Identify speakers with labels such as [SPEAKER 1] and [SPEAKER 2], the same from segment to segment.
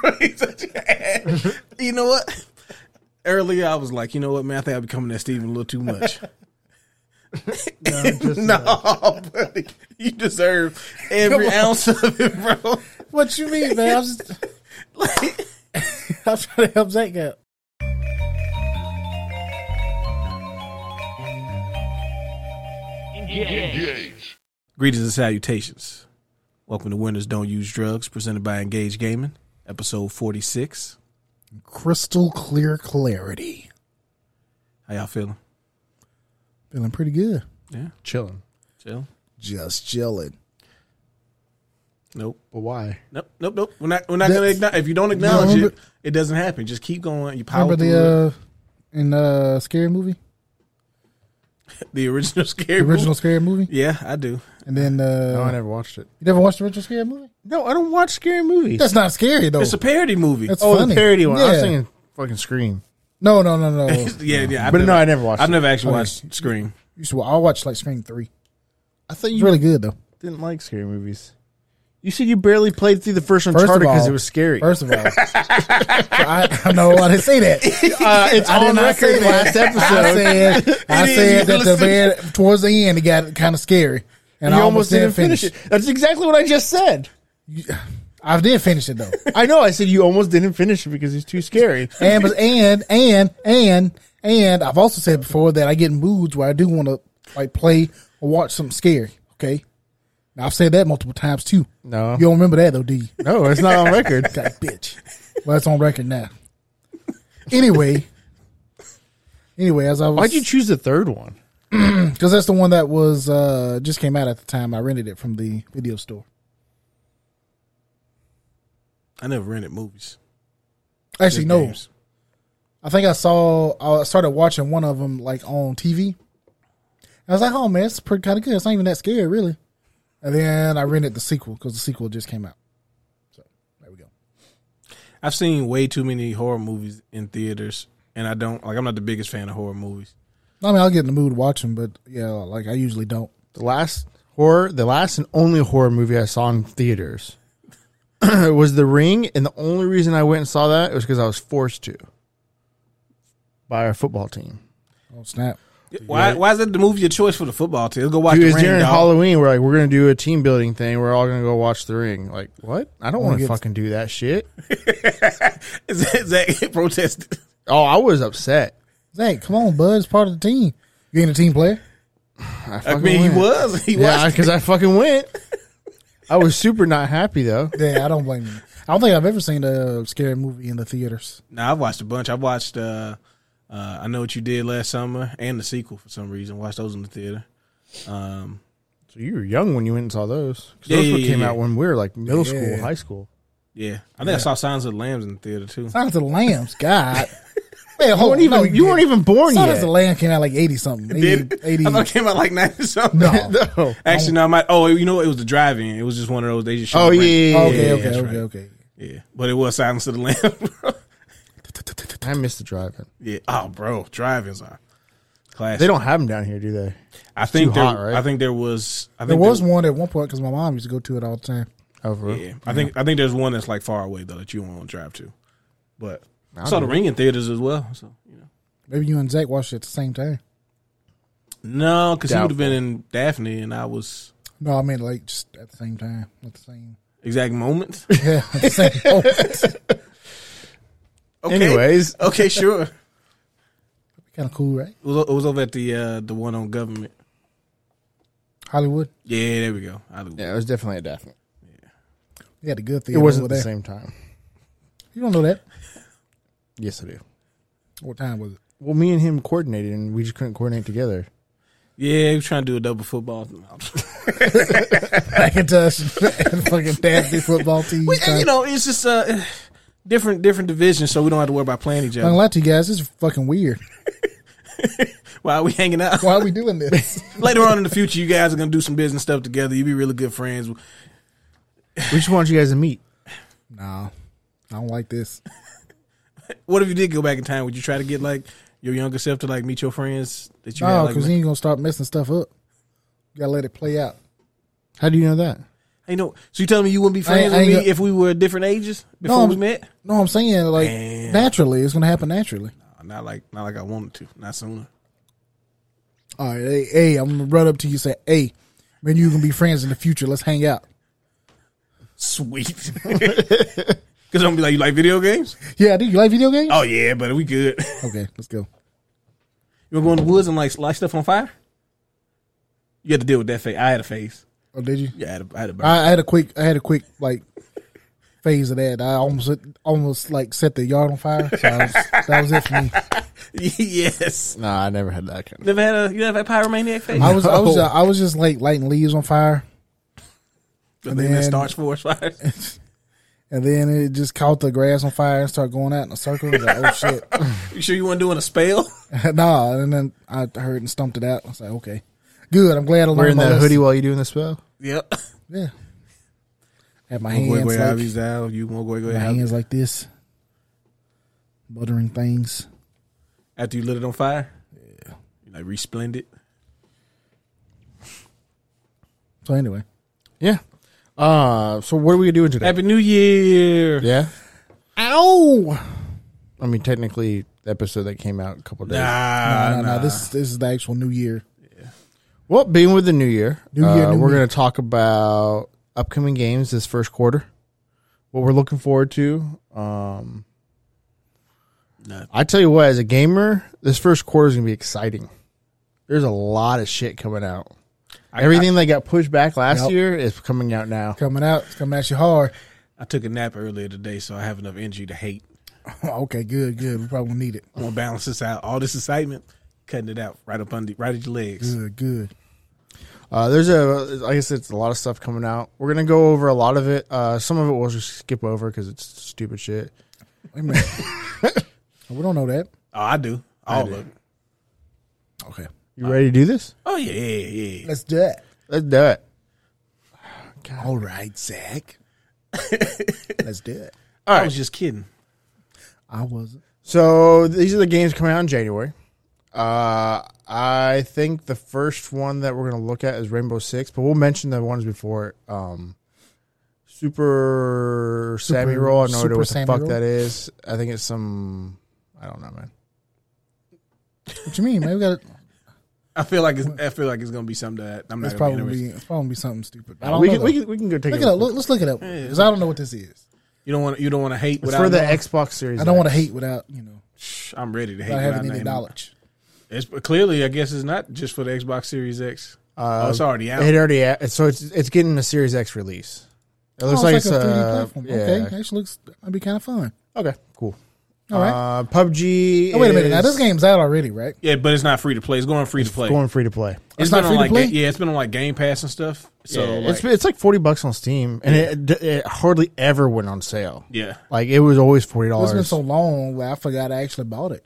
[SPEAKER 1] Bro, he's such an ass. you know what? Earlier, I was like, you know what, man? I think I'm becoming that Steven a little too much.
[SPEAKER 2] No, just,
[SPEAKER 1] no, buddy, you deserve every ounce of it, bro.
[SPEAKER 2] What you mean, man? I'm just
[SPEAKER 1] Like,
[SPEAKER 2] I'm trying to help Zach out.
[SPEAKER 3] Engage.
[SPEAKER 1] Greetings and salutations. Welcome to Winners Don't Use Drugs, presented by Engage Gaming, episode 46.
[SPEAKER 2] Crystal clear clarity.
[SPEAKER 1] How y'all feeling?
[SPEAKER 2] Feeling pretty good.
[SPEAKER 4] Chilling.
[SPEAKER 1] Chill?
[SPEAKER 2] Just chilling.
[SPEAKER 1] Nope.
[SPEAKER 4] But why?
[SPEAKER 1] Nope, nope, nope. We're not. We're not gonna.
[SPEAKER 2] That's-
[SPEAKER 1] Acknowledge, if you don't acknowledge
[SPEAKER 2] remember-
[SPEAKER 1] it, it doesn't happen. Just keep going. You power
[SPEAKER 2] Remember
[SPEAKER 1] through the,
[SPEAKER 2] the uh in uh scary movie?
[SPEAKER 1] the original scary.
[SPEAKER 2] The uh, original
[SPEAKER 1] movie.
[SPEAKER 2] scary movie?
[SPEAKER 1] Yeah, I do.
[SPEAKER 2] And then
[SPEAKER 4] No, I
[SPEAKER 2] uh
[SPEAKER 4] never watched it.
[SPEAKER 2] you never watched the original scary movie?
[SPEAKER 4] No, I don't watch scary movies.
[SPEAKER 2] That's not scary though.
[SPEAKER 1] It's a parody movie.
[SPEAKER 2] That's
[SPEAKER 4] oh,
[SPEAKER 2] funny.
[SPEAKER 4] the parody one. I was
[SPEAKER 2] Yeah.
[SPEAKER 4] thinking fucking Scream.
[SPEAKER 2] No, no, no, no.
[SPEAKER 1] yeah, yeah. I've
[SPEAKER 4] But
[SPEAKER 1] never-
[SPEAKER 4] no, I never watched
[SPEAKER 1] I've
[SPEAKER 4] it.
[SPEAKER 1] never actually
[SPEAKER 2] Okay.
[SPEAKER 1] watched Scream.
[SPEAKER 2] you should I'll watch like Scream Three.
[SPEAKER 4] I thought
[SPEAKER 2] It's
[SPEAKER 4] you
[SPEAKER 2] really good though.
[SPEAKER 4] didn't like scary movies. You said you barely played through the first
[SPEAKER 2] First of
[SPEAKER 4] Uncharted because
[SPEAKER 2] all-
[SPEAKER 4] it was scary.
[SPEAKER 2] First of all. I, I know I didn't say that.
[SPEAKER 4] uh, it's
[SPEAKER 2] I did
[SPEAKER 4] on
[SPEAKER 2] not say
[SPEAKER 4] record
[SPEAKER 2] that.
[SPEAKER 4] last
[SPEAKER 2] I
[SPEAKER 4] episode.
[SPEAKER 2] said, I
[SPEAKER 1] It is,
[SPEAKER 2] said
[SPEAKER 1] you
[SPEAKER 2] that the
[SPEAKER 1] listen.
[SPEAKER 2] very, towards the end it got kind of scary, and
[SPEAKER 4] You
[SPEAKER 2] I
[SPEAKER 4] almost didn't finish
[SPEAKER 2] it.
[SPEAKER 4] it. That's exactly what I just said.
[SPEAKER 2] I did finish it though,
[SPEAKER 4] I know. I said you almost didn't finish it because it's too scary.
[SPEAKER 2] and but- and and and and I've also said before that I get in moods where I do want to like play or watch something scary. Okay, now, I've said that multiple times too.
[SPEAKER 4] No.
[SPEAKER 2] you don't remember that though, do you?
[SPEAKER 4] No, it's not on record.
[SPEAKER 2] That bitch. Well, that's on record now. Anyway, anyway, as I was,
[SPEAKER 4] Why'd you choose the third one?
[SPEAKER 2] Because that's the one that was uh just came out at the time. I rented it from the video store.
[SPEAKER 1] I never rented movies.
[SPEAKER 2] Actually,
[SPEAKER 1] Just
[SPEAKER 2] no.
[SPEAKER 1] games.
[SPEAKER 2] I think I saw. I started watching one of them like on TV. I was like, "Oh man, it's pretty kind of good. It's not even that scary, really." And then I rented the sequel because the sequel just came out. So there we go.
[SPEAKER 1] I've seen way too many horror movies in theaters, and I don't like. I'm not the biggest fan of horror movies.
[SPEAKER 2] I mean, I'll get in the mood watching, but yeah, like I usually don't.
[SPEAKER 4] The last horror, the last and only horror movie I saw in theaters was The Ring, and the only reason I went and saw that was because I was forced to by our football team.
[SPEAKER 2] Oh snap!
[SPEAKER 1] Why? Why is that the movie your choice for the football team? Let's go watch
[SPEAKER 4] Dude, it
[SPEAKER 1] the
[SPEAKER 4] was
[SPEAKER 1] ring.
[SPEAKER 4] during
[SPEAKER 1] dawg.
[SPEAKER 4] Halloween. We're like, we're gonna do a team building thing. We're all gonna go watch The Ring. Like, what? I don't want to
[SPEAKER 2] get-
[SPEAKER 4] fucking do that shit.
[SPEAKER 1] Is that, is that protested?
[SPEAKER 4] Oh, I was upset.
[SPEAKER 2] Zach, come on, bud. It's part of the team. You ain't a team player.
[SPEAKER 4] I,
[SPEAKER 1] I
[SPEAKER 4] fucking
[SPEAKER 1] mean, he
[SPEAKER 4] went.
[SPEAKER 1] was. He
[SPEAKER 4] Yeah,
[SPEAKER 1] was.
[SPEAKER 4] because I fucking went. I was super not happy though.
[SPEAKER 2] Yeah, I don't blame you. I don't think I've ever seen a scary movie in the theaters.
[SPEAKER 1] Now I've watched a bunch. I've watched. uh uh, I know what you did last summer and the sequel for some reason. Watched those in the theater. Um,
[SPEAKER 4] So you were young when you went and saw those. 'Cause
[SPEAKER 1] Yeah,
[SPEAKER 4] those
[SPEAKER 1] yeah,
[SPEAKER 4] were-
[SPEAKER 1] yeah,
[SPEAKER 4] came
[SPEAKER 1] yeah.
[SPEAKER 4] out when we were like middle school,
[SPEAKER 2] Yeah.
[SPEAKER 4] high school.
[SPEAKER 1] yeah, I think I saw Signs of the Lambs in the theater too.
[SPEAKER 2] Silence of the Lambs. God. Wait, hold
[SPEAKER 4] weren't
[SPEAKER 2] on.
[SPEAKER 4] even,
[SPEAKER 2] No,
[SPEAKER 4] you, weren't
[SPEAKER 2] didn't.
[SPEAKER 4] even born
[SPEAKER 2] Silence
[SPEAKER 4] yet.
[SPEAKER 2] of the Lambs came out like 80 something. 80,
[SPEAKER 1] Did
[SPEAKER 2] 80
[SPEAKER 1] I thought it came out like ninety something?
[SPEAKER 2] No.
[SPEAKER 4] No.
[SPEAKER 1] Actually, no. I might. Oh, you know what? It was the drive-in. It was just one of those. They just. showed
[SPEAKER 4] Oh
[SPEAKER 1] the
[SPEAKER 4] yeah,
[SPEAKER 1] ring.
[SPEAKER 4] yeah, yeah,
[SPEAKER 2] Okay,
[SPEAKER 4] yeah.
[SPEAKER 2] okay,
[SPEAKER 1] that's
[SPEAKER 2] okay,
[SPEAKER 1] right.
[SPEAKER 2] okay.
[SPEAKER 1] Yeah, but it was Silence of the Lambs. Bro.
[SPEAKER 4] I missed the drive-in.
[SPEAKER 1] Yeah. Oh, bro, drive-ins are classic.
[SPEAKER 4] They don't have them down here, do they?
[SPEAKER 1] I think
[SPEAKER 4] too
[SPEAKER 1] there.
[SPEAKER 4] hot, right?
[SPEAKER 1] I think there was. I think
[SPEAKER 2] There was
[SPEAKER 1] There,
[SPEAKER 2] one at one point because my mom used to go to it all the time.
[SPEAKER 4] Over.
[SPEAKER 1] yeah. I think. I think there's one that's like far away though that you won't drive to. But I saw
[SPEAKER 4] know.
[SPEAKER 1] the ring in theaters as well. So you know.
[SPEAKER 2] Maybe you and Zach watched it at the same time.
[SPEAKER 1] No, because he would
[SPEAKER 4] Doubtful.
[SPEAKER 1] have been in Daphne, and I was
[SPEAKER 2] No, I mean like just at the same time, at the same.
[SPEAKER 1] exact moment.
[SPEAKER 2] Yeah, at the same moment.
[SPEAKER 1] Okay.
[SPEAKER 4] Anyways,
[SPEAKER 1] Okay, sure. It
[SPEAKER 2] kind of cool, right?
[SPEAKER 1] was, it was over at the uh, the one on government.
[SPEAKER 2] Hollywood.
[SPEAKER 1] Yeah, there we go. Hollywood.
[SPEAKER 4] yeah, it was definitely a Daphne.
[SPEAKER 2] Yeah, the good
[SPEAKER 4] It
[SPEAKER 2] theater.
[SPEAKER 4] wasn't
[SPEAKER 2] over
[SPEAKER 4] the
[SPEAKER 2] there.
[SPEAKER 4] same time.
[SPEAKER 2] You don't know that.
[SPEAKER 4] Yes, I do.
[SPEAKER 2] What time was it?
[SPEAKER 4] Well, me and him coordinated, and we just couldn't coordinate together.
[SPEAKER 1] Yeah, he was trying to do a double football.
[SPEAKER 2] Back in touch. fucking Daphne football team.
[SPEAKER 1] We- and, you know, it's just uh, different different divisions, so we don't have to worry about playing each
[SPEAKER 2] I'm not
[SPEAKER 1] other.
[SPEAKER 2] gonna lie to you guys. This is fucking weird. Uh-huh.
[SPEAKER 1] While we hanging out.
[SPEAKER 2] Why are we doing this?
[SPEAKER 1] Later on in the future, you guys are gonna do some business stuff together. You'll be really good friends.
[SPEAKER 4] We just wanted you guys to meet.
[SPEAKER 2] no, I don't like this.
[SPEAKER 1] What if you did go back in time? Would you try to get like your younger self to like meet your friends that you
[SPEAKER 2] No,
[SPEAKER 1] had? Like,
[SPEAKER 2] because you ain't gonna start messing stuff up. You gotta let it play out.
[SPEAKER 4] How do you know that?
[SPEAKER 1] Ain't no. So you telling me you wouldn't be friends
[SPEAKER 2] I
[SPEAKER 1] with
[SPEAKER 2] ain't
[SPEAKER 1] me
[SPEAKER 2] got-
[SPEAKER 1] if we were different ages before
[SPEAKER 2] No,
[SPEAKER 1] we
[SPEAKER 2] I'm-
[SPEAKER 1] met?
[SPEAKER 2] No, I'm saying like
[SPEAKER 1] Damn.
[SPEAKER 2] naturally, it's gonna happen naturally.
[SPEAKER 1] Uh, Not like not like I wanted to. Not sooner.
[SPEAKER 2] All right, hey, hey I'm gonna run up to you and say, hey, man, you can be friends in the future. Let's hang out.
[SPEAKER 1] Sweet. Because I'm gonna be like, you like video games?
[SPEAKER 2] Yeah, dude, you like video games?
[SPEAKER 1] Oh yeah, but we good.
[SPEAKER 4] Oh.
[SPEAKER 2] Okay, let's go.
[SPEAKER 1] you wanna go in the woods and like light stuff on fire? You had to deal with that phase. I had a phase.
[SPEAKER 2] Oh, did you?
[SPEAKER 1] Yeah, I had a, I had a burn.
[SPEAKER 2] I, I had a quick, I had a quick like phase of that. I almost, almost like set the yard on fire. So I was, that was it for me.
[SPEAKER 1] yes.
[SPEAKER 4] Nah, I never had that kind
[SPEAKER 1] Never had a you never had a pyromaniac phase.
[SPEAKER 2] I was, I was,
[SPEAKER 4] No.
[SPEAKER 2] I was just like lighting leaves on fire,
[SPEAKER 1] The thing that
[SPEAKER 2] man.
[SPEAKER 1] starts forest fires.
[SPEAKER 2] and then it just caught the grass on fire and started going out in a circle. I was like, oh shit!
[SPEAKER 1] you sure you weren't doing a spell?
[SPEAKER 2] nah, and then I heard and stumped it out. I was like, okay, good. I'm glad I learned
[SPEAKER 4] Wearing
[SPEAKER 2] my
[SPEAKER 4] that
[SPEAKER 2] lesson.
[SPEAKER 4] hoodie while you doing the spell?
[SPEAKER 1] Yep.
[SPEAKER 2] Yeah. Had
[SPEAKER 4] Oh,
[SPEAKER 2] my
[SPEAKER 1] Go
[SPEAKER 2] hands
[SPEAKER 1] go
[SPEAKER 2] like,
[SPEAKER 1] Ivy's out. You want go go
[SPEAKER 2] my hands like this, buttering things.
[SPEAKER 1] after you lit it on fire? Yeah. You like resplendent.
[SPEAKER 2] So anyway,
[SPEAKER 4] Yeah. Uh, so what are we doing today?
[SPEAKER 1] Happy New Year.
[SPEAKER 4] yeah.
[SPEAKER 2] ow!
[SPEAKER 4] I mean, technically, the episode that came out a couple days.
[SPEAKER 1] Nah,
[SPEAKER 2] No, no, no. This this is the actual New Year.
[SPEAKER 4] Well, being with the new year,
[SPEAKER 2] New year,
[SPEAKER 4] uh,
[SPEAKER 2] new
[SPEAKER 4] we're
[SPEAKER 2] me.
[SPEAKER 4] going to talk about upcoming games this first quarter. What we're looking forward to. Um,
[SPEAKER 1] Nah.
[SPEAKER 4] I tell you what, as a gamer, this first quarter is going to be exciting. There's a lot of shit coming out.
[SPEAKER 1] I-
[SPEAKER 4] Everything that got pushed back last
[SPEAKER 2] Yep.
[SPEAKER 4] year is coming out now.
[SPEAKER 2] Coming out, it's coming at you hard.
[SPEAKER 1] I took a nap earlier today, so I have enough energy to hate.
[SPEAKER 2] Oh, okay, good, good. We probably won't need it.
[SPEAKER 1] I'm gonna balance this out. All this excitement, cutting it out right up under, right at your legs.
[SPEAKER 2] Good, good.
[SPEAKER 4] Uh, there's a, like I said, it's a lot of stuff coming out. We're gonna go over a lot of it. Uh, some of it we'll just skip over because it's stupid shit.
[SPEAKER 2] Wait a minute. we don't know that.
[SPEAKER 1] Oh, I do. All of it.
[SPEAKER 2] Okay,
[SPEAKER 4] You ready to do this?
[SPEAKER 1] Oh yeah, yeah, yeah.
[SPEAKER 2] let's do it.
[SPEAKER 4] Let's do it.
[SPEAKER 2] All right, Zach. let's do it.
[SPEAKER 1] I was just kidding.
[SPEAKER 2] I wasn't.
[SPEAKER 4] So these are the games coming out in January. Uh, I think the first one that we're gonna look at is Rainbow Six, but we'll mention the ones before. it. Um, Super, Sammy
[SPEAKER 2] Super-
[SPEAKER 4] Roll. I have no
[SPEAKER 2] Super
[SPEAKER 4] idea what the
[SPEAKER 2] Sammy
[SPEAKER 4] fuck
[SPEAKER 2] Roll?
[SPEAKER 4] that is. I think it's some. I don't know, man.
[SPEAKER 2] What you mean, man? We got
[SPEAKER 1] I feel like it's, I feel like it's gonna be something that I'm not
[SPEAKER 2] it's
[SPEAKER 1] gonna be
[SPEAKER 2] probably
[SPEAKER 1] interested.
[SPEAKER 2] it's probably something stupid. I don't
[SPEAKER 4] we
[SPEAKER 2] know.
[SPEAKER 4] can, we
[SPEAKER 2] though.
[SPEAKER 4] can we can go take
[SPEAKER 2] look
[SPEAKER 4] a
[SPEAKER 2] it up. Look, let's look it up because I don't know what this is.
[SPEAKER 1] You don't want you don't want to hate
[SPEAKER 4] It's
[SPEAKER 1] without.
[SPEAKER 4] for the
[SPEAKER 1] knowing?
[SPEAKER 4] Xbox Series.
[SPEAKER 2] I don't
[SPEAKER 4] X.
[SPEAKER 2] want to hate without you know
[SPEAKER 1] I'm ready to hate
[SPEAKER 2] without
[SPEAKER 1] without
[SPEAKER 2] having any
[SPEAKER 1] naming it.
[SPEAKER 2] knowledge.
[SPEAKER 1] It's clearly, I guess, it's not just for the Xbox Series X.
[SPEAKER 4] Uh,
[SPEAKER 1] oh, it's already out.
[SPEAKER 4] It already a- so it's it's getting a Series X release. It looks
[SPEAKER 2] Oh,
[SPEAKER 4] like
[SPEAKER 2] it's
[SPEAKER 4] it's,
[SPEAKER 2] like, a 3D
[SPEAKER 4] uh,
[SPEAKER 2] platform.
[SPEAKER 4] yeah.
[SPEAKER 2] Okay, actually looks that'd be kind of fun.
[SPEAKER 4] Okay, cool.
[SPEAKER 2] All right.
[SPEAKER 4] Uh, PUBG.
[SPEAKER 2] Oh, wait a minute. Now
[SPEAKER 4] is
[SPEAKER 2] this game's out already, right?
[SPEAKER 1] yeah, but it's not free to play. It's going free to play.
[SPEAKER 4] going free to play.
[SPEAKER 2] It's
[SPEAKER 1] it's been
[SPEAKER 2] not
[SPEAKER 1] on
[SPEAKER 2] free to
[SPEAKER 1] like
[SPEAKER 2] play?
[SPEAKER 1] Ga- yeah, it's been on like Game Pass and stuff. So
[SPEAKER 4] So
[SPEAKER 1] like,
[SPEAKER 4] it's it's like forty bucks on Steam, and it, it hardly ever went on sale.
[SPEAKER 1] yeah,
[SPEAKER 4] Like it was always forty
[SPEAKER 2] It's been
[SPEAKER 4] dollars.
[SPEAKER 2] so long where I forgot I actually bought it.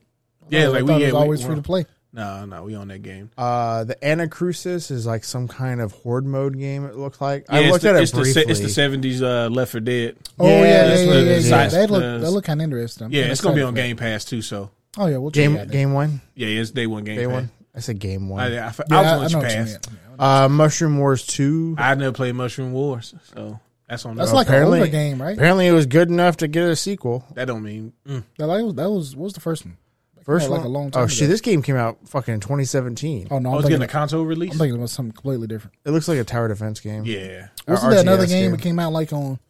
[SPEAKER 1] yeah,
[SPEAKER 2] I
[SPEAKER 1] like
[SPEAKER 2] thought
[SPEAKER 1] we yeah,
[SPEAKER 2] it was always
[SPEAKER 1] we,
[SPEAKER 2] free to play.
[SPEAKER 1] No, no, we on that game.
[SPEAKER 4] uh, the Anacrusis is like some kind of horde mode game. It looks like
[SPEAKER 1] Yeah,
[SPEAKER 4] I
[SPEAKER 1] it's
[SPEAKER 4] looked
[SPEAKER 1] the,
[SPEAKER 4] at it
[SPEAKER 1] it's the se-
[SPEAKER 4] briefly.
[SPEAKER 1] it's the seventies uh, Left for Dead.
[SPEAKER 2] Oh yeah, yeah,
[SPEAKER 1] that's
[SPEAKER 2] yeah,
[SPEAKER 1] what
[SPEAKER 2] yeah.
[SPEAKER 1] it is.
[SPEAKER 2] yeah.
[SPEAKER 1] Yeah.
[SPEAKER 2] That
[SPEAKER 1] Uh,
[SPEAKER 2] look that look kind of interesting. I'm
[SPEAKER 1] Yeah,
[SPEAKER 2] kinda
[SPEAKER 1] it's gonna be
[SPEAKER 2] excited
[SPEAKER 1] on
[SPEAKER 2] for it.
[SPEAKER 1] Game Pass too. So
[SPEAKER 2] Oh yeah, we'll check
[SPEAKER 4] game
[SPEAKER 2] it out.
[SPEAKER 4] game one.
[SPEAKER 1] yeah, it's day one Game
[SPEAKER 4] Day
[SPEAKER 1] Pass.
[SPEAKER 4] one. I said game
[SPEAKER 1] I,
[SPEAKER 4] one.
[SPEAKER 1] I, I
[SPEAKER 2] Yeah, I, I
[SPEAKER 1] was
[SPEAKER 2] know
[SPEAKER 1] on
[SPEAKER 2] what you
[SPEAKER 1] Pass.
[SPEAKER 2] meant. Yeah.
[SPEAKER 4] Uh, Mushroom Wars two.
[SPEAKER 1] I never played Mushroom Wars, so that's on.
[SPEAKER 2] That's
[SPEAKER 1] there.
[SPEAKER 2] like an
[SPEAKER 4] apparently-
[SPEAKER 2] older game, right?
[SPEAKER 4] Apparently, it was good enough to get a sequel.
[SPEAKER 1] that don't mean. Mm.
[SPEAKER 2] That like was- that was what was the first one. That
[SPEAKER 4] First
[SPEAKER 2] came out,
[SPEAKER 4] one,
[SPEAKER 2] like a long time.
[SPEAKER 4] Oh shit,
[SPEAKER 2] ago.
[SPEAKER 4] this game came out fucking 2017.
[SPEAKER 2] Oh no,
[SPEAKER 1] I
[SPEAKER 2] I'm
[SPEAKER 1] was getting
[SPEAKER 2] thinking,
[SPEAKER 1] a console release.
[SPEAKER 2] I'm thinking about something completely different.
[SPEAKER 4] It looks like a tower defense game.
[SPEAKER 1] yeah,
[SPEAKER 4] Or
[SPEAKER 2] Wasn't that another
[SPEAKER 4] RTS
[SPEAKER 2] game that came out like on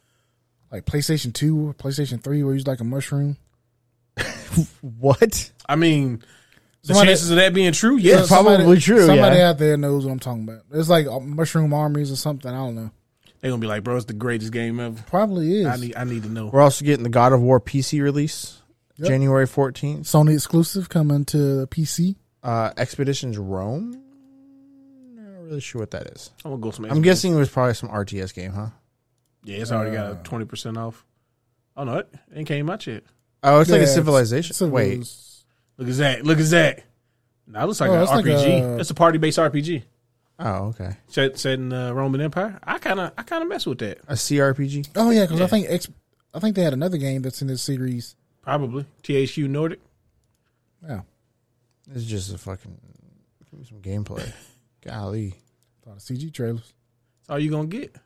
[SPEAKER 2] like PlayStation Two or PlayStation Three where you was like a mushroom?
[SPEAKER 4] What?
[SPEAKER 1] I mean, the
[SPEAKER 2] Somebody-
[SPEAKER 1] chances of that being true, yes.
[SPEAKER 4] Probably true,
[SPEAKER 2] Somebody
[SPEAKER 4] yeah.
[SPEAKER 2] out there knows what I'm talking about. It's like uh, mushroom armies or something. I don't know.
[SPEAKER 1] They're gonna be like, bro, it's the greatest game ever.
[SPEAKER 2] Probably is
[SPEAKER 1] I need, I need to know.
[SPEAKER 4] We're also getting the God of War PC release,
[SPEAKER 2] Yep.
[SPEAKER 4] January 14th.
[SPEAKER 2] Sony exclusive coming to PC.
[SPEAKER 4] Uh, Expeditions Rome. Not really sure what that is.
[SPEAKER 1] I'm gonna go some.
[SPEAKER 4] I'm guessing it was probably some RTS game, huh?
[SPEAKER 1] yeah, it's already got a
[SPEAKER 2] Uh,
[SPEAKER 1] twenty percent off. Oh no, it ain't came out yet.
[SPEAKER 4] Oh, it's like
[SPEAKER 2] Yeah,
[SPEAKER 4] a
[SPEAKER 2] it's-
[SPEAKER 4] civilization.
[SPEAKER 2] it's a-
[SPEAKER 4] Wait,
[SPEAKER 1] Look at that. Look at that. Now it looks like
[SPEAKER 2] Oh,
[SPEAKER 1] an
[SPEAKER 2] that's like
[SPEAKER 1] RPG.
[SPEAKER 2] a-
[SPEAKER 1] That's a party based RPG
[SPEAKER 4] oh okay,
[SPEAKER 1] set set in uh, Roman Empire. I kind of I kind of mess with that.
[SPEAKER 4] a CRPG.
[SPEAKER 2] Oh yeah, because I think X, I think they had another game that's in this series.
[SPEAKER 1] Probably THQ Nordic.
[SPEAKER 2] Yeah,
[SPEAKER 4] It's just a fucking give me some gameplay. Golly,
[SPEAKER 2] a lot of CG trailers.
[SPEAKER 1] That's all you gonna get.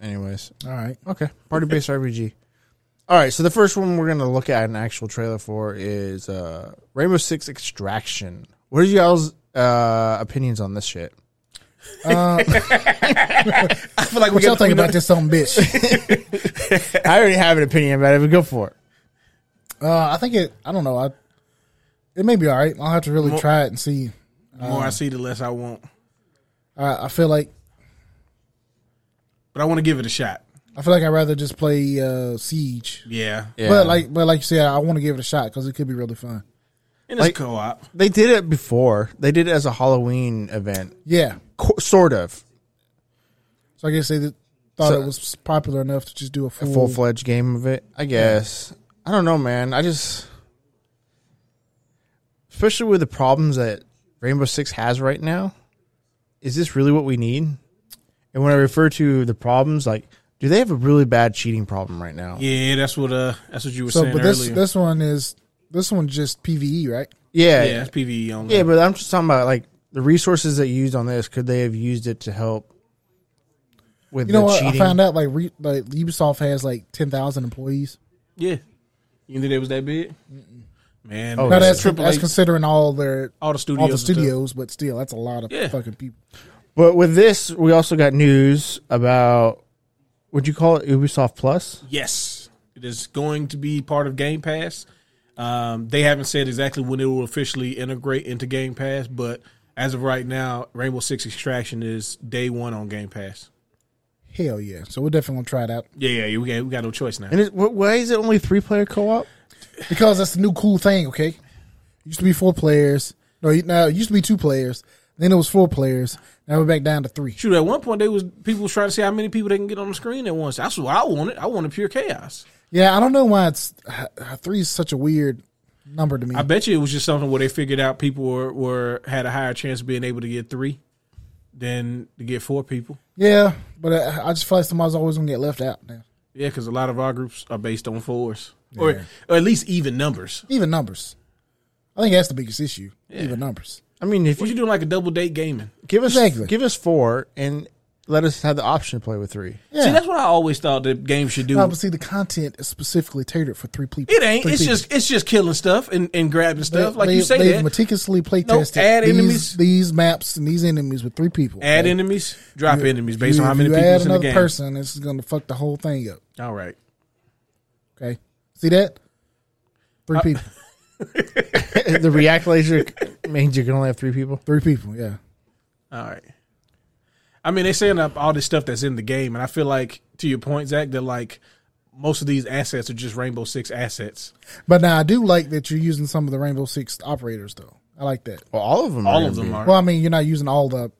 [SPEAKER 4] Anyways,
[SPEAKER 2] All right.
[SPEAKER 4] okay, party based RPG. All right, so the first one we're gonna look at an actual trailer for is uh, Rainbow Six Extraction. What are y'all's uh, opinions on this shit?
[SPEAKER 1] I feel like
[SPEAKER 2] What
[SPEAKER 1] we
[SPEAKER 2] y'all
[SPEAKER 1] got
[SPEAKER 2] think about this something, bitch?
[SPEAKER 4] I already have an opinion about it, but go for it.
[SPEAKER 2] Uh, I think it. I don't know. I. It may be all right. I'll have to really try it and see.
[SPEAKER 1] The more I see, the less I want.
[SPEAKER 2] I, I feel like
[SPEAKER 1] But I want to give it a shot.
[SPEAKER 2] I feel like I'd rather just play uh, Siege.
[SPEAKER 1] Yeah,
[SPEAKER 4] Yeah.
[SPEAKER 2] But like, but like you said, I want to give it a shot because it could be really fun.
[SPEAKER 1] and it's
[SPEAKER 4] Like-
[SPEAKER 1] co-op.
[SPEAKER 4] They did it before. They did it as a Halloween event,
[SPEAKER 2] Yeah.
[SPEAKER 4] Co- sort of
[SPEAKER 2] So I guess they th- thought
[SPEAKER 4] So-
[SPEAKER 2] it was popular enough to just do a
[SPEAKER 4] a
[SPEAKER 2] full.
[SPEAKER 4] full fledged game of it. I guess. I don't know, man. I just, especially with the problems that Rainbow Six has right now, is this really what we need? And when I refer to the problems, like, do they have a really bad cheating problem right now?
[SPEAKER 1] Yeah, that's what uh, that's what you were
[SPEAKER 2] so,
[SPEAKER 1] saying
[SPEAKER 2] but this
[SPEAKER 1] earlier.
[SPEAKER 2] this one is this one's just PVE, right?
[SPEAKER 1] yeah,
[SPEAKER 4] yeah.
[SPEAKER 1] it's PVE only.
[SPEAKER 4] Yeah, but I'm just talking about like the resources that you used on this. Could they have used it to help with
[SPEAKER 2] You know
[SPEAKER 4] the
[SPEAKER 2] what?
[SPEAKER 4] cheating?
[SPEAKER 2] I found out like re, like Ubisoft has like ten thousand employees.
[SPEAKER 1] yeah. You think it was that big? Man,
[SPEAKER 4] Oh,
[SPEAKER 2] Now
[SPEAKER 4] yeah.
[SPEAKER 1] it's
[SPEAKER 2] that's
[SPEAKER 1] triple
[SPEAKER 2] that's
[SPEAKER 1] A-
[SPEAKER 2] considering all their
[SPEAKER 1] all the studios.
[SPEAKER 2] all the
[SPEAKER 1] and stuff.
[SPEAKER 2] studios, but still, that's a lot of
[SPEAKER 1] Yeah.
[SPEAKER 2] fucking people.
[SPEAKER 4] But with this, we also got news about would you call it Ubisoft Plus?
[SPEAKER 1] Yes, it is going to be part of Game Pass. Um, they haven't said exactly when it will officially integrate into Game Pass, but as of right now, Rainbow Six Extraction is day one on Game Pass.
[SPEAKER 2] Hell yeah! So we're definitely gonna try it out
[SPEAKER 1] Yeah, yeah, yeah, we got we got no choice now.
[SPEAKER 4] And it, wh- why is it only three player co op?
[SPEAKER 2] because that's the new cool thing. Okay, it used to be four players. No, you- now it used to be two players. Then it was four players. Now we're back down to three.
[SPEAKER 1] Shoot, at one point they was people was trying to see how many people they can get on the screen at once. That's what I wanted. I wanted pure chaos.
[SPEAKER 2] Yeah, I don't know why it's three is such a weird number to me.
[SPEAKER 1] I bet you it was just something where they figured out people were, were had a higher chance of being able to get three than to get four people.
[SPEAKER 2] yeah, but I, I just feel like somebody's always gonna get left out. Now.
[SPEAKER 1] Yeah, because a lot of our groups are based on fours or or at least even numbers.
[SPEAKER 2] Even numbers, I think that's the biggest issue. Even numbers.
[SPEAKER 4] I mean, if
[SPEAKER 1] What
[SPEAKER 4] you
[SPEAKER 1] you doing like a double date gaming?
[SPEAKER 4] give us
[SPEAKER 2] Exactly.
[SPEAKER 4] give us four and let us have the option to play with three.
[SPEAKER 2] Yeah,
[SPEAKER 1] See, that's what I always thought the game should do.
[SPEAKER 2] No, but see, the content is specifically tailored for three people.
[SPEAKER 1] it ain't.
[SPEAKER 2] Three
[SPEAKER 1] It's
[SPEAKER 2] people.
[SPEAKER 1] just it's just killing stuff and, and grabbing stuff. like
[SPEAKER 2] they,
[SPEAKER 1] you say
[SPEAKER 2] they've
[SPEAKER 1] that.
[SPEAKER 2] meticulously play
[SPEAKER 1] Nope,
[SPEAKER 2] tested
[SPEAKER 1] add
[SPEAKER 2] these,
[SPEAKER 1] enemies.
[SPEAKER 2] these maps and these enemies with three people.
[SPEAKER 1] Add
[SPEAKER 2] Like,
[SPEAKER 1] enemies, drop enemies based
[SPEAKER 2] you-
[SPEAKER 1] on how
[SPEAKER 2] if
[SPEAKER 1] many
[SPEAKER 2] you
[SPEAKER 1] people
[SPEAKER 2] add
[SPEAKER 1] is in the
[SPEAKER 2] another
[SPEAKER 1] game.
[SPEAKER 2] person, this is going to fuck the whole thing up.
[SPEAKER 1] All right.
[SPEAKER 2] Okay, see that? Three
[SPEAKER 1] Uh,
[SPEAKER 2] people.
[SPEAKER 4] the React laser means you can only have three people.
[SPEAKER 2] Three people. Yeah.
[SPEAKER 1] All right. I mean, they're saying up all this stuff that's in the game, and I feel like, to your point, Zach, that like most of these assets are just Rainbow Six assets.
[SPEAKER 2] But now I do like that you're using some of the Rainbow Six operators though. I like that.
[SPEAKER 4] Well, all of them.
[SPEAKER 1] All
[SPEAKER 4] are
[SPEAKER 1] of
[SPEAKER 4] gonna
[SPEAKER 1] them
[SPEAKER 4] be.
[SPEAKER 1] are.
[SPEAKER 2] Well, I mean, you're not using all the,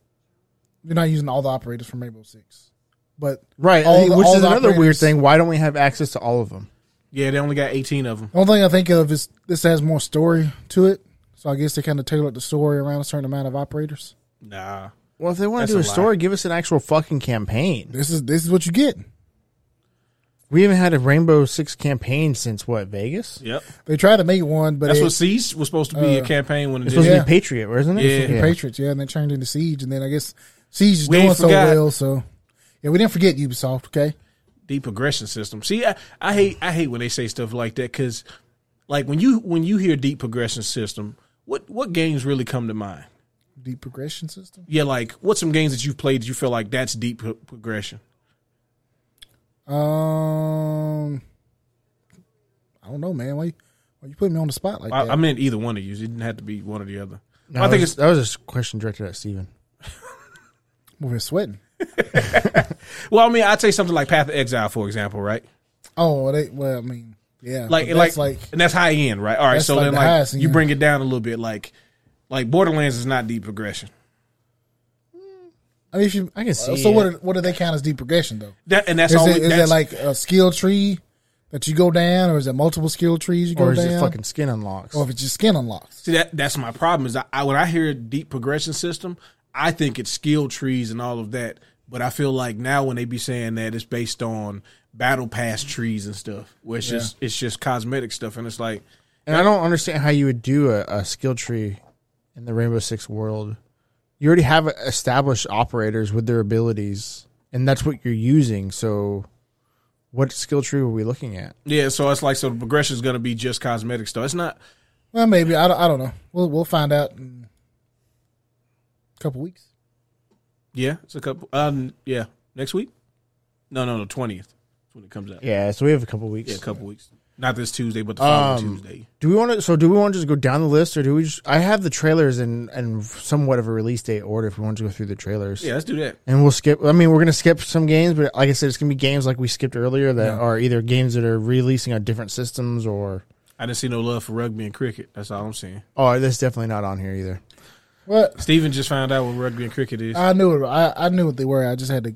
[SPEAKER 2] you're not using all the operators from Rainbow Six, but
[SPEAKER 4] right,
[SPEAKER 2] all the-
[SPEAKER 4] which
[SPEAKER 2] all
[SPEAKER 4] is
[SPEAKER 2] the
[SPEAKER 4] another weird
[SPEAKER 2] operators.
[SPEAKER 4] thing. Why don't we have access to all of them?
[SPEAKER 1] yeah, they only got eighteen of them.
[SPEAKER 2] The only thing I think of is this has more story to it, so I guess they kind of tailored the story around a certain amount of operators.
[SPEAKER 1] Nah,
[SPEAKER 4] Well, if they want
[SPEAKER 1] That's
[SPEAKER 4] to do a,
[SPEAKER 1] a lie.
[SPEAKER 4] story, give us an actual fucking campaign.
[SPEAKER 2] This is this is what you get.
[SPEAKER 4] We haven't had a Rainbow Six campaign since what Vegas?
[SPEAKER 1] yep.
[SPEAKER 2] They tried to make one, but
[SPEAKER 1] That's
[SPEAKER 2] it,
[SPEAKER 1] what Siege was supposed to be a campaign when it
[SPEAKER 4] Uh, It's supposed
[SPEAKER 1] did.
[SPEAKER 4] to
[SPEAKER 2] Yeah.
[SPEAKER 4] be Patriot, wasn't it?
[SPEAKER 1] Yeah.
[SPEAKER 2] Patriots, yeah, and they turned into Siege, and then I guess Siege is
[SPEAKER 1] We
[SPEAKER 2] doing
[SPEAKER 1] ain't
[SPEAKER 2] so
[SPEAKER 1] forgot.
[SPEAKER 2] well, so yeah, we didn't forget Ubisoft. Okay,
[SPEAKER 1] the progression system. See, I, I hate I hate when they say stuff like that because, like when you when you hear deep progression system, what what games really come to mind?
[SPEAKER 2] deep progression system.
[SPEAKER 1] Yeah, like what's some games that you've played that you feel like that's deep pro- progression?
[SPEAKER 2] Um, I don't know, man. Why you, why you putting me on the spot like
[SPEAKER 1] I,
[SPEAKER 2] that?
[SPEAKER 1] I meant either one of you. It didn't have to be one or the other.
[SPEAKER 4] No,
[SPEAKER 1] I
[SPEAKER 4] that
[SPEAKER 1] think
[SPEAKER 4] was-
[SPEAKER 1] it's
[SPEAKER 4] that was a s- question directed at Steven.
[SPEAKER 2] I'm over here sweating.
[SPEAKER 1] well. I mean, I'd say something like Path of Exile, for example, right?
[SPEAKER 2] Oh, well, they, well, I mean, yeah,
[SPEAKER 1] Like, like,
[SPEAKER 2] but that's
[SPEAKER 1] like, and that's high end, right? All right,
[SPEAKER 2] That's
[SPEAKER 1] so
[SPEAKER 2] like
[SPEAKER 1] then
[SPEAKER 2] the
[SPEAKER 1] like
[SPEAKER 2] highest
[SPEAKER 1] you
[SPEAKER 2] end.
[SPEAKER 1] bring it down a little bit, like like Borderlands is not deep progression.
[SPEAKER 2] I mean, if you,
[SPEAKER 4] I can see
[SPEAKER 2] So what?
[SPEAKER 4] it.
[SPEAKER 2] Are, what do they count as deep progression though?
[SPEAKER 1] That and that's
[SPEAKER 2] Is,
[SPEAKER 1] always
[SPEAKER 2] it, is
[SPEAKER 1] that's,
[SPEAKER 2] it like a skill tree that you go down, or is it multiple skill trees you go
[SPEAKER 4] Or is
[SPEAKER 2] down,
[SPEAKER 4] it fucking skin unlocks?
[SPEAKER 2] or if it's just skin unlocks?
[SPEAKER 1] See that that's my problem is I, I when I hear deep progression system, I think it's skill trees and all of that. But I feel like now when they be saying that it's based on battle pass trees and stuff, where it's just it's just cosmetic stuff, and it's like
[SPEAKER 4] and I don't understand how you would do a, a skill tree in the Rainbow Six world. You already have established operators with their abilities. and that's what you're using. So, what skill tree were we looking at?
[SPEAKER 1] Yeah, so it's like so the progression is going to be just cosmetic stuff. It's not.
[SPEAKER 2] Well, maybe I don't, I don't know. We'll we'll find out in a couple weeks.
[SPEAKER 1] Yeah, it's a couple. Um, yeah, next week. No, no, the twentieth when it comes out. Yeah,
[SPEAKER 4] Yeah, so we have a couple weeks.
[SPEAKER 1] a couple weeks. Not this Tuesday, but the following
[SPEAKER 4] Um,
[SPEAKER 1] Tuesday.
[SPEAKER 4] Do we want to? So do we want to just go down the list, or do we? just I have the trailers and and somewhat of a release date order. If we want to go through the trailers,
[SPEAKER 1] Yeah, let's do that.
[SPEAKER 4] And we'll skip. I mean, we're gonna skip some games, but like I said, it's gonna be games like we skipped earlier that are either games that are releasing on different systems or.
[SPEAKER 1] I didn't see no love for rugby and cricket. That's all I'm saying.
[SPEAKER 4] Oh, that's definitely not on here either.
[SPEAKER 2] What
[SPEAKER 1] Steven just found out what rugby and cricket is.
[SPEAKER 2] I knew it. I, I knew what they were. I just had to.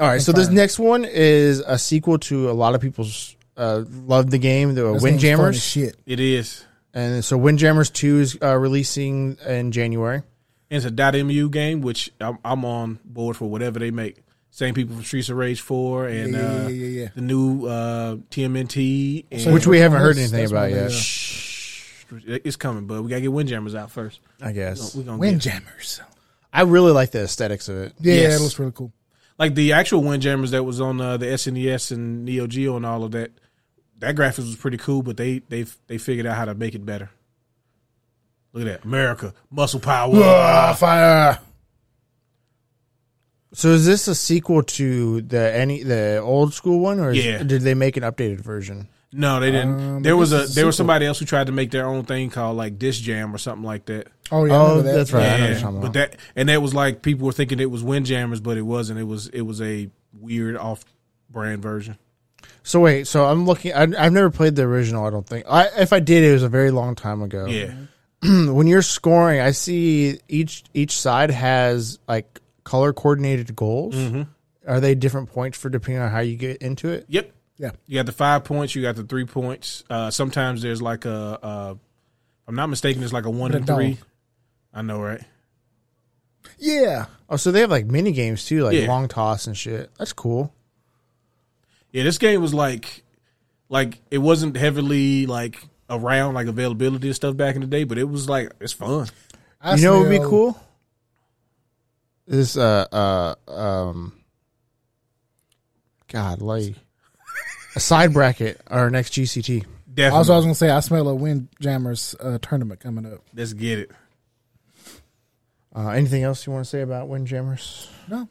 [SPEAKER 4] All right, so this next one is a sequel to a lot of people's uh, loved the game, the
[SPEAKER 2] this game's fun as
[SPEAKER 4] Windjammers, Oh,
[SPEAKER 2] Shit.
[SPEAKER 1] it is.
[SPEAKER 4] and so Windjammers Two is uh, releasing in January.
[SPEAKER 1] It's a .mu game, which I'm, I'm on board for whatever they make. Same people from Streets of Rage Four and
[SPEAKER 2] Yeah, yeah,
[SPEAKER 1] uh,
[SPEAKER 2] yeah, yeah, yeah.
[SPEAKER 1] the new uh, TMNT. And
[SPEAKER 4] Which we haven't heard
[SPEAKER 2] That's-
[SPEAKER 4] anything
[SPEAKER 2] that's one
[SPEAKER 4] about
[SPEAKER 2] of
[SPEAKER 4] yet.
[SPEAKER 2] the, uh,
[SPEAKER 1] Shh. it's coming, but we gotta get Windjammers out first.
[SPEAKER 4] I guess
[SPEAKER 1] We're gonna get-
[SPEAKER 2] Windjammers.
[SPEAKER 4] I really like the aesthetics of it.
[SPEAKER 2] Yeah,
[SPEAKER 1] Yes.
[SPEAKER 2] it looks really cool.
[SPEAKER 1] like the actual Windjammers that was on uh, the SNES and Neo Geo and all of that. That graphics was pretty cool, but they they they figured out how to make it better. Look at that, America muscle power.
[SPEAKER 2] Ah, fire.
[SPEAKER 4] So is this a sequel to the any the old school one, or is,
[SPEAKER 1] Yeah.
[SPEAKER 4] did they make an updated version?
[SPEAKER 1] No, they didn't.
[SPEAKER 2] Um,
[SPEAKER 1] there
[SPEAKER 2] I
[SPEAKER 1] was
[SPEAKER 2] guess
[SPEAKER 1] a
[SPEAKER 2] it's a
[SPEAKER 1] there was
[SPEAKER 2] sequel.
[SPEAKER 1] somebody else who tried to make their own thing called like Disc Jam or something like that.
[SPEAKER 2] Oh yeah, I
[SPEAKER 4] Oh,
[SPEAKER 2] remember that.
[SPEAKER 4] that's right. I know what you're
[SPEAKER 1] Yeah,
[SPEAKER 4] talking
[SPEAKER 1] but
[SPEAKER 4] about.
[SPEAKER 1] that and that was like people were thinking it was Windjammers, but it wasn't. It was it was a weird off brand version.
[SPEAKER 4] So wait, so I'm looking. I, I've never played the original. I don't think. I if I did, it was a very long time ago.
[SPEAKER 1] Yeah,
[SPEAKER 4] when you're scoring, I see each each side has like color coordinated goals.
[SPEAKER 2] Mm-hmm.
[SPEAKER 4] Are they different points for depending on how you get into it?
[SPEAKER 1] yep.
[SPEAKER 2] Yeah.
[SPEAKER 1] You got the five points. You got the three points. Uh, sometimes there's like a, uh, I'm not mistaken, it's like a one
[SPEAKER 2] But
[SPEAKER 1] and
[SPEAKER 2] a
[SPEAKER 1] three.
[SPEAKER 2] dog.
[SPEAKER 1] I know, right?
[SPEAKER 2] Yeah.
[SPEAKER 4] Oh, so they have like mini games too, like
[SPEAKER 1] Yeah.
[SPEAKER 4] long toss and shit. That's cool.
[SPEAKER 1] Yeah, this game was like, like it wasn't heavily like around like availability and stuff back in the day, but it was like it's fun.
[SPEAKER 2] I
[SPEAKER 4] you know what would be
[SPEAKER 2] smell-
[SPEAKER 4] cool? This uh uh um God like a side bracket or next GCT.
[SPEAKER 1] Definitely,
[SPEAKER 2] Also, I was gonna say I smell a Windjammers uh, tournament coming up.
[SPEAKER 1] let's get it.
[SPEAKER 4] Uh, anything else you want to say about Windjammers?
[SPEAKER 2] No,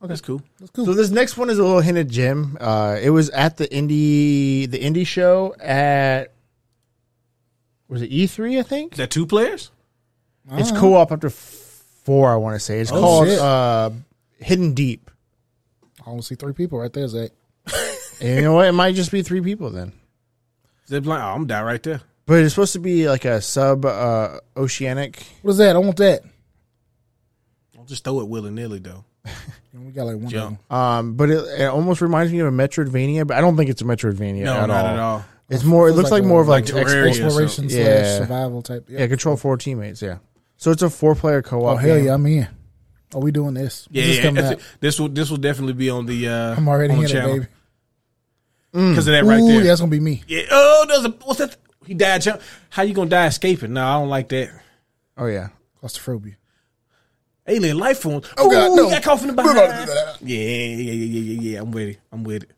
[SPEAKER 1] That's cool.
[SPEAKER 2] that's cool.
[SPEAKER 4] So this next one is a little hinted gem. Uh, it was at the indie the indie show at was it E three? I think
[SPEAKER 1] Is that two players?
[SPEAKER 4] it's co op up to f- four. I want to say it's called
[SPEAKER 2] shit.
[SPEAKER 4] uh, Hidden Deep.
[SPEAKER 2] I only see three people right there, Zach.
[SPEAKER 4] And you know what? It might just be three people then.
[SPEAKER 1] They're like, oh, I'm gonna die right there.
[SPEAKER 4] But it's supposed to be like a sub uh, oceanic.
[SPEAKER 2] What is that? I want that.
[SPEAKER 1] I'll just throw it willy nilly though.
[SPEAKER 2] And we got like one. of
[SPEAKER 1] Jump.
[SPEAKER 2] them.
[SPEAKER 4] Um, but it, it almost reminds me of a Metroidvania, but I don't think it's a Metroidvania
[SPEAKER 1] No,
[SPEAKER 4] at,
[SPEAKER 1] not
[SPEAKER 4] all.
[SPEAKER 1] at all.
[SPEAKER 4] It's more. It looks like,
[SPEAKER 2] like
[SPEAKER 4] more
[SPEAKER 2] a-
[SPEAKER 4] of like,
[SPEAKER 1] like
[SPEAKER 4] expo-
[SPEAKER 1] Terraria. Yeah, so-
[SPEAKER 2] Exploration
[SPEAKER 4] yeah.
[SPEAKER 2] slash survival type. Yeah.
[SPEAKER 4] yeah, control four teammates. Yeah, so it's a four player co op.
[SPEAKER 2] Oh hell yeah, I'm in. Are we doing this?
[SPEAKER 1] Yeah,
[SPEAKER 2] this is
[SPEAKER 1] yeah,
[SPEAKER 2] coming
[SPEAKER 1] that's
[SPEAKER 2] out.
[SPEAKER 1] it. this will this will definitely be on the. Uh,
[SPEAKER 2] I'm already
[SPEAKER 1] on
[SPEAKER 2] in
[SPEAKER 1] the
[SPEAKER 2] it,
[SPEAKER 1] channel
[SPEAKER 2] baby.
[SPEAKER 1] because of that right
[SPEAKER 2] Ooh,
[SPEAKER 1] there.
[SPEAKER 2] that's gonna be me.
[SPEAKER 1] Yeah. Oh, there's a what's that? He died. jump- How you gonna die escaping? No, I don't like that.
[SPEAKER 4] Oh yeah.
[SPEAKER 2] Claustrophobia.
[SPEAKER 1] Alien life forms.
[SPEAKER 2] Oh, God,
[SPEAKER 1] Ooh,
[SPEAKER 2] no.
[SPEAKER 1] He got caught from the
[SPEAKER 2] We're
[SPEAKER 1] behind.
[SPEAKER 2] about to do that.
[SPEAKER 1] Yeah, yeah, yeah, yeah, yeah, yeah. I'm with it. I'm with it.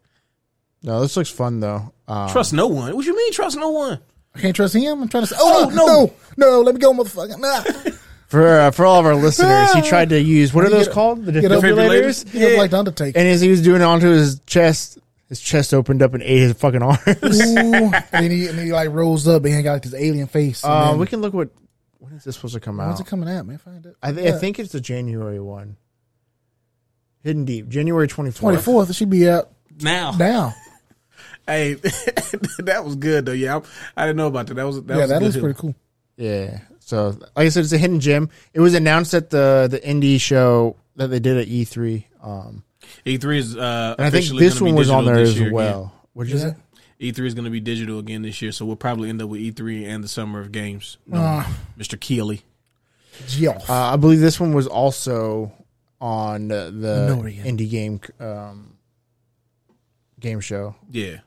[SPEAKER 4] No, this looks fun though. Um,
[SPEAKER 1] Trust no one. What you mean? Trust no one?
[SPEAKER 2] I can't trust him. I'm trying to say, oh,
[SPEAKER 1] Oh,
[SPEAKER 2] no, no, no, let me go, motherfucker. Nah.
[SPEAKER 4] for uh, for all of our listeners, he tried to use what are those
[SPEAKER 2] Get up-
[SPEAKER 4] called? The
[SPEAKER 2] get up-
[SPEAKER 4] defibrillators.
[SPEAKER 2] You look
[SPEAKER 1] Yeah.
[SPEAKER 2] like the Undertaker.
[SPEAKER 4] And as he was doing it onto his chest, his chest opened up and ate his fucking arms.
[SPEAKER 2] Ooh. and then he and then he like rolls up and he got like this alien face. And
[SPEAKER 4] Uh,
[SPEAKER 2] then-
[SPEAKER 4] we can look what when is this supposed to come
[SPEAKER 2] when's
[SPEAKER 4] out?
[SPEAKER 2] it coming out, man? Find it.
[SPEAKER 4] I, th- I think it's the January one. Hidden Deep, January twenty
[SPEAKER 2] Twenty
[SPEAKER 4] fourth.
[SPEAKER 2] fourth, it should be out
[SPEAKER 1] Now,
[SPEAKER 2] now.
[SPEAKER 1] hey, that was good though. Yeah, I'm, I didn't know about that. That was that
[SPEAKER 2] yeah,
[SPEAKER 1] was a
[SPEAKER 2] that
[SPEAKER 1] good
[SPEAKER 2] looks
[SPEAKER 1] hit.
[SPEAKER 2] pretty cool.
[SPEAKER 4] Yeah. So, like I said, it's a hidden gem. It was announced at the the indie show that they did at E three. Um,
[SPEAKER 1] E3 is uh,
[SPEAKER 4] and I think
[SPEAKER 1] officially
[SPEAKER 4] this
[SPEAKER 1] gonna
[SPEAKER 4] one
[SPEAKER 1] be
[SPEAKER 4] was on
[SPEAKER 1] digital
[SPEAKER 4] there
[SPEAKER 1] this
[SPEAKER 4] as
[SPEAKER 1] year
[SPEAKER 4] well. What'd you say?
[SPEAKER 1] Again. E3 is going to be digital again this year, so we'll probably end up with E3 and the Summer of Games.
[SPEAKER 2] Uh,
[SPEAKER 1] Mr. Keeley.
[SPEAKER 2] yeah.
[SPEAKER 4] Uh, I believe this one was also on uh, the
[SPEAKER 2] Norian.
[SPEAKER 4] indie game um, game show.
[SPEAKER 1] Yeah.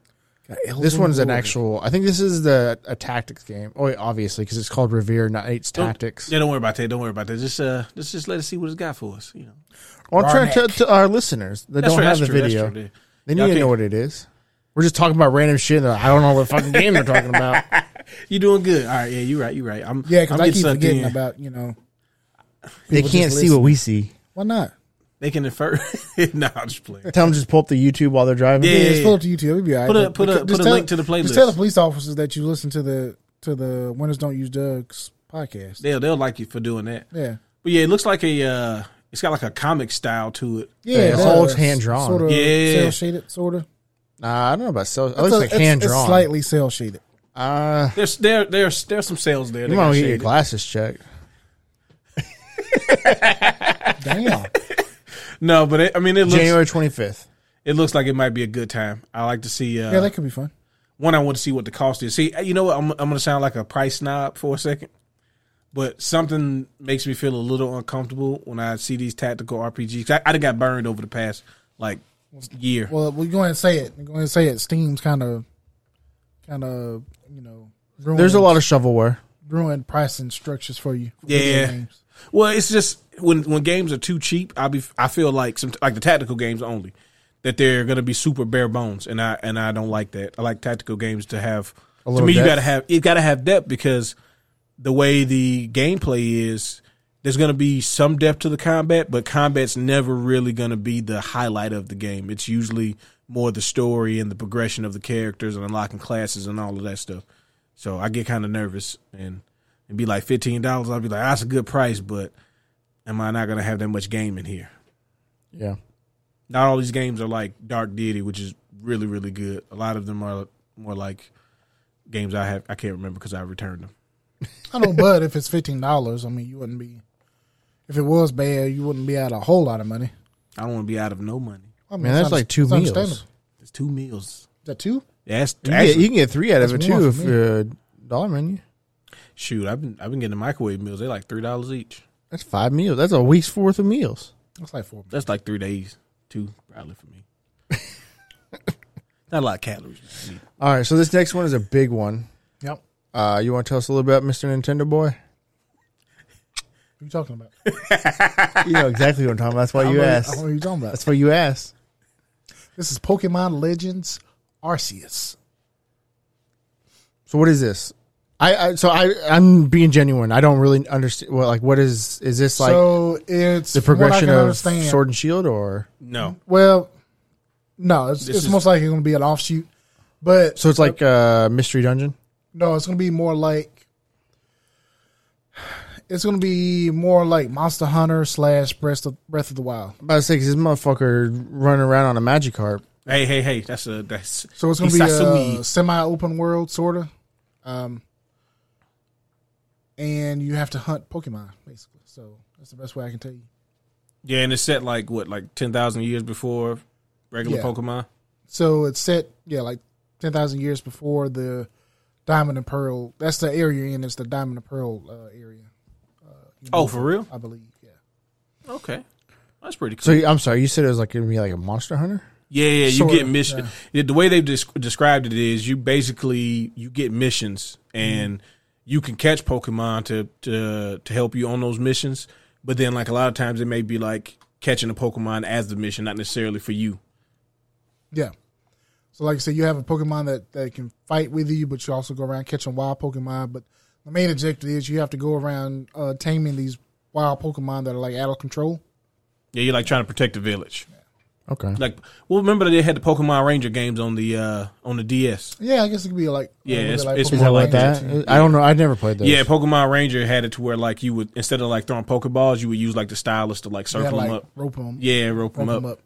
[SPEAKER 4] This one's an actual. I think this is the a tactics game. Oh, yeah, obviously, because it's called Revere, not Eight's Tactics.
[SPEAKER 1] Yeah, don't worry about that. Don't worry about that. Just uh, let's just let us see what it's got for us. You know,
[SPEAKER 4] Well, I'm trying to tell to our listeners that don't
[SPEAKER 1] right,
[SPEAKER 4] have the
[SPEAKER 1] true,
[SPEAKER 4] video.
[SPEAKER 1] true, dude.
[SPEAKER 4] They
[SPEAKER 1] Y'all
[SPEAKER 4] need
[SPEAKER 1] can't-
[SPEAKER 4] to know what it is. We're just talking about random shit. and they're like, I don't know what fucking game they're talking about.
[SPEAKER 1] You doing good? All right. Yeah, you right. You right. I'm
[SPEAKER 2] Yeah,
[SPEAKER 1] I'm
[SPEAKER 2] because I
[SPEAKER 1] getting
[SPEAKER 2] keep
[SPEAKER 1] sucked
[SPEAKER 2] forgetting
[SPEAKER 1] in.
[SPEAKER 2] about you know
[SPEAKER 4] they
[SPEAKER 2] just
[SPEAKER 4] can't see
[SPEAKER 2] listen.
[SPEAKER 4] what we see.
[SPEAKER 2] why not?
[SPEAKER 1] They can infer. no, I'm just playing.
[SPEAKER 4] Tell them to just pull up the YouTube while they're driving.
[SPEAKER 1] Yeah.
[SPEAKER 2] It's pulled up to YouTube. It'll be all right.
[SPEAKER 1] Put a-
[SPEAKER 2] But
[SPEAKER 1] put a-
[SPEAKER 2] because-
[SPEAKER 1] put
[SPEAKER 2] just
[SPEAKER 1] a
[SPEAKER 2] tell-
[SPEAKER 1] link to the playlist.
[SPEAKER 2] Just tell the police officers that you listen to the to the Winners Don't Use Drugs podcast.
[SPEAKER 1] They'll they'll like you for doing that.
[SPEAKER 2] Yeah,
[SPEAKER 1] But yeah, it looks like a. uh It's got like a comic style to it.
[SPEAKER 2] yeah.
[SPEAKER 4] it's
[SPEAKER 2] that,
[SPEAKER 4] all
[SPEAKER 2] uh,
[SPEAKER 4] hand-drawn.
[SPEAKER 2] Sort of
[SPEAKER 1] Yeah.
[SPEAKER 2] cell shaded, sort of.
[SPEAKER 4] Nah, I don't know about cell. It
[SPEAKER 2] It's
[SPEAKER 4] looks
[SPEAKER 2] a-
[SPEAKER 4] like
[SPEAKER 2] it's-
[SPEAKER 4] hand
[SPEAKER 2] it's
[SPEAKER 4] drawn.
[SPEAKER 2] slightly cell shaded.
[SPEAKER 4] Uh,
[SPEAKER 1] There's there there's there's some sales there.
[SPEAKER 4] you
[SPEAKER 1] They
[SPEAKER 4] want
[SPEAKER 1] got
[SPEAKER 4] to get your
[SPEAKER 1] shaded.
[SPEAKER 4] glasses checked?
[SPEAKER 2] Damn.
[SPEAKER 1] No, but it, I mean it looks
[SPEAKER 4] January 25th.
[SPEAKER 1] it looks like it might be a good time. I like to see. Uh,
[SPEAKER 2] yeah, that could be fun.
[SPEAKER 1] one, I want to see what the cost is. See, you know what? I'm, I'm going to sound like a price snob for a second, but something makes me feel a little uncomfortable when I see these tactical RPGs. I, I done got burned over the past like year.
[SPEAKER 2] Well, we go ahead and say it. Go ahead and say it. Steam's kind of, kind of, you know, ruined,
[SPEAKER 4] There's a lot of shovelware.
[SPEAKER 2] ruined pricing structures for you. for
[SPEAKER 1] Yeah.
[SPEAKER 2] video games.
[SPEAKER 1] Well, it's just when when games are too cheap, I be I feel like some like the tactical games only that they're going to be super bare bones, and I and I don't like that. I like tactical games to have to
[SPEAKER 4] little
[SPEAKER 1] me you
[SPEAKER 4] depth.
[SPEAKER 1] got to have it got to have depth because the way the gameplay is, there's going to be some depth to the combat, but combat's never really going to be the highlight of the game. It's usually more the story and the progression of the characters and unlocking classes and all of that stuff. So I get kind of nervous and it'd be like fifteen dollars. I'd be like, that's a good price, but am I not going to have that much game in here?
[SPEAKER 4] Yeah.
[SPEAKER 1] Not all these games are like Dark Deity, which is really really good. A lot of them are more like games I have I can't remember because I returned them.
[SPEAKER 2] I know, but if it's fifteen dollars, I mean, you wouldn't be. If it was bad, you wouldn't be out a whole lot of money.
[SPEAKER 1] I don't want to be out of no money.
[SPEAKER 2] I mean,
[SPEAKER 4] Man, that's
[SPEAKER 2] it's
[SPEAKER 4] like
[SPEAKER 2] under-
[SPEAKER 4] two
[SPEAKER 2] it's
[SPEAKER 4] meals.
[SPEAKER 2] understandable.
[SPEAKER 1] It's two meals.
[SPEAKER 2] Is that two?
[SPEAKER 1] Yeah, That's
[SPEAKER 4] You,
[SPEAKER 1] actually-
[SPEAKER 4] can get, you can get three out of it
[SPEAKER 2] That's more
[SPEAKER 4] too
[SPEAKER 2] for
[SPEAKER 4] if you're a dollar menu.
[SPEAKER 1] shoot. I've been I've been getting microwave meals. They're like three dollars each.
[SPEAKER 4] That's five meals. That's a week's worth of meals.
[SPEAKER 2] That's like four.
[SPEAKER 1] That's like three days, two probably for me. Not a lot of calories. man.
[SPEAKER 4] All right. So this next one is a big one.
[SPEAKER 2] Yep.
[SPEAKER 4] Uh, you want to tell us a little bit about Mr. Nintendo Boy?
[SPEAKER 2] Who you talking about?
[SPEAKER 4] You know exactly what I'm talking about. That's why you
[SPEAKER 2] I don't know- I
[SPEAKER 4] asked.
[SPEAKER 2] don't know who you talking about.
[SPEAKER 4] That's why you asked.
[SPEAKER 2] This is Pokemon Legends Arceus.
[SPEAKER 4] So what is this? I, I so I I'm being genuine. I don't really understand. Well, like what is is this like
[SPEAKER 2] so it's
[SPEAKER 4] the
[SPEAKER 2] from what I
[SPEAKER 4] progression
[SPEAKER 2] can
[SPEAKER 4] of
[SPEAKER 2] understand.
[SPEAKER 4] Sword and Shield or
[SPEAKER 1] No,
[SPEAKER 2] Well, no, it's, it's
[SPEAKER 1] is-
[SPEAKER 2] most likely going to be an offshoot, but
[SPEAKER 4] so it's like uh mystery dungeon.
[SPEAKER 2] no, it's going to be more like it's going to be more like Monster Hunter slash Breath of Breath of the Wild.
[SPEAKER 4] I'm about to say 'cause this motherfucker running around on a Magikarp.
[SPEAKER 1] hey hey hey, that's a that's
[SPEAKER 2] So it's going to be
[SPEAKER 1] Hisasumi.
[SPEAKER 2] a semi-open world, sort of, um, and you have to hunt Pokemon basically. So that's the best way I can tell you.
[SPEAKER 1] Yeah, and it's set like what, like ten thousand years before regular
[SPEAKER 2] Yeah.
[SPEAKER 1] Pokemon.
[SPEAKER 2] So it's set, yeah, like ten thousand years before the Diamond and Pearl. That's the area you're in. It's the Diamond and Pearl uh, area, Uh,
[SPEAKER 1] Oh, for real?
[SPEAKER 2] I believe. Yeah.
[SPEAKER 1] Okay, that's pretty cool.
[SPEAKER 4] So you- I'm sorry, you said it was like gonna be like a Monster Hunter.
[SPEAKER 1] yeah, yeah, you
[SPEAKER 2] Sorta,
[SPEAKER 1] get mission. The way they've desc- described it is, you basically you get missions, and you can catch Pokemon to to to help you on those missions. But then, like a lot of times, it may be like catching a Pokemon as the mission, not necessarily for you.
[SPEAKER 2] Yeah. So like I said, you have a Pokemon that, that can fight with you, but you also go around catching wild Pokemon. But the main objective is you have to go around uh, taming these wild Pokemon that are like out of control.
[SPEAKER 1] Yeah, you're like trying to protect the village.
[SPEAKER 4] Okay.
[SPEAKER 1] Like, well, remember they had the Pokemon Ranger games on the uh on the DS.
[SPEAKER 2] Yeah, I guess it could be like
[SPEAKER 1] Yeah,
[SPEAKER 2] a little
[SPEAKER 1] it's-
[SPEAKER 2] bit
[SPEAKER 1] it's
[SPEAKER 2] Pokemon
[SPEAKER 4] Is that like
[SPEAKER 2] Ranger too.
[SPEAKER 4] that? I don't know. I've never played those.
[SPEAKER 1] Yeah, Pokemon Ranger had it to where like you would instead of like throwing Pokeballs, you would use like the stylus to like
[SPEAKER 2] You
[SPEAKER 1] circle
[SPEAKER 2] gotta,
[SPEAKER 1] them
[SPEAKER 2] like
[SPEAKER 1] up.
[SPEAKER 2] rope them,
[SPEAKER 1] Yeah, rope them
[SPEAKER 2] rope
[SPEAKER 1] up.
[SPEAKER 2] them up.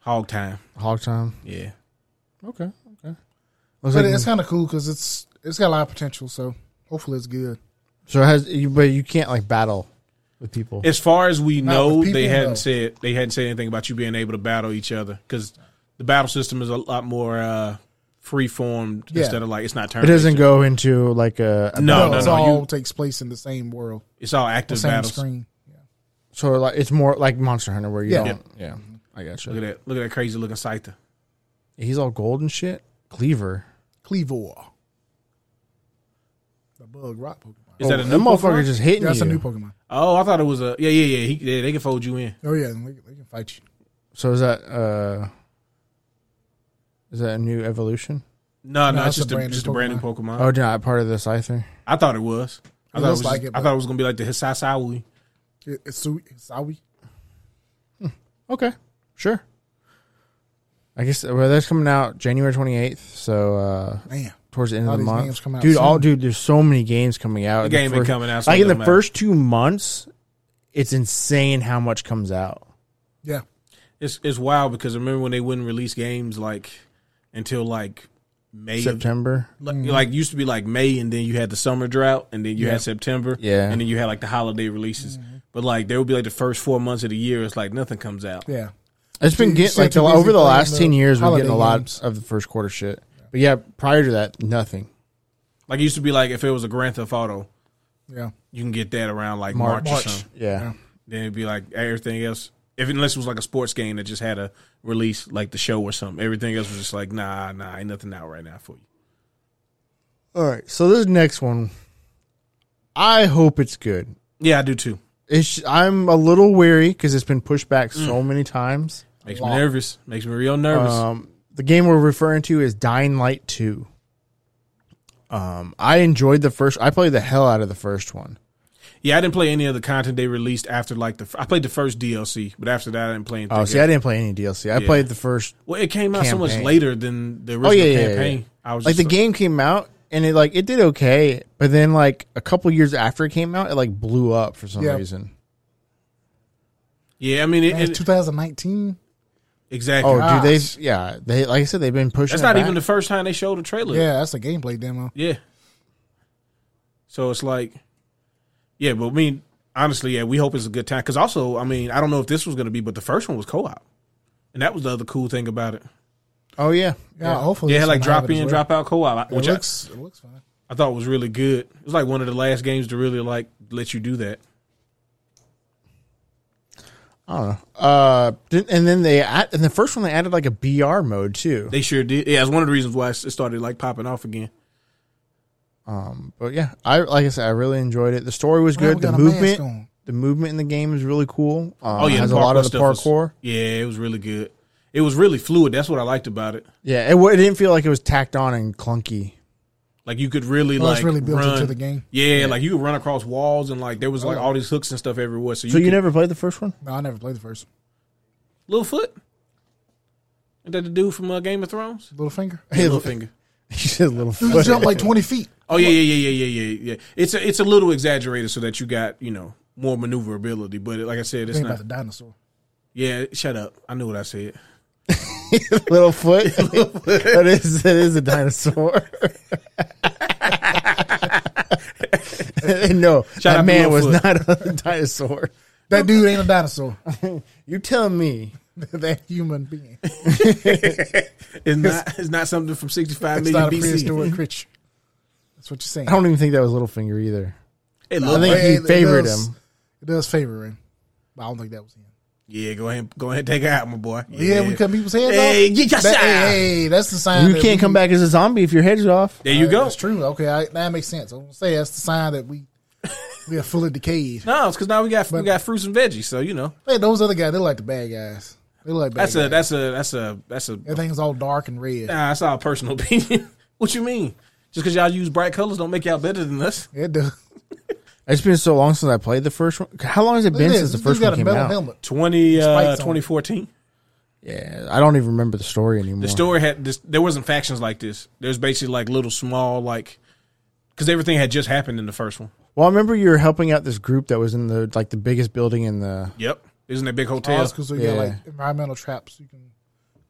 [SPEAKER 1] Hog time.
[SPEAKER 4] Hog time.
[SPEAKER 1] Yeah.
[SPEAKER 4] Okay. Okay.
[SPEAKER 2] But it's kind of cool because it's it's got a lot of potential. So hopefully it's good.
[SPEAKER 4] so it has you, but you can't like battle with people.
[SPEAKER 1] As far as we
[SPEAKER 2] Not
[SPEAKER 1] know,
[SPEAKER 2] with people,
[SPEAKER 1] they hadn't
[SPEAKER 2] no.
[SPEAKER 1] said they hadn't said anything about you being able to battle each other because the battle system is a lot more uh, free formed
[SPEAKER 2] Yeah.
[SPEAKER 1] instead of like it's not turn.
[SPEAKER 4] It doesn't go into like a, a
[SPEAKER 1] No,
[SPEAKER 2] No,
[SPEAKER 1] no, no.
[SPEAKER 2] it's all
[SPEAKER 1] you-
[SPEAKER 2] takes place in the same world,
[SPEAKER 1] it's all
[SPEAKER 2] the
[SPEAKER 1] active
[SPEAKER 2] same
[SPEAKER 1] battles.
[SPEAKER 2] screen.
[SPEAKER 4] So like it's more like Monster Hunter where you
[SPEAKER 2] Yeah.
[SPEAKER 4] don't. Yeah, I got
[SPEAKER 1] Look at that! Look at that crazy looking Scyther.
[SPEAKER 4] He's all gold and shit. Cleaver.
[SPEAKER 2] Cleavor. The bug rock Pokemon.
[SPEAKER 1] Is that a
[SPEAKER 4] Oh, that
[SPEAKER 1] new
[SPEAKER 4] motherfucker
[SPEAKER 1] Pokemon?
[SPEAKER 4] just hitting
[SPEAKER 2] That's
[SPEAKER 4] you?
[SPEAKER 2] a new Pokemon.
[SPEAKER 1] Oh, I thought it was a yeah, yeah, yeah. He, yeah they can fold you in.
[SPEAKER 2] Oh yeah, they, they can fight you.
[SPEAKER 4] so is that uh, is that a new evolution?
[SPEAKER 1] No, no,
[SPEAKER 2] No,
[SPEAKER 1] it's
[SPEAKER 2] that's
[SPEAKER 1] just
[SPEAKER 2] a
[SPEAKER 1] a,
[SPEAKER 2] brand
[SPEAKER 1] just a
[SPEAKER 2] new
[SPEAKER 1] brand new
[SPEAKER 2] Pokemon.
[SPEAKER 1] Pokemon.
[SPEAKER 4] Oh, did not part of this either.
[SPEAKER 1] I thought it was. I
[SPEAKER 2] It
[SPEAKER 1] thought it
[SPEAKER 2] looks
[SPEAKER 1] was.
[SPEAKER 2] like it,
[SPEAKER 1] I
[SPEAKER 2] but-
[SPEAKER 1] thought it was gonna be like the Hisasawi.
[SPEAKER 2] It- It's Sui- Sawi.
[SPEAKER 4] Okay, sure. I guess well, that's coming out January twenty eighth. So uh,
[SPEAKER 2] Man,
[SPEAKER 4] towards the end
[SPEAKER 2] All
[SPEAKER 4] of the
[SPEAKER 2] these
[SPEAKER 4] month,
[SPEAKER 2] games come out
[SPEAKER 4] dude. All
[SPEAKER 2] soon.
[SPEAKER 4] dude, there's so many games coming out.
[SPEAKER 1] The
[SPEAKER 4] in the
[SPEAKER 1] game ain't
[SPEAKER 4] first-
[SPEAKER 1] coming out, so
[SPEAKER 4] Like
[SPEAKER 1] it
[SPEAKER 4] in the
[SPEAKER 1] don't matter.
[SPEAKER 4] first two months, it's insane how much comes out.
[SPEAKER 2] yeah.
[SPEAKER 1] It's it's wild because I remember when they wouldn't release games like until like May. of-
[SPEAKER 4] September.
[SPEAKER 1] Like, like, used to be like May, and then you had the summer drought, and then you had September,
[SPEAKER 4] Yeah.
[SPEAKER 1] and then you had like the holiday releases. But like there would be like the first four months of the year, it's like nothing comes out.
[SPEAKER 2] Yeah.
[SPEAKER 4] It's been
[SPEAKER 2] Dude,
[SPEAKER 4] getting
[SPEAKER 2] you're
[SPEAKER 4] like the,
[SPEAKER 2] too busy
[SPEAKER 4] over the
[SPEAKER 2] playing
[SPEAKER 4] last
[SPEAKER 2] the
[SPEAKER 4] ten years, we're
[SPEAKER 2] holiday
[SPEAKER 4] getting a lot
[SPEAKER 2] games.
[SPEAKER 4] of the first quarter shit. But yeah, prior to that, nothing.
[SPEAKER 1] Like it used to be like if it was a Grand Theft Auto,
[SPEAKER 2] Yeah.
[SPEAKER 1] you can get that around like March,
[SPEAKER 4] March.
[SPEAKER 2] March.
[SPEAKER 1] or something.
[SPEAKER 4] Yeah,
[SPEAKER 1] Then it'd be like everything else. If unless it was like a sports game that just had a release like the show or something, everything else was just like nah, nah, ain't nothing out right now for you.
[SPEAKER 4] All right. So this next one, I hope it's good.
[SPEAKER 1] Yeah, I do too.
[SPEAKER 4] It's I'm a little wary because it's been pushed back so
[SPEAKER 1] Mm.
[SPEAKER 4] many times.
[SPEAKER 1] Makes me nervous. Makes me real nervous.
[SPEAKER 4] Um, the game we're referring to is Dying Light Two. Um, I enjoyed the first. I played the hell out of the first one.
[SPEAKER 1] yeah, I didn't play any of the content they released after like the. f- I played the first DLC, but after that I didn't play anything.
[SPEAKER 4] Oh, see,
[SPEAKER 1] else.
[SPEAKER 4] I didn't play any DLC. I played the first.
[SPEAKER 1] well, it came out so much
[SPEAKER 4] Campaign.
[SPEAKER 1] later than the original
[SPEAKER 4] Oh yeah, yeah, yeah,
[SPEAKER 1] campaign.
[SPEAKER 4] yeah.
[SPEAKER 1] I was
[SPEAKER 4] like
[SPEAKER 1] just
[SPEAKER 4] the game came out and it like it did okay, but then like a couple years after it came out, it like blew up for some
[SPEAKER 2] Yeah.
[SPEAKER 4] reason.
[SPEAKER 1] Yeah, I mean it,
[SPEAKER 2] Man,
[SPEAKER 1] it-
[SPEAKER 2] 2019.
[SPEAKER 1] exactly.
[SPEAKER 4] Oh,
[SPEAKER 2] Gosh.
[SPEAKER 4] dude, they yeah, they like I said, they've been pushing.
[SPEAKER 1] That's
[SPEAKER 4] it
[SPEAKER 1] not
[SPEAKER 4] back.
[SPEAKER 1] even the first time they showed a trailer.
[SPEAKER 2] Yeah, that's a gameplay demo.
[SPEAKER 1] Yeah. So it's like, yeah, but I mean, honestly, yeah, we hope it's a good time. Because also, I mean, I don't know if this was going to be, but the first one was co op. And that was the other cool thing about it.
[SPEAKER 4] Oh yeah,
[SPEAKER 2] Yeah, hopefully.
[SPEAKER 1] Yeah,
[SPEAKER 2] this
[SPEAKER 1] like
[SPEAKER 2] one have
[SPEAKER 1] drop
[SPEAKER 2] it as
[SPEAKER 1] in,
[SPEAKER 2] well.
[SPEAKER 1] drop out co op,
[SPEAKER 2] It
[SPEAKER 1] which I,
[SPEAKER 2] looks, it looks fine.
[SPEAKER 1] I thought was really good. It was like one of the last games to really like let you do that.
[SPEAKER 4] I don't know. Uh, didn't- and then they add, and the first one they added like a BR mode too.
[SPEAKER 1] They sure did. Yeah, it's one of the reasons why it started like popping off again.
[SPEAKER 4] But yeah, I like I said, I really enjoyed it. The story was
[SPEAKER 2] Well,
[SPEAKER 4] good.
[SPEAKER 2] Oh, we
[SPEAKER 4] The
[SPEAKER 2] got a mask
[SPEAKER 4] movement,
[SPEAKER 2] on.
[SPEAKER 4] the movement in the game is really cool. Uh,
[SPEAKER 1] Oh yeah,
[SPEAKER 4] has
[SPEAKER 1] the
[SPEAKER 4] a lot
[SPEAKER 1] parkour
[SPEAKER 4] of the
[SPEAKER 1] stuff was-
[SPEAKER 4] parkour.
[SPEAKER 1] yeah, it was really good. It was really fluid. That's what I liked about it.
[SPEAKER 4] Yeah, it, wa- it didn't feel like it was tacked on and clunky.
[SPEAKER 1] Like you could really
[SPEAKER 2] Well,
[SPEAKER 1] like
[SPEAKER 2] it's really built
[SPEAKER 1] run.
[SPEAKER 2] into the game.
[SPEAKER 1] Yeah, like you could run across walls and like there was like all these hooks and stuff everywhere. So you,
[SPEAKER 4] So you
[SPEAKER 1] could-
[SPEAKER 4] never played the first one?
[SPEAKER 2] No, I never played the first.
[SPEAKER 1] Littlefoot? Ain't that the dude from uh, Game of Thrones?
[SPEAKER 2] Little finger.
[SPEAKER 1] Littlefinger.
[SPEAKER 4] You said little.
[SPEAKER 2] You
[SPEAKER 4] foot.
[SPEAKER 2] jump like 20 feet.
[SPEAKER 1] Oh yeah, yeah, yeah, yeah, yeah, yeah, yeah. It's a, it's a little exaggerated so that you got you know more maneuverability, but like I said, it's
[SPEAKER 2] Think about the
[SPEAKER 1] not.
[SPEAKER 2] dinosaur.
[SPEAKER 1] Yeah, shut up. I knew what I said.
[SPEAKER 4] little foot. that is that is a dinosaur. no,
[SPEAKER 1] out
[SPEAKER 4] that
[SPEAKER 1] to
[SPEAKER 4] man
[SPEAKER 1] Little
[SPEAKER 4] was
[SPEAKER 1] Foot.
[SPEAKER 4] not a dinosaur.
[SPEAKER 2] That dude ain't a dinosaur.
[SPEAKER 4] You tell me.
[SPEAKER 2] that human being. It's
[SPEAKER 1] It's not. It's not something from sixty five million
[SPEAKER 2] not a
[SPEAKER 1] BC.
[SPEAKER 2] prehistoric creature. That's what you're saying.
[SPEAKER 4] I don't even think that was Littlefinger either.
[SPEAKER 1] Hey,
[SPEAKER 4] I
[SPEAKER 1] Littlefoot.
[SPEAKER 4] think
[SPEAKER 2] Hey,
[SPEAKER 4] he
[SPEAKER 2] it
[SPEAKER 4] favored
[SPEAKER 2] does-
[SPEAKER 4] him.
[SPEAKER 2] It does favor him. But I don't think that was him.
[SPEAKER 1] Yeah, go ahead. Go ahead. Take it out, my boy.
[SPEAKER 2] Yeah, we cut people's heads
[SPEAKER 1] Hey,
[SPEAKER 2] off.
[SPEAKER 1] get your
[SPEAKER 2] that,
[SPEAKER 1] shot.
[SPEAKER 2] hey, hey, that's the sign.
[SPEAKER 4] You
[SPEAKER 2] that
[SPEAKER 4] can't
[SPEAKER 2] we-
[SPEAKER 4] come back as a zombie if your head's off.
[SPEAKER 1] There you go.
[SPEAKER 2] That's true. Okay, I, that makes sense. I was gonna say that's the sign that we we are fully decayed.
[SPEAKER 1] No, it's because now we got we got fruits and veggies. So you know
[SPEAKER 2] Hey, those other guys, they're like the bad guys. They look like bad
[SPEAKER 1] that's
[SPEAKER 2] guys.
[SPEAKER 1] a that's a that's a that's a nah,
[SPEAKER 2] Everything's all dark and red.
[SPEAKER 1] that's our personal opinion. what you mean? Just because y'all use bright colors don't make y'all better than us.
[SPEAKER 2] It does.
[SPEAKER 4] It's been so long since I played the first one. How long has it been
[SPEAKER 2] Look at this.
[SPEAKER 4] since the
[SPEAKER 2] This
[SPEAKER 4] first
[SPEAKER 2] dude got
[SPEAKER 4] one
[SPEAKER 2] a
[SPEAKER 4] came
[SPEAKER 2] metal
[SPEAKER 4] out?
[SPEAKER 2] helmet.
[SPEAKER 1] Twenty uh,
[SPEAKER 2] Spikes on it.
[SPEAKER 1] twenty fourteen.
[SPEAKER 4] Yeah, I don't even remember the story anymore.
[SPEAKER 1] The story had this. There wasn't factions like this. There's basically like little small like because everything had just happened in the first one.
[SPEAKER 4] Well, I remember you were helping out this group that was in the like the biggest building in the.
[SPEAKER 1] Yep. Isn't that big
[SPEAKER 2] Oh,
[SPEAKER 1] hotel?
[SPEAKER 2] it's 'cause we got
[SPEAKER 4] Yeah.
[SPEAKER 2] like environmental traps. You can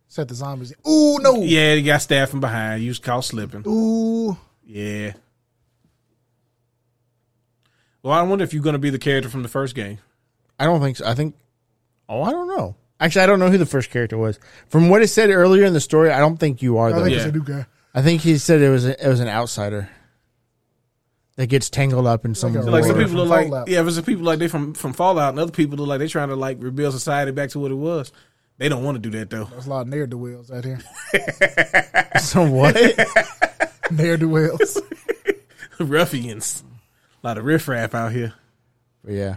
[SPEAKER 2] set the zombies. in. Ooh no.
[SPEAKER 1] yeah, you got staff from behind. You was caught slipping.
[SPEAKER 2] Ooh.
[SPEAKER 1] Yeah. Well, I wonder if you're going to be the character from the first game.
[SPEAKER 4] I don't think so. I think. Oh, I don't know. Actually, I don't know who the first character was. From what it said earlier in the story, I don't think you are.
[SPEAKER 2] I
[SPEAKER 4] Though.
[SPEAKER 2] think
[SPEAKER 1] Yeah.
[SPEAKER 2] it's a new guy.
[SPEAKER 4] I think he said it was a, it was an outsider that gets tangled up in some.
[SPEAKER 2] a-
[SPEAKER 4] war.
[SPEAKER 1] Like some
[SPEAKER 2] Or
[SPEAKER 1] people
[SPEAKER 2] from
[SPEAKER 1] look like
[SPEAKER 2] Fallout.
[SPEAKER 1] yeah, but some people like they from from Fallout, and other people look like they trying to like rebuild society back to what it was. They don't want to do that though.
[SPEAKER 2] There's a lot of ne'er do wells out here.
[SPEAKER 4] So what?
[SPEAKER 2] ne'er do wells.
[SPEAKER 1] Ruffians, a lot of riffraff out here.
[SPEAKER 4] But yeah.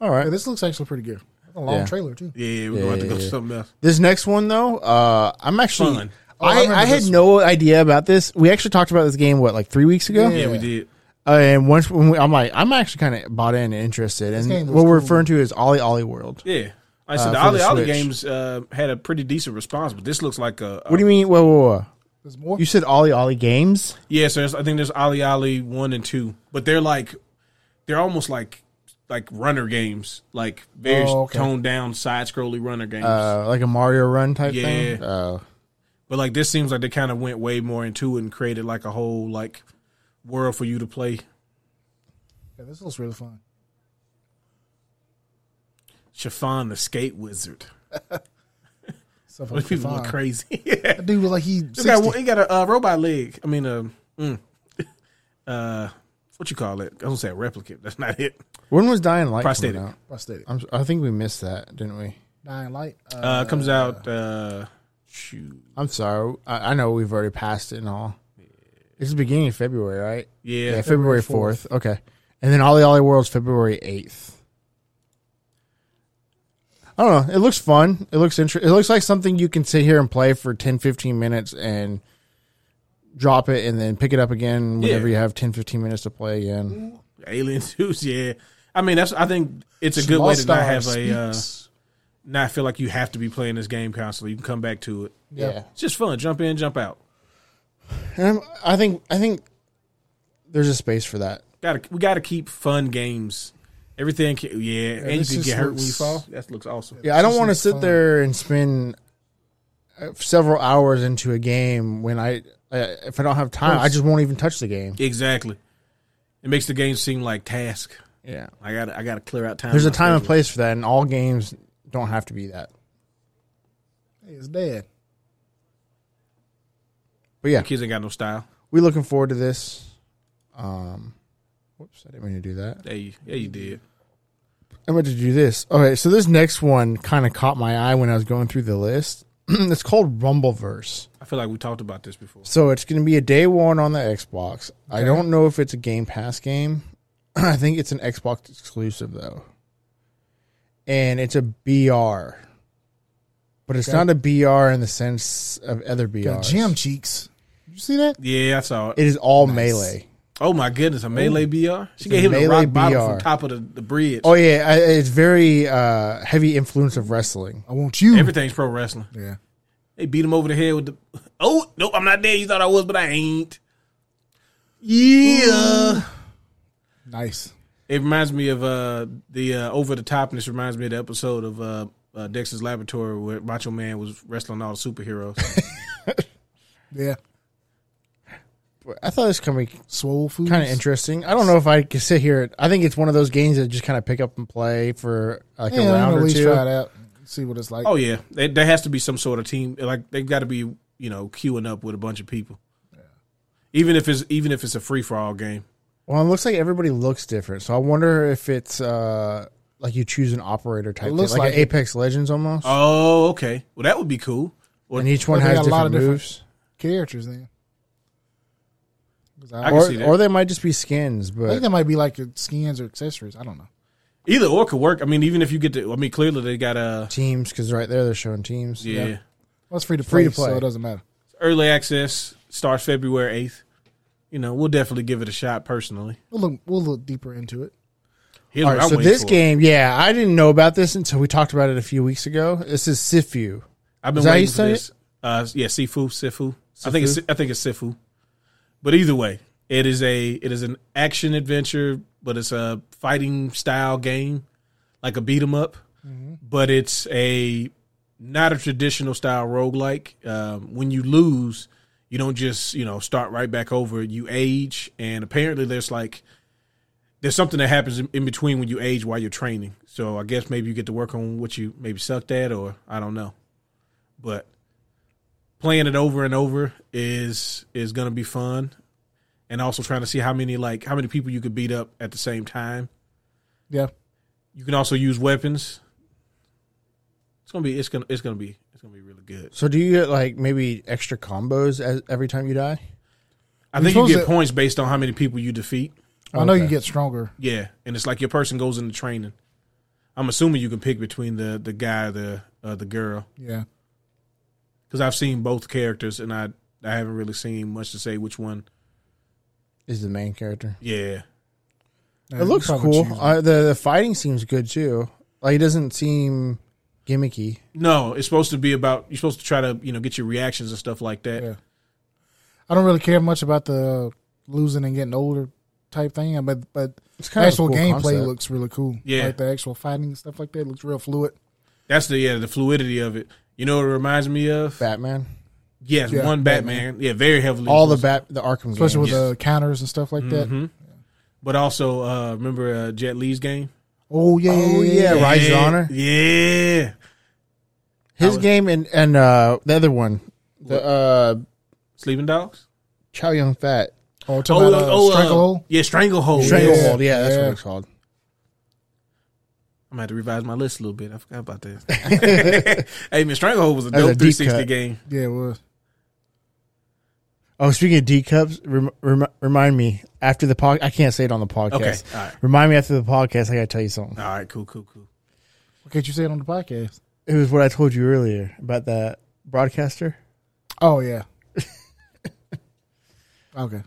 [SPEAKER 4] All right.
[SPEAKER 2] this looks actually pretty good. That's a long
[SPEAKER 4] Yeah.
[SPEAKER 2] trailer too.
[SPEAKER 1] Yeah, we're going to have to go to something else.
[SPEAKER 4] This next one though, uh, I'm actually
[SPEAKER 1] Fun.
[SPEAKER 2] Oh, I
[SPEAKER 4] I,
[SPEAKER 2] remember
[SPEAKER 4] I, had
[SPEAKER 2] this
[SPEAKER 4] no idea about this. We actually talked about this game what like three weeks ago.
[SPEAKER 1] Yeah,
[SPEAKER 2] Yeah.
[SPEAKER 1] we did.
[SPEAKER 4] Uh, and once when we, I'm like, I'm actually kind of bought in and interested.
[SPEAKER 2] game
[SPEAKER 4] And
[SPEAKER 2] was
[SPEAKER 4] what we're
[SPEAKER 2] cool.
[SPEAKER 4] referring to is Ollie Ollie World.
[SPEAKER 1] Yeah, I said
[SPEAKER 4] Uh,
[SPEAKER 1] the
[SPEAKER 4] for
[SPEAKER 1] Ollie
[SPEAKER 4] the
[SPEAKER 1] Ollie
[SPEAKER 4] Switch.
[SPEAKER 1] games uh, had a pretty decent response, but this looks like a. a
[SPEAKER 4] What do you mean? Whoa, whoa, whoa!
[SPEAKER 2] There's more.
[SPEAKER 4] You said Ollie Ollie Games?
[SPEAKER 1] Yeah, so there's, I think there's Ali Ali one and two, but they're like they're almost like like runner games, like very
[SPEAKER 2] Oh, okay.
[SPEAKER 1] toned down side scrolly runner games.
[SPEAKER 4] Uh, like a Mario Run type
[SPEAKER 1] Yeah.
[SPEAKER 4] thing? Uh,
[SPEAKER 1] but like this seems like they kind of went way more into it and created like a whole like world for you to play.
[SPEAKER 2] Yeah, this looks really fun.
[SPEAKER 1] Chiffon the skate wizard.
[SPEAKER 2] Stuff
[SPEAKER 1] Those
[SPEAKER 2] like
[SPEAKER 1] people
[SPEAKER 2] fun.
[SPEAKER 1] are crazy. yeah.
[SPEAKER 2] That dude was like he. 60.
[SPEAKER 1] He got, he got a uh, robot leg. I mean, um, mm, uh, what you call it? I don't say a replicant. That's not it.
[SPEAKER 4] when was Dying Light
[SPEAKER 1] Prosthetic.
[SPEAKER 4] coming out?
[SPEAKER 2] prosthetic.
[SPEAKER 4] I'm, I think we missed that, didn't we?
[SPEAKER 2] Dying Light. Uh,
[SPEAKER 1] Uh, comes out. Uh, shoot.
[SPEAKER 4] I'm sorry. I, I know we've already passed it and all. It's the beginning of February, right?
[SPEAKER 1] Yeah.
[SPEAKER 4] Yeah, February 4th. Okay. And then Ollie Ollie World's February 8th. I don't know. It looks fun. It looks inter- It looks like something you can sit here and play for 10, 15 minutes and drop it and then pick it up again whenever
[SPEAKER 1] Yeah.
[SPEAKER 4] you have 10, 15 minutes to play again.
[SPEAKER 1] Alien Suits, yeah. I mean, that's. I think it's a good
[SPEAKER 2] Small
[SPEAKER 1] way to not
[SPEAKER 2] Star
[SPEAKER 1] have a uh,
[SPEAKER 2] Speaks.
[SPEAKER 1] not feel like you have to be playing this game constantly. You can come back to it.
[SPEAKER 2] Yeah.
[SPEAKER 1] It's just fun. Jump in, jump out.
[SPEAKER 4] And I'm, I think I think there's a space for that.
[SPEAKER 1] Got to we got to keep fun games. Everything, can, yeah, and you
[SPEAKER 2] this
[SPEAKER 1] can
[SPEAKER 2] just
[SPEAKER 1] get hurt when you
[SPEAKER 2] looks-
[SPEAKER 1] fall. That looks awesome.
[SPEAKER 4] Yeah, I don't
[SPEAKER 2] just
[SPEAKER 4] want to
[SPEAKER 2] looks
[SPEAKER 4] sit
[SPEAKER 2] fun.
[SPEAKER 4] there and spend uh, several hours into a game when I uh, if I don't have time, I just won't even touch the game.
[SPEAKER 1] Exactly. It makes the game seem like task.
[SPEAKER 4] Yeah.
[SPEAKER 1] I got to I got to clear out time.
[SPEAKER 4] There's
[SPEAKER 1] in
[SPEAKER 4] a
[SPEAKER 1] my
[SPEAKER 4] time and
[SPEAKER 1] schedule.
[SPEAKER 4] place for that, and all games don't have to be that.
[SPEAKER 2] Hey, it's dead.
[SPEAKER 4] But yeah,
[SPEAKER 1] Kids ain't got no style.
[SPEAKER 4] we're looking forward to this. Um, whoops, I didn't mean to do that.
[SPEAKER 1] Yeah, you, yeah, you did.
[SPEAKER 4] I'm about to do this. Okay, so this next one kind of caught my eye when I was going through the list. it's called Rumbleverse.
[SPEAKER 1] I feel like we talked about this before.
[SPEAKER 4] So it's going to be a day one on the Xbox. I don't know if it's a Game Pass game. I think it's an Xbox exclusive though, and it's a BR. But it's
[SPEAKER 2] Okay.
[SPEAKER 4] not a BR in the sense of other BRs.
[SPEAKER 2] Got gem cheeks. You see that?
[SPEAKER 1] Yeah, I saw it.
[SPEAKER 4] It is all melee.
[SPEAKER 1] Oh my goodness, a melee BR. She gave
[SPEAKER 4] a
[SPEAKER 1] him the
[SPEAKER 4] melee
[SPEAKER 1] rock bottom from
[SPEAKER 4] BR.
[SPEAKER 1] top of the, the bridge.
[SPEAKER 4] Oh yeah, I, it's very uh, heavy influence of wrestling.
[SPEAKER 2] I want you.
[SPEAKER 1] Everything's pro wrestling.
[SPEAKER 2] yeah.
[SPEAKER 1] They beat him over the head with the. Oh nope, I'm not dead. You thought I was, but I ain't. Yeah.
[SPEAKER 2] Nice.
[SPEAKER 1] It reminds me of uh the uh, over the topness. Reminds me of the episode of uh, uh Dexter's Laboratory where Macho Man was wrestling all the superheroes.
[SPEAKER 2] Yeah.
[SPEAKER 4] I thought this could be
[SPEAKER 2] Swole food.
[SPEAKER 4] kind of interesting. I don't know if I could sit here. I think it's one of those games that just kind of pick up and play for like
[SPEAKER 2] Yeah,
[SPEAKER 4] a
[SPEAKER 2] I'm
[SPEAKER 4] round
[SPEAKER 2] gonna at
[SPEAKER 4] or
[SPEAKER 2] least
[SPEAKER 4] two.
[SPEAKER 2] try it out. See what it's like.
[SPEAKER 1] oh yeah, there there has to be some sort of team. Like they've got to be you know queuing up with a bunch of people. Even if it's even if it's a free for all game.
[SPEAKER 4] Well, it looks like everybody looks different, so I wonder if it's uh, like you choose an operator type,
[SPEAKER 2] It looks
[SPEAKER 4] thing, like,
[SPEAKER 2] like
[SPEAKER 4] an
[SPEAKER 2] it.
[SPEAKER 4] Apex Legends almost,
[SPEAKER 1] Oh okay, well that would be cool.
[SPEAKER 4] and each one
[SPEAKER 2] Well, they
[SPEAKER 4] has
[SPEAKER 2] got a lot
[SPEAKER 4] different
[SPEAKER 2] of different-
[SPEAKER 4] moves,
[SPEAKER 2] Characters then. 'Cause I,
[SPEAKER 1] I can see
[SPEAKER 4] or
[SPEAKER 1] that.
[SPEAKER 4] or they might just be skins.
[SPEAKER 2] I think
[SPEAKER 4] But
[SPEAKER 2] that might be like skins or accessories. I don't know.
[SPEAKER 1] Either or could work. I mean, even if you get to, I mean, clearly they got a
[SPEAKER 4] teams, because right there they're showing teams.
[SPEAKER 1] yeah.
[SPEAKER 2] Well, it's free to
[SPEAKER 4] Free
[SPEAKER 2] play,
[SPEAKER 4] to play.
[SPEAKER 2] so it doesn't matter.
[SPEAKER 1] Early access starts February eighth. You know, we'll definitely give it a shot personally.
[SPEAKER 2] We'll look. We'll look deeper into it.
[SPEAKER 1] Here's
[SPEAKER 4] All
[SPEAKER 1] what
[SPEAKER 4] right,
[SPEAKER 1] I'm
[SPEAKER 4] so
[SPEAKER 1] waiting
[SPEAKER 4] this
[SPEAKER 1] for.
[SPEAKER 4] game, yeah, I didn't know about this until we talked about it a few weeks ago. This is Sifu.
[SPEAKER 1] I've been
[SPEAKER 4] Is that how
[SPEAKER 1] waiting
[SPEAKER 4] you
[SPEAKER 1] for
[SPEAKER 4] say
[SPEAKER 1] this. Uh, yeah, Sifu, Sifu. I think it's I think it's Sifu. But either way, it is a it is an action adventure, but it's a fighting style game, like a beat 'em up. But it's a not a traditional style roguelike. Um, when you lose, you don't just you know start right back over. You age, and apparently there's like there's something that happens in, in between when you age while you're training. So I guess maybe you get to work on what you maybe sucked at, or I don't know. But playing it over and over is is gonna be fun, and also trying to see how many like how many people you could beat up at the same time.
[SPEAKER 2] Yeah.
[SPEAKER 1] You can also use weapons. It's It's gonna be. It's gonna. It's gonna be. It's gonna be really good.
[SPEAKER 4] So do you get like maybe extra combos as, every time you die?
[SPEAKER 1] I think you
[SPEAKER 2] supposed
[SPEAKER 1] get
[SPEAKER 2] to-
[SPEAKER 1] points based on how many people you defeat.
[SPEAKER 2] I know you
[SPEAKER 4] Okay.
[SPEAKER 2] get stronger.
[SPEAKER 1] Yeah, and it's like your person goes into training. I'm assuming you can pick between the the guy, the uh, the girl,
[SPEAKER 2] Yeah.
[SPEAKER 1] because I've seen both characters, and I I haven't really seen much to say which one.
[SPEAKER 4] Is the main character?
[SPEAKER 1] Yeah,
[SPEAKER 2] Yeah,
[SPEAKER 4] It looks
[SPEAKER 2] you probably
[SPEAKER 4] cool.
[SPEAKER 2] choose-
[SPEAKER 4] Uh, the the fighting seems good too. Like it doesn't seem gimmicky.
[SPEAKER 1] no, it's supposed to be about you're supposed to try to you know get your reactions and stuff like that.
[SPEAKER 2] Yeah. I don't really care much about the losing and getting older type thing, but but
[SPEAKER 4] It's
[SPEAKER 2] the
[SPEAKER 4] kind
[SPEAKER 2] actual
[SPEAKER 4] of a cool
[SPEAKER 2] gameplay
[SPEAKER 4] concept.
[SPEAKER 2] looks really cool.
[SPEAKER 1] Yeah.
[SPEAKER 2] like the actual fighting and stuff like that looks real fluid.
[SPEAKER 1] That's the yeah the fluidity of it. You know what it reminds me of?
[SPEAKER 4] Batman.
[SPEAKER 1] yes,
[SPEAKER 2] Yeah,
[SPEAKER 1] one Batman. Yeah, very heavily.
[SPEAKER 4] All the bat the Arkham games.
[SPEAKER 2] especially with the counters and stuff like
[SPEAKER 4] Mm-hmm.
[SPEAKER 2] that.
[SPEAKER 1] but also uh, remember uh, Jet Lee's game.
[SPEAKER 2] Oh yeah,
[SPEAKER 4] Oh,
[SPEAKER 2] yeah, yeah,
[SPEAKER 4] yeah. Rise of
[SPEAKER 1] yeah,
[SPEAKER 4] Honor?
[SPEAKER 1] Yeah,
[SPEAKER 4] His game and and uh, the other one, the uh,
[SPEAKER 1] Sleeping Dogs.
[SPEAKER 4] Chow Young Fat
[SPEAKER 2] Oh, we're talking about, uh,
[SPEAKER 1] uh,
[SPEAKER 2] Stranglehold.
[SPEAKER 1] yeah, Stranglehold.
[SPEAKER 2] Stranglehold.
[SPEAKER 1] Yes.
[SPEAKER 4] Stranglehold. Yeah, that's
[SPEAKER 2] Oh, Yeah.
[SPEAKER 4] what it's called.
[SPEAKER 1] I'm gonna have to revise my list a little bit. I forgot about that. hey man, Stranglehold was a
[SPEAKER 4] That was
[SPEAKER 1] dope
[SPEAKER 4] a deep
[SPEAKER 1] 360
[SPEAKER 4] cut.
[SPEAKER 1] game.
[SPEAKER 2] yeah, it was.
[SPEAKER 4] Oh, speaking of D cups, rem- rem- remind me after the pod. I can't say it on the podcast.
[SPEAKER 1] Okay, all right.
[SPEAKER 4] Remind me after the podcast. I gotta tell you something.
[SPEAKER 1] All right, cool, cool, cool.
[SPEAKER 2] Why can't you say it on the podcast?
[SPEAKER 4] It was what I told you earlier about that broadcaster.
[SPEAKER 2] Oh yeah. okay.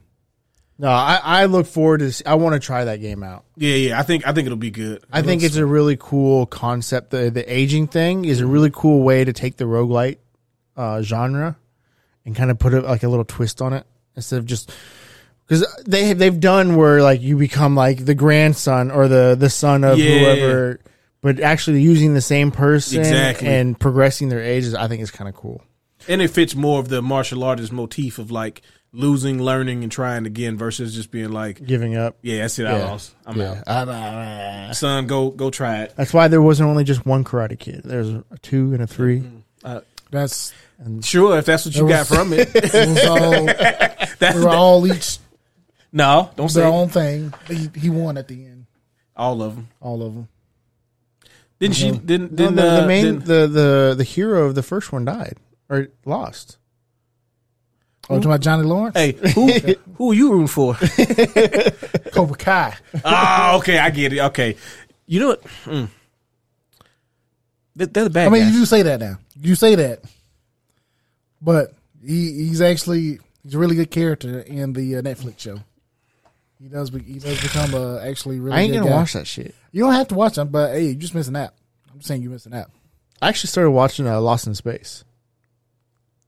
[SPEAKER 4] No, I, I look forward to. s- I want to try that game out.
[SPEAKER 1] Yeah, yeah. I think I think it'll be good.
[SPEAKER 4] I think it's a really cool concept. The the aging thing is a really cool way to take the roguelite uh, genre and kind of put it like a little twist on it instead of just because they they've done where like you become like the grandson or the the son of
[SPEAKER 1] Yeah.
[SPEAKER 4] whoever, but actually using the same person
[SPEAKER 1] Exactly.
[SPEAKER 4] and progressing their ages. I think is kind of cool.
[SPEAKER 1] and it fits more of the martial artist motif of like losing, learning, and trying again versus just being like,
[SPEAKER 4] Giving up.
[SPEAKER 1] yeah, that's it. I
[SPEAKER 4] Yeah.
[SPEAKER 1] lost. I'm
[SPEAKER 4] Yeah. I'm out.
[SPEAKER 1] out. Son, go go try it.
[SPEAKER 4] That's why there wasn't only just one Karate Kid. There's a two and a 3
[SPEAKER 2] That's
[SPEAKER 1] Sure, if that's what you
[SPEAKER 2] There
[SPEAKER 1] got
[SPEAKER 2] was-
[SPEAKER 1] from it.
[SPEAKER 2] it was all,
[SPEAKER 1] That's
[SPEAKER 2] we were all each
[SPEAKER 1] no, don't say
[SPEAKER 2] their
[SPEAKER 1] all,
[SPEAKER 2] own thing. He, he won at the end,
[SPEAKER 1] all of them.
[SPEAKER 2] all of them.
[SPEAKER 1] Didn't she? Didn't, didn't
[SPEAKER 4] no, the,
[SPEAKER 1] uh,
[SPEAKER 4] the main
[SPEAKER 1] didn't-
[SPEAKER 4] the, the the hero of the first one died or lost.
[SPEAKER 2] Oh, to my Johnny Lawrence,
[SPEAKER 1] hey, who who are you rooting for?
[SPEAKER 2] Cobra Kai.
[SPEAKER 1] Ah, okay, I get it. Okay, you know what? Mm. They- They're the bad
[SPEAKER 2] I mean,
[SPEAKER 1] guys.
[SPEAKER 2] you do say that now. You say that, but he, he's actually he's a really good character in the uh, Netflix show. He does be, he does become a actually really.
[SPEAKER 4] I ain't
[SPEAKER 2] good
[SPEAKER 4] gonna
[SPEAKER 2] guy.
[SPEAKER 4] watch that shit.
[SPEAKER 2] You don't have to watch him, but hey, you're just missing out. I'm saying you're missing out.
[SPEAKER 4] I actually started watching uh, Lost in Space,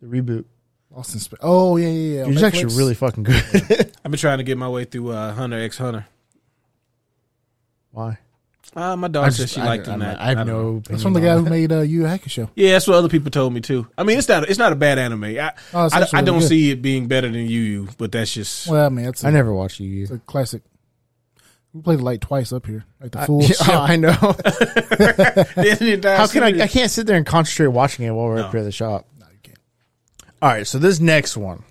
[SPEAKER 4] the reboot.
[SPEAKER 2] Lost in Space. Oh yeah, yeah, yeah. on
[SPEAKER 4] It's actually
[SPEAKER 2] Netflix.
[SPEAKER 4] really fucking good.
[SPEAKER 1] I've been trying to get my way through uh, Hunter X Hunter.
[SPEAKER 4] Why?
[SPEAKER 1] Uh, my daughter said she liked him. that.
[SPEAKER 4] I have
[SPEAKER 1] don't know.
[SPEAKER 4] no.
[SPEAKER 2] That's from the guy who made uh, you Hacker Show.
[SPEAKER 1] Yeah, that's what other people told me too. I mean, it's not it's not a bad anime. I
[SPEAKER 2] Oh, it's
[SPEAKER 1] I,
[SPEAKER 2] actually
[SPEAKER 1] I don't
[SPEAKER 2] really good.
[SPEAKER 1] see it being better than Yu Yu, but that's just
[SPEAKER 2] Well, I mean, it's a,
[SPEAKER 4] I never watched you.
[SPEAKER 2] it's a classic. We played it like twice up here, like the full.
[SPEAKER 4] Yeah,
[SPEAKER 2] show.
[SPEAKER 4] I know. How
[SPEAKER 1] how
[SPEAKER 4] can I? I can't sit there and concentrate watching it while we're
[SPEAKER 1] No.
[SPEAKER 4] up here at the shop.
[SPEAKER 2] you can't.
[SPEAKER 4] All right, so this next one,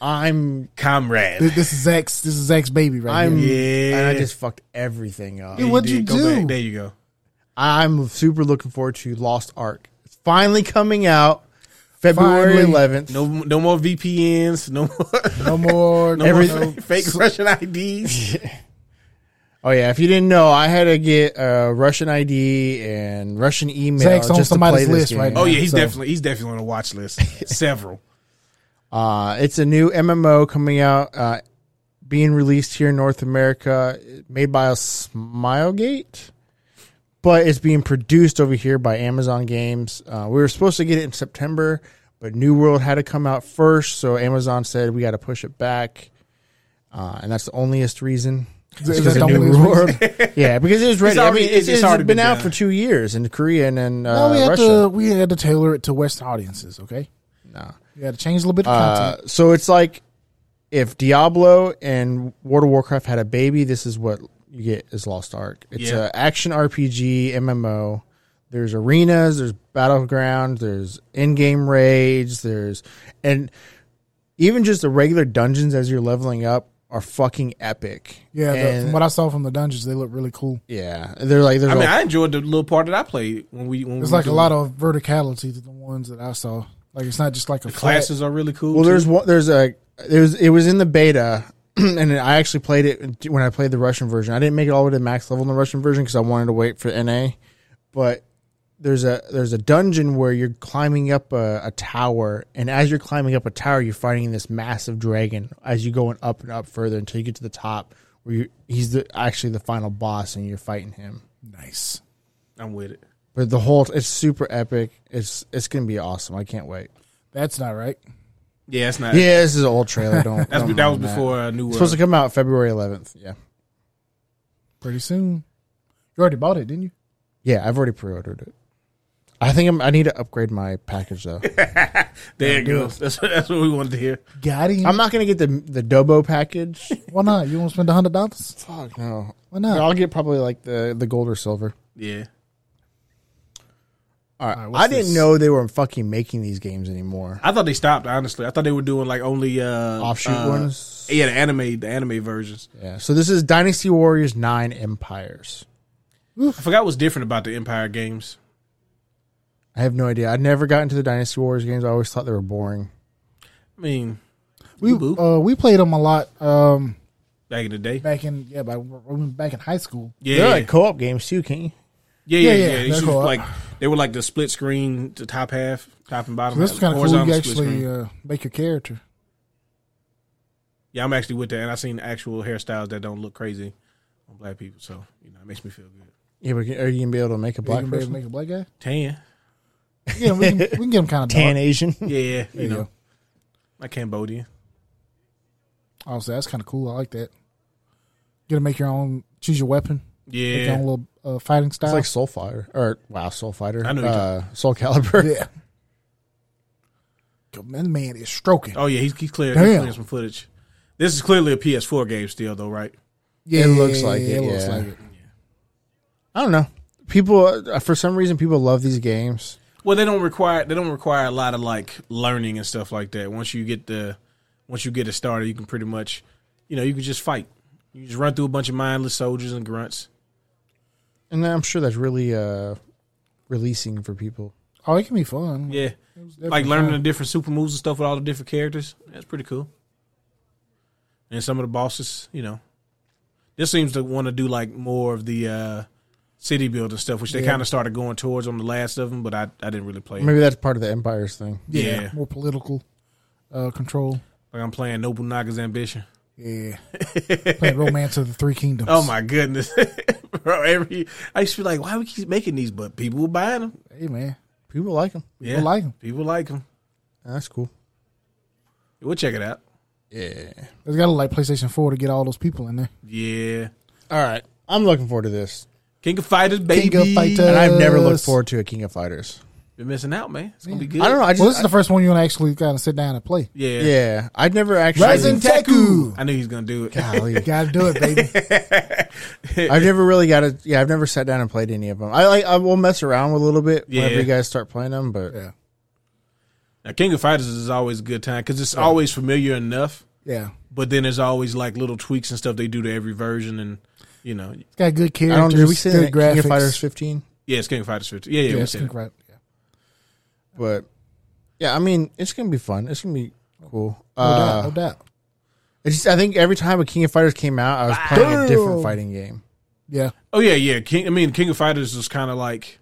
[SPEAKER 4] I'm
[SPEAKER 1] comrade?
[SPEAKER 2] This is Zach's. This is Zach's baby right
[SPEAKER 4] I'm
[SPEAKER 2] here.
[SPEAKER 1] Yeah.
[SPEAKER 4] and I just fucked everything up.
[SPEAKER 2] Dude, what'd
[SPEAKER 1] did
[SPEAKER 2] you
[SPEAKER 1] go
[SPEAKER 2] do?
[SPEAKER 1] back. There you go.
[SPEAKER 4] I'm super looking forward to Lost Ark. It's finally coming out February
[SPEAKER 2] Finally.
[SPEAKER 4] 11th.
[SPEAKER 1] No no more VPNs. No more,
[SPEAKER 2] No more.
[SPEAKER 1] no
[SPEAKER 2] no
[SPEAKER 4] Every-
[SPEAKER 1] more
[SPEAKER 2] no-
[SPEAKER 1] fake Russian IDs.
[SPEAKER 4] Oh yeah, if you didn't know, I had to get uh, Russian ID and Russian email
[SPEAKER 2] Zach's on
[SPEAKER 4] just to
[SPEAKER 2] somebody's
[SPEAKER 4] play this
[SPEAKER 2] list
[SPEAKER 4] game.
[SPEAKER 2] right now.
[SPEAKER 1] Oh yeah, he's
[SPEAKER 2] So-
[SPEAKER 1] definitely he's definitely on a watch list. Several.
[SPEAKER 4] Uh, it's a new MMO coming out, uh, being released here in North America, made by Smilegate, but it's being produced over here by Amazon Games. Uh, we were supposed to get it in September, but New World had to come out first, so Amazon said we got to push it back, uh, and that's the onlyest reason.
[SPEAKER 2] that
[SPEAKER 4] Because
[SPEAKER 2] the
[SPEAKER 4] of New
[SPEAKER 2] onlyest
[SPEAKER 4] World. yeah, because it was ready.
[SPEAKER 1] already-
[SPEAKER 4] I mean, it's,
[SPEAKER 1] it's
[SPEAKER 4] it's
[SPEAKER 1] already
[SPEAKER 4] been,
[SPEAKER 1] been
[SPEAKER 4] out
[SPEAKER 1] done.
[SPEAKER 4] for two years in Korea and then uh,
[SPEAKER 2] No, we had
[SPEAKER 4] Russia.
[SPEAKER 2] to we had to tailor it to Western audiences. Okay.
[SPEAKER 4] Nah.
[SPEAKER 2] We had to change a little bit of
[SPEAKER 4] Uh,
[SPEAKER 2] content.
[SPEAKER 4] so it's like if Diablo and World of Warcraft had a baby, this is what you get is Lost Ark. It's
[SPEAKER 1] Yeah.
[SPEAKER 4] an action RPG MMO. There's arenas, there's battlegrounds, there's in-game raids, there's and even just the regular dungeons as you're leveling up are fucking epic.
[SPEAKER 2] Yeah, the,
[SPEAKER 4] and,
[SPEAKER 2] from what I saw from the dungeons, they look really cool.
[SPEAKER 4] yeah. They're like they're
[SPEAKER 1] I mean,
[SPEAKER 4] like,
[SPEAKER 1] I enjoyed the little part that I played when we. When
[SPEAKER 2] There's
[SPEAKER 1] we
[SPEAKER 2] like a
[SPEAKER 1] do-
[SPEAKER 2] lot of verticality to the ones that I saw. Like it's not just like a flat.
[SPEAKER 1] classes are really cool.
[SPEAKER 4] well,
[SPEAKER 1] too.
[SPEAKER 4] there's one. There's a there's it was in the beta, and I actually played it when I played the Russian version. I didn't make it all the way to max level in the Russian version because I wanted to wait for NA. But there's a there's a dungeon where you're climbing up a, a tower, and as you're climbing up a tower, you're fighting this massive dragon as you're going up and up further until you get to the top where you, he's the, actually the final boss, and you're fighting him.
[SPEAKER 2] Nice.
[SPEAKER 1] I'm with it.
[SPEAKER 4] But the whole it's super epic. It's it's gonna be awesome. I can't wait.
[SPEAKER 2] That's not right.
[SPEAKER 1] Yeah, it's not.
[SPEAKER 4] Yeah, this is an old trailer. Don't,
[SPEAKER 1] that's,
[SPEAKER 4] don't
[SPEAKER 1] that was
[SPEAKER 4] mind
[SPEAKER 1] before uh, New
[SPEAKER 4] It's
[SPEAKER 1] World.
[SPEAKER 4] supposed to come out February 11th. Yeah,
[SPEAKER 2] Pretty soon. You already bought it, didn't you?
[SPEAKER 4] yeah. I've already pre-ordered it. I think I'm, I need to upgrade my package though.
[SPEAKER 1] there it goes. That's that's what we wanted to hear.
[SPEAKER 2] Got it.
[SPEAKER 4] I'm not gonna get the the Dobo package.
[SPEAKER 2] Why not? You want to spend a hundred dollars?
[SPEAKER 4] Fuck no.
[SPEAKER 2] Why not?
[SPEAKER 4] I'll get probably like the the gold or silver.
[SPEAKER 1] Yeah.
[SPEAKER 4] All right.
[SPEAKER 2] right, what's
[SPEAKER 4] I didn't
[SPEAKER 2] this?
[SPEAKER 4] know they were fucking making these games anymore.
[SPEAKER 1] I thought they stopped. Honestly, I thought they were doing like only uh,
[SPEAKER 4] Offshoot
[SPEAKER 1] uh,
[SPEAKER 4] ones.
[SPEAKER 1] Yeah, the anime, the anime versions.
[SPEAKER 4] Yeah. So this is Dynasty Warriors Nine Empires.
[SPEAKER 1] I forgot what's different about the Empire games.
[SPEAKER 4] I have no idea. I never got into the Dynasty Warriors games. I always thought they were boring.
[SPEAKER 1] I mean,
[SPEAKER 2] We
[SPEAKER 1] boo.
[SPEAKER 2] uh, we played them a lot um,
[SPEAKER 1] back in the day.
[SPEAKER 2] back in yeah, but we went back in high school.
[SPEAKER 1] Yeah,
[SPEAKER 4] They're
[SPEAKER 1] yeah,
[SPEAKER 4] like co-op games too, can't you?
[SPEAKER 1] yeah, yeah.
[SPEAKER 2] yeah,
[SPEAKER 1] yeah,
[SPEAKER 2] yeah,
[SPEAKER 1] These
[SPEAKER 2] they're
[SPEAKER 1] was
[SPEAKER 2] cool.
[SPEAKER 1] like they were like the split screen, the top half, top and bottom.
[SPEAKER 2] This was kind of cool.
[SPEAKER 1] horizontal
[SPEAKER 2] You
[SPEAKER 1] split
[SPEAKER 2] actually
[SPEAKER 1] screen.
[SPEAKER 2] uh, make your character.
[SPEAKER 1] yeah, I'm actually with that, and I've seen actual hairstyles that don't look crazy on black people. So you know, it makes me feel good.
[SPEAKER 4] Yeah, but are you gonna be able to make a
[SPEAKER 2] You
[SPEAKER 4] black
[SPEAKER 2] can be able to
[SPEAKER 4] person?
[SPEAKER 2] make a black guy.
[SPEAKER 1] Tan,
[SPEAKER 2] Yeah, we can, we can get him kind of
[SPEAKER 4] Tan
[SPEAKER 2] tan.
[SPEAKER 4] Asian.
[SPEAKER 1] yeah, you know,
[SPEAKER 2] go.
[SPEAKER 1] like Cambodian.
[SPEAKER 2] Also, Oh, that's kind of cool. I like that. You got to make your own. Choose your weapon. Make your
[SPEAKER 1] Yeah,
[SPEAKER 2] own little uh, fighting
[SPEAKER 4] It's
[SPEAKER 2] style.
[SPEAKER 4] like Soul Fighter or wow, Soul Fighter.
[SPEAKER 1] I know you're
[SPEAKER 4] uh, Soul Calibur.
[SPEAKER 2] yeah. Go- Man, man is stroking.
[SPEAKER 1] Oh yeah, he's he's clear.
[SPEAKER 2] Damn.
[SPEAKER 1] He's clearing some footage. This is clearly a PS4 game still, though, right?
[SPEAKER 2] Yeah,
[SPEAKER 4] looks like it, yeah. I don't know. People uh, for some reason people love these games.
[SPEAKER 1] Well, they don't require they don't require a lot of like learning and stuff like that. Once you get the once you get it started, you can pretty much, you know, you can just fight. You just run through a bunch of mindless soldiers and grunts.
[SPEAKER 4] And I'm sure that's really uh releasing for people.
[SPEAKER 2] Oh, it can be fun.
[SPEAKER 1] Yeah,
[SPEAKER 2] definitely
[SPEAKER 1] like learning the
[SPEAKER 2] fun.
[SPEAKER 1] different super moves and stuff with all the different characters. That's pretty cool. And some of the bosses, you know, this seems to want to do like more of the uh, city building stuff, which they kind of started going towards on the last of them. But I I didn't really play. It.
[SPEAKER 4] Maybe that's part of the Empires thing.
[SPEAKER 1] Yeah.
[SPEAKER 2] More political uh, control.ble
[SPEAKER 1] Like I'm playing Nobunaga's Ambition.
[SPEAKER 2] Yeah. Playing Romance of the Three Kingdoms.
[SPEAKER 1] Oh my goodness, bro! Every I used to be like, why we keep making these, but people were buying them.
[SPEAKER 2] Hey, man.
[SPEAKER 4] People like them.
[SPEAKER 1] Yeah,
[SPEAKER 2] like 'em.
[SPEAKER 1] People like them.
[SPEAKER 4] That's cool.
[SPEAKER 1] We'll check it out.
[SPEAKER 4] Yeah.
[SPEAKER 2] It's got to like PlayStation 4 to get all those people in there.
[SPEAKER 1] Yeah,
[SPEAKER 4] All right. I'm looking forward to this.
[SPEAKER 1] King of Fighters, baby.
[SPEAKER 2] King of Fighters.
[SPEAKER 4] And I've never looked
[SPEAKER 2] Yes.
[SPEAKER 4] forward to a King of Fighters.
[SPEAKER 1] Been missing out, man. It's gonna be good.
[SPEAKER 4] I don't know. I
[SPEAKER 2] well, this
[SPEAKER 4] just
[SPEAKER 2] is the first one you want to actually kind of sit down and play.
[SPEAKER 1] Yeah,
[SPEAKER 4] yeah. I'd never actually
[SPEAKER 2] Rising Teku.
[SPEAKER 1] I knew he's gonna do it.
[SPEAKER 4] Golly.
[SPEAKER 2] Got to do it, baby.
[SPEAKER 4] I've never really got it. Yeah, I've never sat down and played any of them. I like. I will mess around with a little bit whenever
[SPEAKER 1] Yeah.
[SPEAKER 4] you guys start playing them, but
[SPEAKER 2] yeah.
[SPEAKER 1] Now, King of Fighters is always a good time because it's always familiar enough,
[SPEAKER 2] Yeah.
[SPEAKER 1] but then there's always like little tweaks and stuff they do to every version, and you know,
[SPEAKER 2] It's got good
[SPEAKER 4] I
[SPEAKER 2] characters.
[SPEAKER 4] don't. Did we say
[SPEAKER 2] good
[SPEAKER 4] that
[SPEAKER 2] graphics.
[SPEAKER 4] King of Fighters 15?
[SPEAKER 1] yeah, it's King of Fighters 15. Yeah, yeah,
[SPEAKER 2] Yeah,
[SPEAKER 1] we
[SPEAKER 2] it's
[SPEAKER 1] said it.
[SPEAKER 2] good graphic. Yeah.
[SPEAKER 4] But yeah, I mean, it's gonna be fun. It's gonna be cool.
[SPEAKER 2] No
[SPEAKER 4] Uh,
[SPEAKER 2] doubt. No doubt.
[SPEAKER 4] it's just, I think every time a King of Fighters came out, I was playing a different fighting game.
[SPEAKER 2] Yeah.
[SPEAKER 1] Oh yeah, yeah. King, I mean, King of Fighters is kind of like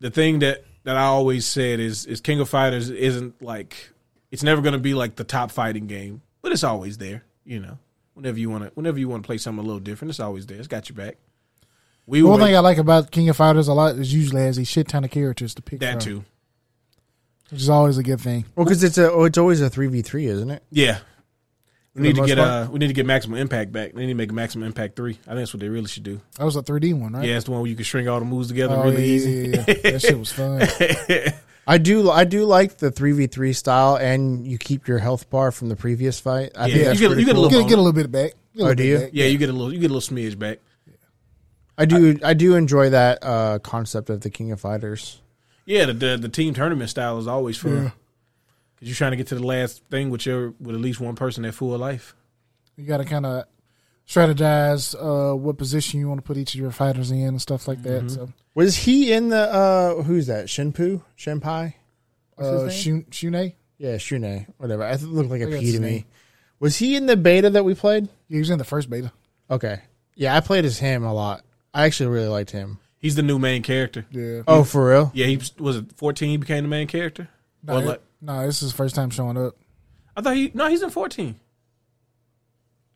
[SPEAKER 1] the thing that that I always said is is King of Fighters isn't like it's never going to be like the top fighting game, but it's always there. You know, whenever you want to, whenever you want to play something a little different, it's always there. It's got your back. We
[SPEAKER 2] The
[SPEAKER 1] were
[SPEAKER 2] one thing I like about King of Fighters a lot is usually has a shit ton of characters to pick
[SPEAKER 1] that
[SPEAKER 2] from,
[SPEAKER 1] too.
[SPEAKER 2] which is always a good thing.
[SPEAKER 4] Well, because it's a oh, it's always a three v three, isn't it?
[SPEAKER 1] Yeah. We
[SPEAKER 4] the
[SPEAKER 1] need to
[SPEAKER 4] most
[SPEAKER 1] get
[SPEAKER 4] part.
[SPEAKER 1] uh we need to get maximum impact back. They need to make maximum impact three. I think that's what they really should do.
[SPEAKER 2] That was a 3D one, right?
[SPEAKER 1] Yeah, it's the one where you can string all the moves together
[SPEAKER 2] Oh,
[SPEAKER 1] really
[SPEAKER 2] yeah,
[SPEAKER 1] easy.
[SPEAKER 2] yeah, yeah, yeah. That shit was fun.
[SPEAKER 4] I do. I do like the three v three style, and you keep your health bar from the previous fight. I think
[SPEAKER 1] Yeah,
[SPEAKER 4] that's
[SPEAKER 1] you get-
[SPEAKER 4] pretty
[SPEAKER 1] you get a
[SPEAKER 4] cool.
[SPEAKER 1] little-
[SPEAKER 2] get, get a little bit back. Get a
[SPEAKER 4] Oh,
[SPEAKER 2] little
[SPEAKER 4] do
[SPEAKER 2] bit
[SPEAKER 4] you?
[SPEAKER 2] back.
[SPEAKER 1] Yeah, you get a little you get a little smidge back.
[SPEAKER 4] I do. I do enjoy that uh, concept of the King of Fighters.
[SPEAKER 1] Yeah, the, the the team tournament style is always fun. Cause you're trying to get to the last thing with your with at least one person at full life.
[SPEAKER 2] You got to kind of strategize uh, what position you want to put each of your fighters in and stuff like
[SPEAKER 4] Mm-hmm.
[SPEAKER 2] that. So,
[SPEAKER 4] Was he in the uh who's that? Shinpu? Shinpai?
[SPEAKER 2] uh,
[SPEAKER 4] his
[SPEAKER 2] Shun- Shune,
[SPEAKER 4] Yeah, Shune. Whatever. I th- looked like a
[SPEAKER 2] think
[SPEAKER 4] P
[SPEAKER 2] that's
[SPEAKER 4] to
[SPEAKER 2] his
[SPEAKER 4] me.
[SPEAKER 2] name.
[SPEAKER 4] Was he in the beta that we played?
[SPEAKER 2] he was in the first beta.
[SPEAKER 4] Okay. Yeah, I played as him a lot. I actually really liked him.
[SPEAKER 1] He's the new main character.
[SPEAKER 2] Yeah.
[SPEAKER 4] Oh, for real?
[SPEAKER 1] Yeah, he was- was it fourteen. He became the main character.
[SPEAKER 2] No,
[SPEAKER 1] Or
[SPEAKER 2] it-
[SPEAKER 1] like-
[SPEAKER 2] no, this is his first time showing up.
[SPEAKER 1] I thought he no, he's in fourteen.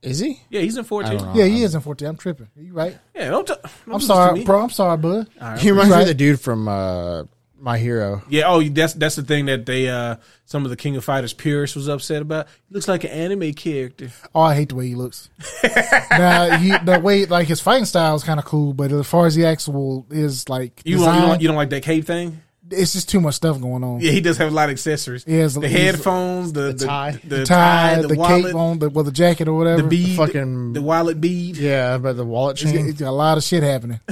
[SPEAKER 4] Is he?
[SPEAKER 1] Yeah, he's in
[SPEAKER 4] I
[SPEAKER 1] fourteen.
[SPEAKER 4] don't know.
[SPEAKER 2] Yeah, he is in 14. I'm tripping. You right?
[SPEAKER 1] Yeah, don't. T-
[SPEAKER 2] I'm sorry, bro. I'm sorry, bud.
[SPEAKER 4] He reminds me
[SPEAKER 2] Right.
[SPEAKER 4] of the dude from uh My Hero.
[SPEAKER 1] Yeah, oh, that's that's the thing that they uh some of the King of Fighters purists was upset about. He looks like an anime character.
[SPEAKER 2] Oh, I hate the way he looks. now, he, the way like his fighting style is kind of cool, but as far as the actual is like
[SPEAKER 1] You don't,
[SPEAKER 2] design,
[SPEAKER 1] you don't you don't like that cape thing?
[SPEAKER 2] it's just too much stuff going on.
[SPEAKER 1] Yeah, he does have a lot of accessories.
[SPEAKER 2] He has-
[SPEAKER 1] the
[SPEAKER 2] he's-
[SPEAKER 1] headphones, the, the
[SPEAKER 4] tie.
[SPEAKER 1] the,
[SPEAKER 2] The
[SPEAKER 1] tie,
[SPEAKER 2] tie,
[SPEAKER 1] the,
[SPEAKER 2] the,
[SPEAKER 1] wallet,
[SPEAKER 2] cape on, the well, the jacket or whatever.
[SPEAKER 1] the bead,
[SPEAKER 4] fucking-
[SPEAKER 1] the wallet bead.
[SPEAKER 4] Yeah, about the wallet
[SPEAKER 2] It's
[SPEAKER 1] mm.
[SPEAKER 2] got-
[SPEAKER 4] chain.
[SPEAKER 2] it's got a lot of shit happening.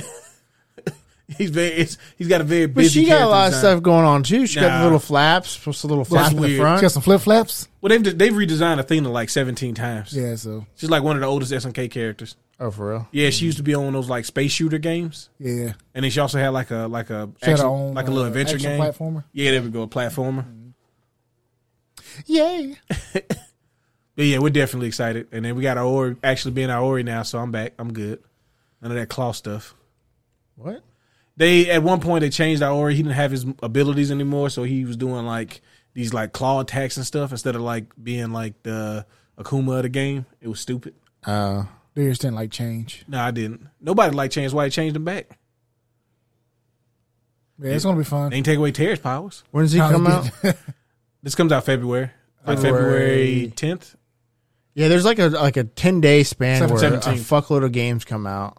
[SPEAKER 1] He's very it's, he's got a very
[SPEAKER 4] But
[SPEAKER 1] busy.
[SPEAKER 4] she got a
[SPEAKER 1] character
[SPEAKER 4] lot of
[SPEAKER 1] design.
[SPEAKER 4] stuff going on too. She got
[SPEAKER 1] Nah.
[SPEAKER 4] the little flaps, plus a little flap in the
[SPEAKER 1] weird.
[SPEAKER 4] front.
[SPEAKER 2] She got some flip flaps.
[SPEAKER 1] Well, they've they've redesigned Athena like seventeen times.
[SPEAKER 2] Yeah, so
[SPEAKER 1] She's like one of the oldest SNK characters.
[SPEAKER 4] oh, for real?
[SPEAKER 1] Yeah, she used to be on those like space shooter games,
[SPEAKER 2] yeah,
[SPEAKER 1] and then she also had like a like a
[SPEAKER 2] She had her
[SPEAKER 1] action-
[SPEAKER 2] own,
[SPEAKER 1] like a little
[SPEAKER 2] uh,
[SPEAKER 1] adventure
[SPEAKER 2] action
[SPEAKER 1] game.
[SPEAKER 2] platformer.
[SPEAKER 1] Yeah, there we go, a platformer.
[SPEAKER 2] yay!
[SPEAKER 1] But yeah, we're definitely excited, and then we got our Ori actually being our Ori now, so I'm back. I'm good. None of that claw stuff.
[SPEAKER 4] What?
[SPEAKER 1] They at one point they changed our Ori. He didn't have his abilities anymore, so he was doing like these like claw attacks and stuff instead of like being like the Akuma of the game. It was stupid.
[SPEAKER 4] Uh,
[SPEAKER 2] They just didn't like change.
[SPEAKER 1] No, I didn't. Nobody liked changed why they changed him back.
[SPEAKER 2] Yeah, it's gonna be fun.
[SPEAKER 1] They didn't take away Terry's powers.
[SPEAKER 4] when does he
[SPEAKER 2] No,
[SPEAKER 4] come
[SPEAKER 2] they
[SPEAKER 4] out?
[SPEAKER 1] This comes out February, like
[SPEAKER 4] February.
[SPEAKER 1] February tenth.
[SPEAKER 4] Yeah, there's like a like a ten day span
[SPEAKER 2] Seven-
[SPEAKER 4] where a
[SPEAKER 1] 17.
[SPEAKER 4] fuckload of games come out.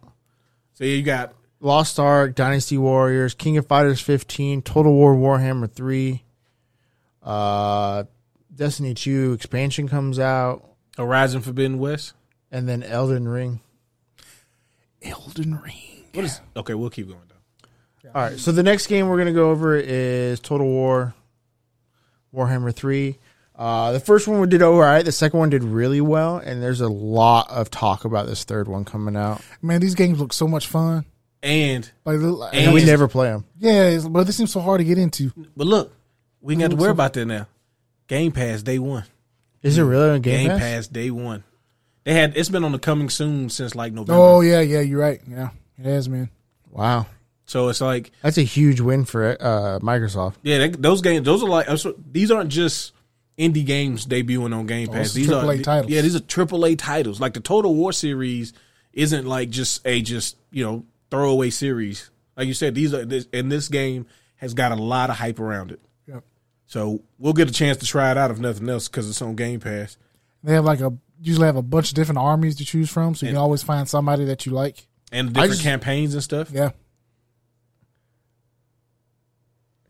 [SPEAKER 1] So yeah, you got
[SPEAKER 4] Lost Ark, Dynasty Warriors, King of Fighters 15, Total War Warhammer 3, uh, Destiny 2 expansion comes out,
[SPEAKER 1] Horizon Forbidden West.
[SPEAKER 4] and then Elden Ring.
[SPEAKER 2] Elden Ring.
[SPEAKER 1] What is okay? We'll keep going though.
[SPEAKER 4] All right, so the next game we're gonna go over is Total War Warhammer 3. Uh, the first one we did all right. The second one did really well, and there's a lot of talk about this third one coming out,
[SPEAKER 2] Man, these games look so much fun.
[SPEAKER 1] And
[SPEAKER 2] Like, they look-
[SPEAKER 1] And
[SPEAKER 4] and we
[SPEAKER 1] it's-
[SPEAKER 4] never play them.
[SPEAKER 2] yeah, it's, but this seems so hard to get into.
[SPEAKER 1] but look, we ain't got to worry about that now. Game Pass day one.
[SPEAKER 4] Is it really on Game,
[SPEAKER 1] Game
[SPEAKER 4] Pass?
[SPEAKER 1] Pass day one. They had it's been on the coming soon since like November.
[SPEAKER 2] Oh yeah, yeah, you're right. Yeah, it has, man.
[SPEAKER 4] Wow,
[SPEAKER 1] So it's like
[SPEAKER 4] that's a huge win for uh, Microsoft.
[SPEAKER 1] yeah, that, those games those are like uh, so these aren't just indie games debuting on Game Pass.
[SPEAKER 2] is
[SPEAKER 1] these are
[SPEAKER 2] AAA titles.
[SPEAKER 1] yeah, these are AAA titles. Like the Total War series isn't like just a just you know throwaway series. Like you said, these are this, and this game has got a lot of hype around it.
[SPEAKER 2] Yep.
[SPEAKER 1] So we'll get a chance to try it out if nothing else because it's on Game Pass.
[SPEAKER 2] They have like a usually have a bunch of different armies to choose from, so you can always find somebody that you like.
[SPEAKER 1] and different
[SPEAKER 4] just-
[SPEAKER 1] campaigns and stuff.
[SPEAKER 2] Yeah,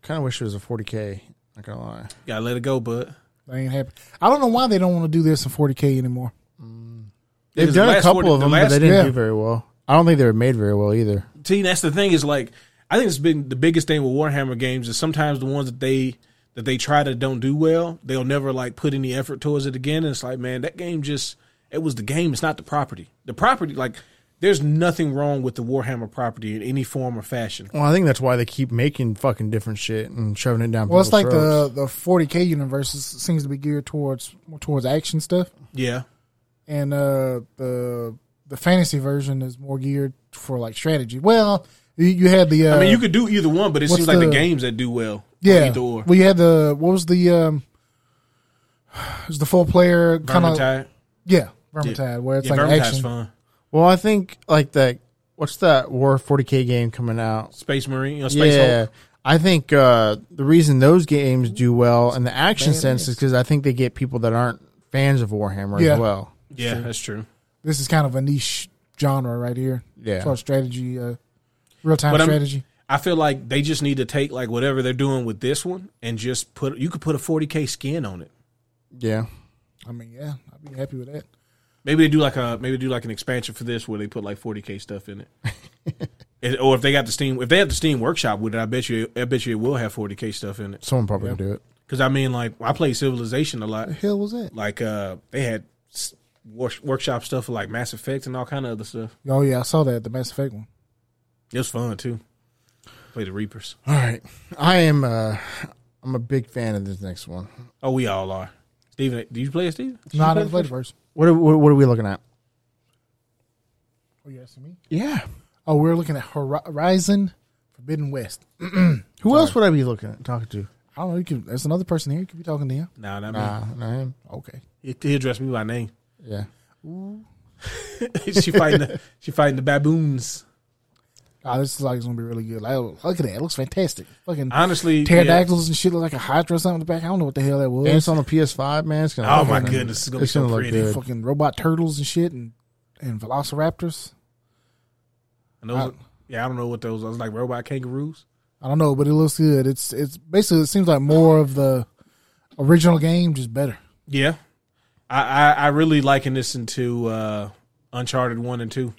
[SPEAKER 4] Kind of wish it was a 40k. Not gonna lie.
[SPEAKER 1] Gotta let it go, bud.
[SPEAKER 2] that ain't happy. I don't know why they don't want to do this in 40k anymore.
[SPEAKER 4] They've
[SPEAKER 1] Because the
[SPEAKER 4] done a
[SPEAKER 1] last
[SPEAKER 4] couple
[SPEAKER 1] 40
[SPEAKER 4] of
[SPEAKER 1] the
[SPEAKER 4] them, but
[SPEAKER 1] last-
[SPEAKER 4] they didn't
[SPEAKER 2] yeah.
[SPEAKER 4] do very well. I don't think they were made very well either.
[SPEAKER 1] See, that's the thing is like I think it's been the biggest thing with Warhammer games is sometimes the ones that they that they try to don't do well, they'll never like put any effort towards it again. And it's like, man, that game just it was the game. It's not the property. The property, like, there's nothing wrong with the Warhammer property in any form or fashion.
[SPEAKER 4] Well, I think that's why they keep making fucking different shit and shoving it down.
[SPEAKER 2] Well, it's
[SPEAKER 4] people's
[SPEAKER 2] like
[SPEAKER 4] throats.
[SPEAKER 2] the the 40k universe is, seems to be geared towards more towards action stuff,
[SPEAKER 1] Yeah,
[SPEAKER 2] and uh, the the fantasy version is more geared for like strategy. Well, you, you had the uh,
[SPEAKER 1] I mean, you could do either one, but it
[SPEAKER 2] what's
[SPEAKER 1] seems like the
[SPEAKER 2] the-
[SPEAKER 1] games that do well,
[SPEAKER 2] yeah,
[SPEAKER 1] either or.
[SPEAKER 2] well, you had the what was the um, it was the full player kind of
[SPEAKER 1] Vermintide,
[SPEAKER 2] yeah Vermintide where it's
[SPEAKER 1] yeah,
[SPEAKER 2] like
[SPEAKER 1] Vermintide's
[SPEAKER 2] action.
[SPEAKER 1] fun.
[SPEAKER 4] Well, I think like that. What's that War 40k game coming out?
[SPEAKER 1] Space Marine, you know, Space
[SPEAKER 4] yeah,
[SPEAKER 1] Hulk.
[SPEAKER 4] I think uh, the reason those games do well in the action sense is because I think they get people that aren't fans of Warhammer
[SPEAKER 2] Yeah.
[SPEAKER 4] as well.
[SPEAKER 1] Yeah, that's true.
[SPEAKER 2] this is kind of a niche genre right here.
[SPEAKER 4] Yeah.
[SPEAKER 2] As far as strategy, uh, real time
[SPEAKER 1] But I'm-
[SPEAKER 2] strategy.
[SPEAKER 1] I feel like they just need to take like whatever they're doing with this one and just put you could put a 40k skin on it.
[SPEAKER 4] Yeah,
[SPEAKER 2] I mean, yeah, I'd be happy with that.
[SPEAKER 1] Maybe they do like a maybe do like an expansion for this where they put like 40k stuff in it. And- or if they got the steam if they have the steam workshop with it, I bet you I bet you it will have 40k stuff in it.
[SPEAKER 4] someone probably can do it.
[SPEAKER 1] Cuz I mean like I play Civilization a lot.
[SPEAKER 2] The hell was that?
[SPEAKER 1] Like uh they had s- wor- workshop stuff for like Mass Effect and all kind of other stuff.
[SPEAKER 2] Oh yeah, I saw that the Mass Effect one.
[SPEAKER 1] It was fun too. Play the Reapers.
[SPEAKER 4] All right, I am. Uh, I'm a big fan of this next one.
[SPEAKER 1] Oh, we all are. Steven, do you play it, Steven? Did you
[SPEAKER 2] No, I
[SPEAKER 1] play
[SPEAKER 2] didn't
[SPEAKER 1] it?
[SPEAKER 2] play the first.
[SPEAKER 4] What are, what are we looking at?
[SPEAKER 2] Oh, you asking me?
[SPEAKER 4] Yeah.
[SPEAKER 2] Oh, we're looking at Horizon Forbidden West.
[SPEAKER 4] Who else would I be looking at talking to?
[SPEAKER 2] I don't know. You could, there's another person here. You could be talking to him.
[SPEAKER 1] Nah, not me.
[SPEAKER 4] Nah, not him.
[SPEAKER 2] Okay.
[SPEAKER 1] He, he addressed me by name.
[SPEAKER 4] Yeah.
[SPEAKER 1] she fighting. The, she fighting the baboons.
[SPEAKER 2] Oh, this is like it's gonna be really good. Like, look at that. It looks fantastic. Fucking
[SPEAKER 1] Honestly, yeah.
[SPEAKER 2] pterodactyls and shit look like a hydra or something in the back. I don't know what the hell that was.
[SPEAKER 4] And it's on the PS5, man. It's gonna
[SPEAKER 1] Oh
[SPEAKER 4] look
[SPEAKER 1] my
[SPEAKER 4] good.
[SPEAKER 1] goodness, it's gonna be so
[SPEAKER 4] look
[SPEAKER 1] pretty.
[SPEAKER 4] good.
[SPEAKER 2] fucking robot turtles and shit and and velociraptors.
[SPEAKER 1] And those, yeah, I don't know what those. I was like robot kangaroos.
[SPEAKER 2] I don't know, but it looks good. It's it's basically it seems like more of the original game, just better.
[SPEAKER 1] Yeah, I I, I really liken this into uh, Uncharted one and two.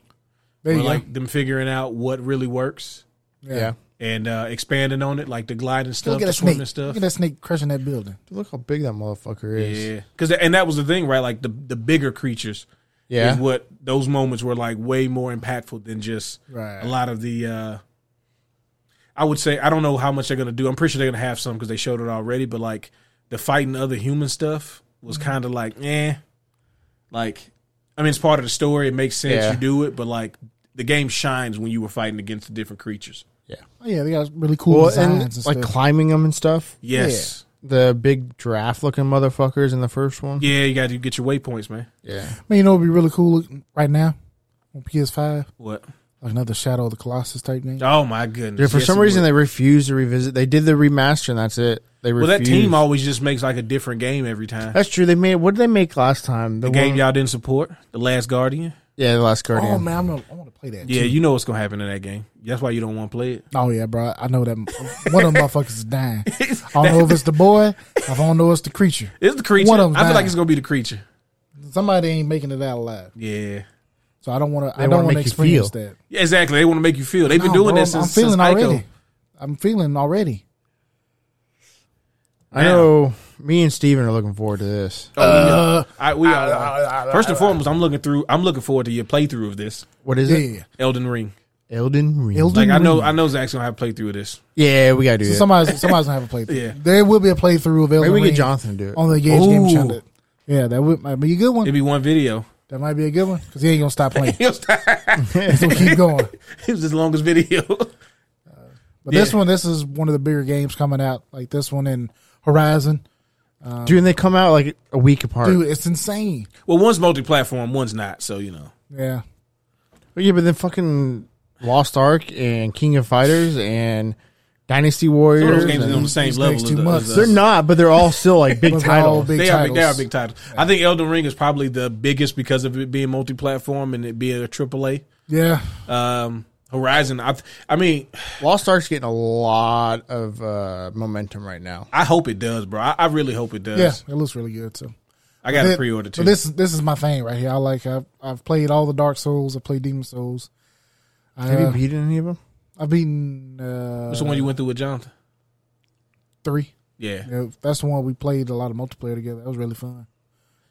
[SPEAKER 2] There
[SPEAKER 1] Or
[SPEAKER 2] you
[SPEAKER 1] like them figuring out what really works
[SPEAKER 2] go.
[SPEAKER 4] Yeah.
[SPEAKER 1] and uh, expanding on it, like the gliding stuff,
[SPEAKER 2] Look at
[SPEAKER 1] the
[SPEAKER 2] that snake.
[SPEAKER 1] swimming
[SPEAKER 2] Look
[SPEAKER 1] stuff.
[SPEAKER 2] at that snake crushing that building.
[SPEAKER 4] Dude, look how big that motherfucker is.
[SPEAKER 1] Yeah, because and that was the thing, right? Like the the bigger creatures
[SPEAKER 4] Yeah.
[SPEAKER 1] is what those moments were like way more impactful than just
[SPEAKER 2] Right.
[SPEAKER 1] a lot of the. uh I would say I don't know how much they're gonna do. I'm pretty sure they're gonna have some because they showed it already. But like the fighting other human stuff was
[SPEAKER 4] Mm-hmm.
[SPEAKER 1] kind of like eh, like I mean it's part of the story. It makes sense
[SPEAKER 4] Yeah.
[SPEAKER 1] you do it, but like the game shines when you were fighting against the different creatures.
[SPEAKER 2] Oh yeah, they got really cool
[SPEAKER 4] Well,
[SPEAKER 2] designs and,
[SPEAKER 4] and
[SPEAKER 2] stuff.
[SPEAKER 4] like climbing them and stuff.
[SPEAKER 1] Yes.
[SPEAKER 4] The big giraffe looking motherfuckers in the first one.
[SPEAKER 1] Yeah, you got to get your waypoints, man.
[SPEAKER 4] Yeah.
[SPEAKER 2] Man, you know, it'd be really cool looking right now on PS5,
[SPEAKER 1] What?
[SPEAKER 2] like another Shadow of the Colossus type game.
[SPEAKER 1] Oh my goodness!
[SPEAKER 4] Dude, for
[SPEAKER 1] Yes,
[SPEAKER 4] some
[SPEAKER 1] it
[SPEAKER 4] reason,
[SPEAKER 1] would.
[SPEAKER 4] they refused to revisit. They did the remaster, and that's it. They
[SPEAKER 1] well,
[SPEAKER 4] refused.
[SPEAKER 1] that team always just makes like a different game every time.
[SPEAKER 4] That's true. They made. What did they make last time?
[SPEAKER 1] the game y'all didn't support, The Last Guardian.
[SPEAKER 4] Yeah, the last Guardian.
[SPEAKER 2] Oh man, I'm gonna, I want to play that.
[SPEAKER 1] Yeah,
[SPEAKER 2] too.
[SPEAKER 1] you know what's gonna happen in that game. That's why you don't want to play it.
[SPEAKER 2] Oh yeah, bro. I know that one of them motherfuckers is dying. I don't know if it's the boy. I don't know if it's the creature.
[SPEAKER 1] It's the creature.
[SPEAKER 2] One of 'em's
[SPEAKER 1] I feel like
[SPEAKER 2] dying.
[SPEAKER 1] it's gonna be the creature.
[SPEAKER 2] Somebody ain't making it out alive.
[SPEAKER 1] Yeah,
[SPEAKER 2] So I don't want to. I
[SPEAKER 4] They
[SPEAKER 2] don't
[SPEAKER 4] wanna
[SPEAKER 2] want to
[SPEAKER 4] make you
[SPEAKER 2] experience
[SPEAKER 4] feel.
[SPEAKER 2] that.
[SPEAKER 1] yeah exactly. They want to make you feel. They've been
[SPEAKER 2] No,
[SPEAKER 1] doing
[SPEAKER 2] bro,
[SPEAKER 1] this
[SPEAKER 2] I'm-
[SPEAKER 1] since,
[SPEAKER 2] I'm feeling
[SPEAKER 1] since Ico.
[SPEAKER 2] already. I'm feeling already.
[SPEAKER 4] I know. Me and Steven are looking forward to this.
[SPEAKER 2] Uh,
[SPEAKER 1] Oh, we- I, we all are. First and foremost, I'm looking through. I'm looking forward to your playthrough of this
[SPEAKER 4] What is
[SPEAKER 2] Yeah,
[SPEAKER 4] it?
[SPEAKER 2] yeah.
[SPEAKER 1] Elden Ring.
[SPEAKER 4] Elden Ring.
[SPEAKER 2] Elden
[SPEAKER 1] Like I know,
[SPEAKER 2] Ring.
[SPEAKER 1] I know Zach's gonna have a playthrough of this.
[SPEAKER 4] Yeah, we gotta do that.
[SPEAKER 2] somebody's somebody's gonna have a playthrough.
[SPEAKER 1] Yeah.
[SPEAKER 2] There will be a playthrough of Elden
[SPEAKER 4] Maybe we
[SPEAKER 2] Ring
[SPEAKER 4] get Jonathan to do it.
[SPEAKER 2] on the Gage Game
[SPEAKER 1] Ooh.
[SPEAKER 2] Channel. Yeah, that would might be a good one.
[SPEAKER 1] It'd be one video.
[SPEAKER 2] That might be a good one because he ain't gonna stop playing.
[SPEAKER 1] it was
[SPEAKER 2] He's gonna keep going.
[SPEAKER 1] his longest video.
[SPEAKER 2] But this one, this is one of the bigger games coming out. Like this one in Horizon,
[SPEAKER 4] Dude, and they come out like a week apart.
[SPEAKER 2] dude, it's insane.
[SPEAKER 1] Well, one's multi-platform, one's not. So you know,
[SPEAKER 2] Yeah,
[SPEAKER 4] But yeah, but then fucking Lost Ark and King of Fighters and Dynasty
[SPEAKER 1] Some of
[SPEAKER 4] Warriors.
[SPEAKER 1] those games
[SPEAKER 4] and-
[SPEAKER 1] are on the same
[SPEAKER 2] these
[SPEAKER 1] level.
[SPEAKER 2] next
[SPEAKER 1] As
[SPEAKER 2] two
[SPEAKER 1] the,
[SPEAKER 2] months.
[SPEAKER 1] as
[SPEAKER 4] they're
[SPEAKER 1] the,
[SPEAKER 4] not, but they're all still like big
[SPEAKER 2] But they're all
[SPEAKER 4] titles.
[SPEAKER 2] big
[SPEAKER 1] they are. Big, they are
[SPEAKER 2] titles.
[SPEAKER 1] big titles. I think Elden Ring is probably the biggest because of it being multi-platform and it being a AAA.
[SPEAKER 2] yeah.
[SPEAKER 1] Um, Horizon. I, I mean,
[SPEAKER 4] Lost Ark's getting a lot of uh, momentum right now.
[SPEAKER 1] I hope it does, bro. I, I really hope it does.
[SPEAKER 2] Yeah, it looks really good too.
[SPEAKER 1] I got a
[SPEAKER 2] Then-
[SPEAKER 1] pre-order too.
[SPEAKER 2] But this this is my thing right here. I like I've, I've played all the Dark Souls. I played Demon Souls. I,
[SPEAKER 4] Have
[SPEAKER 2] uh,
[SPEAKER 4] you beaten any of them?
[SPEAKER 2] I've beaten uh,
[SPEAKER 1] What's the one you went through with Jonathan?
[SPEAKER 2] three.
[SPEAKER 1] Yeah.
[SPEAKER 2] Yeah, that's the one we played a lot of multiplayer together. That was really fun.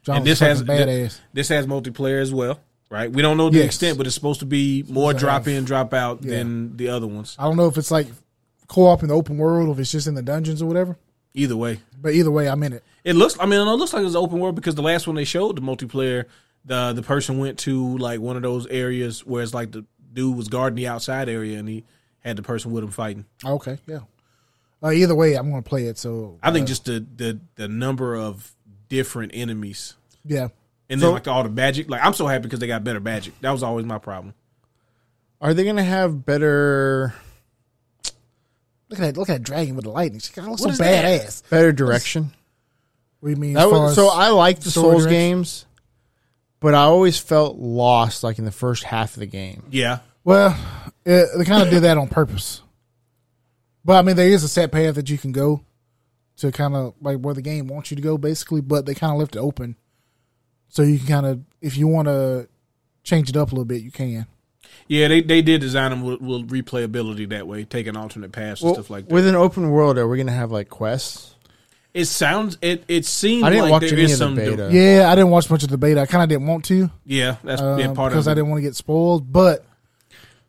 [SPEAKER 2] John
[SPEAKER 1] And
[SPEAKER 2] was
[SPEAKER 1] this has
[SPEAKER 2] fucking badass.
[SPEAKER 1] this has multiplayer as well, right? We don't know the
[SPEAKER 2] Yes.
[SPEAKER 1] extent, but it's supposed to be more
[SPEAKER 2] to
[SPEAKER 1] drop
[SPEAKER 2] have-
[SPEAKER 1] in, drop out
[SPEAKER 2] Yeah.
[SPEAKER 1] than the other ones.
[SPEAKER 2] I don't know if it's like co-op in the open world, or if it's just in the dungeons or whatever.
[SPEAKER 1] Either way,
[SPEAKER 2] But either way, I'm in it.
[SPEAKER 1] It looks. I mean, it looks like it was open world because the last one they showed the multiplayer, the the person went to like one of those areas where it's like the dude was guarding the outside area and he had the person with him fighting.
[SPEAKER 2] Okay, yeah. Uh, either way, I'm going to play it. So
[SPEAKER 1] I think just the the the number of different enemies
[SPEAKER 2] yeah,
[SPEAKER 1] and
[SPEAKER 4] So-
[SPEAKER 1] then like all the magic. Like I'm so happy because they got better magic. That was always my problem.
[SPEAKER 4] Are they going to have better
[SPEAKER 2] look at that. Look at that dragon with the lightning. She kind of looks so
[SPEAKER 1] is that?
[SPEAKER 2] badass.
[SPEAKER 4] better direction?
[SPEAKER 2] What do you mean?
[SPEAKER 4] That
[SPEAKER 2] as far
[SPEAKER 4] was,
[SPEAKER 2] as-
[SPEAKER 4] so I like the
[SPEAKER 2] story
[SPEAKER 4] Souls
[SPEAKER 2] direction?
[SPEAKER 4] games, but I always felt lost like in the first half of the game.
[SPEAKER 1] Yeah,
[SPEAKER 2] Well, it, they kind of did that on purpose. But I mean, there is a set path that you can go to, kind of like where the game wants you to go, basically. But they kind of left it open, so you can kind of, if you want to change it up a little bit, you can.
[SPEAKER 1] yeah. They they did design them with, with replayability that way, taking alternate paths and stuff like that.
[SPEAKER 4] With an open world, are we going to have like quests?
[SPEAKER 1] It sounds it. It seems
[SPEAKER 4] I didn't
[SPEAKER 1] like
[SPEAKER 4] watch
[SPEAKER 1] there
[SPEAKER 4] any
[SPEAKER 1] is some
[SPEAKER 4] of the beta.
[SPEAKER 1] do-
[SPEAKER 2] Yeah, I didn't watch much of the beta. I kind of didn't want to
[SPEAKER 1] yeah, that's
[SPEAKER 2] um,
[SPEAKER 1] yeah, part
[SPEAKER 2] because
[SPEAKER 1] of
[SPEAKER 2] I
[SPEAKER 1] it.
[SPEAKER 2] didn't want to get spoiled. But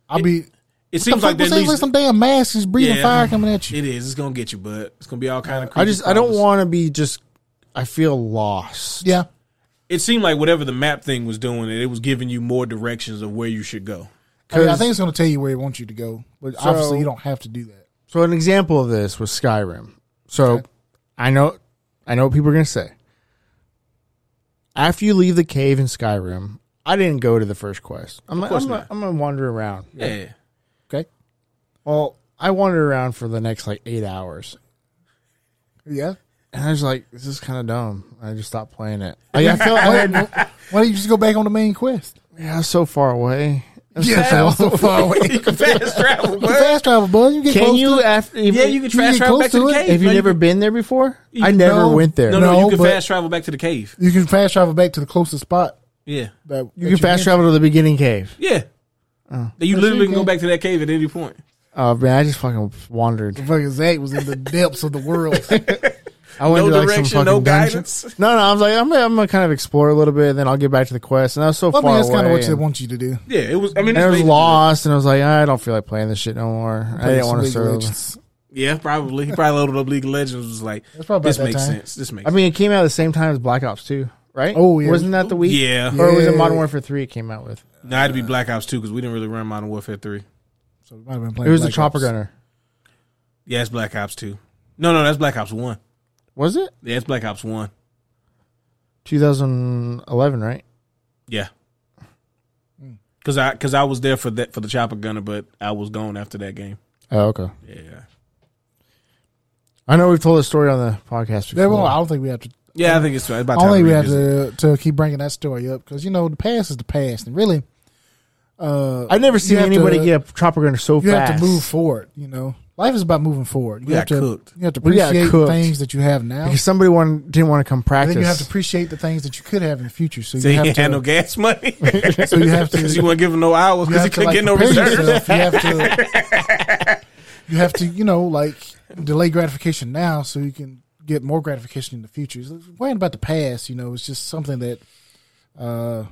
[SPEAKER 2] I'll be.
[SPEAKER 1] It seems like
[SPEAKER 2] Fuck,
[SPEAKER 1] that
[SPEAKER 2] it seems like
[SPEAKER 1] least
[SPEAKER 2] some damn mask is breathing
[SPEAKER 1] Yeah.
[SPEAKER 2] fire coming at you.
[SPEAKER 1] it is. It's gonna get you, but it's gonna be all kind of.
[SPEAKER 4] I just I don't want to be just. I feel lost.
[SPEAKER 2] yeah,
[SPEAKER 1] It seemed like whatever the map thing was doing, it, it was giving you more directions of where you should go.
[SPEAKER 2] I, mean, I
[SPEAKER 4] 'Cause-
[SPEAKER 2] think it's going to tell you where it wants you to go, but obviously you don't have to do that.
[SPEAKER 4] So an example of this was Skyrim. So I know I know what people are gonna say. After you leave the cave in Skyrim, I didn't go to the first quest. I'm like,
[SPEAKER 1] course
[SPEAKER 4] I'm,
[SPEAKER 1] not.
[SPEAKER 4] I'm gonna wander around.
[SPEAKER 1] Yeah.
[SPEAKER 2] Okay.
[SPEAKER 4] Well, I wandered around for the next like eight hours.
[SPEAKER 2] Yeah.
[SPEAKER 4] And I was like, this is kinda dumb. I just stopped playing it. Like Oh, I felt I had,
[SPEAKER 2] Why don't you just go back on the main quest?
[SPEAKER 4] yeah, I was so far away. I was so
[SPEAKER 2] Yeah,
[SPEAKER 4] far
[SPEAKER 2] I was so far away.
[SPEAKER 1] you can fast travel.
[SPEAKER 2] You
[SPEAKER 1] bud.
[SPEAKER 2] fast travel, bud. You get
[SPEAKER 4] Can
[SPEAKER 2] close to
[SPEAKER 4] you
[SPEAKER 2] it.
[SPEAKER 4] after
[SPEAKER 1] Yeah, you can
[SPEAKER 2] get
[SPEAKER 1] fast travel
[SPEAKER 2] close
[SPEAKER 1] back to,
[SPEAKER 2] to
[SPEAKER 1] the
[SPEAKER 2] it?
[SPEAKER 1] cave.
[SPEAKER 4] have you
[SPEAKER 1] man.
[SPEAKER 4] never been there before? I never
[SPEAKER 2] No.
[SPEAKER 4] went there.
[SPEAKER 1] No, no,
[SPEAKER 2] No,
[SPEAKER 1] you can
[SPEAKER 2] but-
[SPEAKER 1] fast travel back to the cave.
[SPEAKER 2] You can fast travel back to the closest spot.
[SPEAKER 1] Yeah,
[SPEAKER 2] That,
[SPEAKER 4] You can fast travel to the beginning cave.
[SPEAKER 1] yeah. you literally can go back to that cave at any point.
[SPEAKER 4] Oh man, I just fucking wandered.
[SPEAKER 2] Fucking Zach was in the depths of the world.
[SPEAKER 4] I went
[SPEAKER 1] No
[SPEAKER 4] to like
[SPEAKER 1] direction,
[SPEAKER 4] some fucking
[SPEAKER 1] no
[SPEAKER 4] dungeon.
[SPEAKER 1] guidance.
[SPEAKER 4] No, no, I was like, I'm, gonna- I'm gonna kind of explore a little bit, and then I'll get back to the quest. And I was so
[SPEAKER 2] Well, I
[SPEAKER 4] far
[SPEAKER 2] mean, that's
[SPEAKER 4] away.
[SPEAKER 2] kind of what they
[SPEAKER 4] and,
[SPEAKER 2] want you to do.
[SPEAKER 1] Yeah, it was. I mean,
[SPEAKER 4] and I
[SPEAKER 1] it's
[SPEAKER 4] was
[SPEAKER 1] basically-
[SPEAKER 4] lost, and I was like, I don't feel like playing this shit no more. I didn't want to
[SPEAKER 2] League of
[SPEAKER 4] serve.
[SPEAKER 2] Legends.
[SPEAKER 1] Yeah, probably. He probably loaded up League of Legends. Was like,
[SPEAKER 2] probably
[SPEAKER 1] this
[SPEAKER 2] about that
[SPEAKER 1] makes
[SPEAKER 2] time.
[SPEAKER 1] sense. This makes.
[SPEAKER 4] I mean, it came out at the same time as Black Ops 2, right?
[SPEAKER 2] Oh, yeah.
[SPEAKER 4] wasn't that the week?
[SPEAKER 1] yeah.
[SPEAKER 4] or was it
[SPEAKER 2] Yeah.
[SPEAKER 4] Modern Warfare 3? It came out with.
[SPEAKER 1] No, I had to be Black Ops 2 because we didn't really run Modern Warfare 3.
[SPEAKER 2] So we might have been
[SPEAKER 4] It
[SPEAKER 2] playing.
[SPEAKER 4] was the
[SPEAKER 2] Black
[SPEAKER 4] chopper
[SPEAKER 2] Ops.
[SPEAKER 4] gunner.
[SPEAKER 1] Yeah, it's Black Ops 2. No, no, that's Black Ops 1.
[SPEAKER 4] Was it
[SPEAKER 1] Yeah, it's Black Ops 1.
[SPEAKER 4] 2011? Right?
[SPEAKER 1] Yeah. Cause I, cause I was there for that for the chopper gunner, but I was gone after that game.
[SPEAKER 4] Oh, okay.
[SPEAKER 1] Yeah,
[SPEAKER 4] I know we've told this story on the podcast before.
[SPEAKER 2] Yeah, well, I don't think we have to.
[SPEAKER 1] yeah. I think it's it's about
[SPEAKER 2] I don't
[SPEAKER 1] time.
[SPEAKER 2] think
[SPEAKER 1] to
[SPEAKER 2] we have
[SPEAKER 1] revisit.
[SPEAKER 2] to to keep bringing that story up because you know the past is the past, and really, uh,
[SPEAKER 4] I've never seen
[SPEAKER 2] have
[SPEAKER 4] anybody
[SPEAKER 2] to-
[SPEAKER 4] get a chopper gunner so
[SPEAKER 2] you
[SPEAKER 4] fast.
[SPEAKER 2] have to move forward. You know, life is about moving forward. You
[SPEAKER 1] We
[SPEAKER 2] have
[SPEAKER 1] got
[SPEAKER 2] to
[SPEAKER 1] cooked.
[SPEAKER 2] you have to
[SPEAKER 4] We got
[SPEAKER 2] appreciate
[SPEAKER 4] cooked.
[SPEAKER 2] things that you have now.
[SPEAKER 4] because somebody wanted, didn't want to come
[SPEAKER 2] I
[SPEAKER 4] practice.
[SPEAKER 2] think you have to appreciate the things that you could have in the future. So you
[SPEAKER 1] So he
[SPEAKER 2] have
[SPEAKER 1] ain't had
[SPEAKER 2] to.
[SPEAKER 1] no gas money.
[SPEAKER 2] so you have to.
[SPEAKER 1] Cause you wouldn't give him no hours
[SPEAKER 2] you
[SPEAKER 1] because he
[SPEAKER 2] have to,
[SPEAKER 1] couldn't
[SPEAKER 2] like,
[SPEAKER 1] get no
[SPEAKER 2] prepare
[SPEAKER 1] reserves.
[SPEAKER 2] yourself. You have to. you have to. You know, like delay gratification now so you can get more gratification in the future. It's Worrying about the past, you know, it's just something that uh,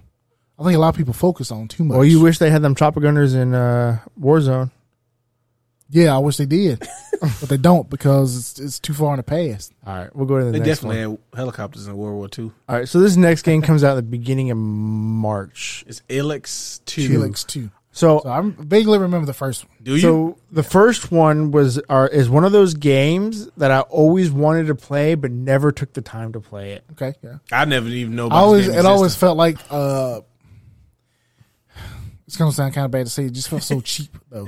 [SPEAKER 2] I think a lot of people focus on too much.
[SPEAKER 4] Well, you wish they had them chopper gunners in uh, Warzone.
[SPEAKER 2] yeah, I wish they did, but they don't because it's it's too far in the past.
[SPEAKER 4] All right, we'll go to the
[SPEAKER 1] They
[SPEAKER 4] next
[SPEAKER 1] definitely
[SPEAKER 4] one.
[SPEAKER 1] had helicopters in World War II.
[SPEAKER 4] All right, so this next game comes out at the beginning of March.
[SPEAKER 1] It's Elix Two.
[SPEAKER 2] Felix too.
[SPEAKER 4] So,
[SPEAKER 2] So I vaguely remember the first one.
[SPEAKER 1] Do you?
[SPEAKER 4] so the first one was are, is one of those games that I always wanted to play but never took the time to play it.
[SPEAKER 2] Okay, yeah.
[SPEAKER 1] I never even know. About
[SPEAKER 2] I always
[SPEAKER 1] this
[SPEAKER 2] it
[SPEAKER 1] game
[SPEAKER 2] always
[SPEAKER 1] existed.
[SPEAKER 2] felt like uh, it's gonna sound kind of bad to say. It just felt so cheap though.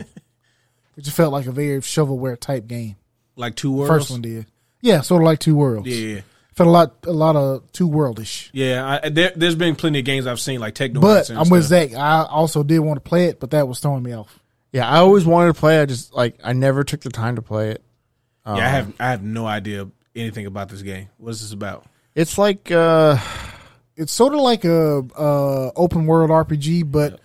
[SPEAKER 2] It just felt like a very shovelware type game.
[SPEAKER 1] like two
[SPEAKER 2] The
[SPEAKER 1] worlds.
[SPEAKER 2] First one did, yeah, sort of like Two Worlds.
[SPEAKER 1] Yeah,
[SPEAKER 2] felt a lot, a lot of Two Worldish.
[SPEAKER 1] yeah. I, there, there's been plenty of games I've seen like Techno.
[SPEAKER 2] But
[SPEAKER 1] and
[SPEAKER 2] I'm with
[SPEAKER 1] stuff.
[SPEAKER 2] Zach. I also did want to play it, but that was throwing me off.
[SPEAKER 4] Yeah, I always wanted to play. I just like I never took the time to play it.
[SPEAKER 1] Yeah, I have I have no idea anything about this game. What is this about?
[SPEAKER 4] It's like uh,
[SPEAKER 2] It's sort of like a uh, open world RPG, but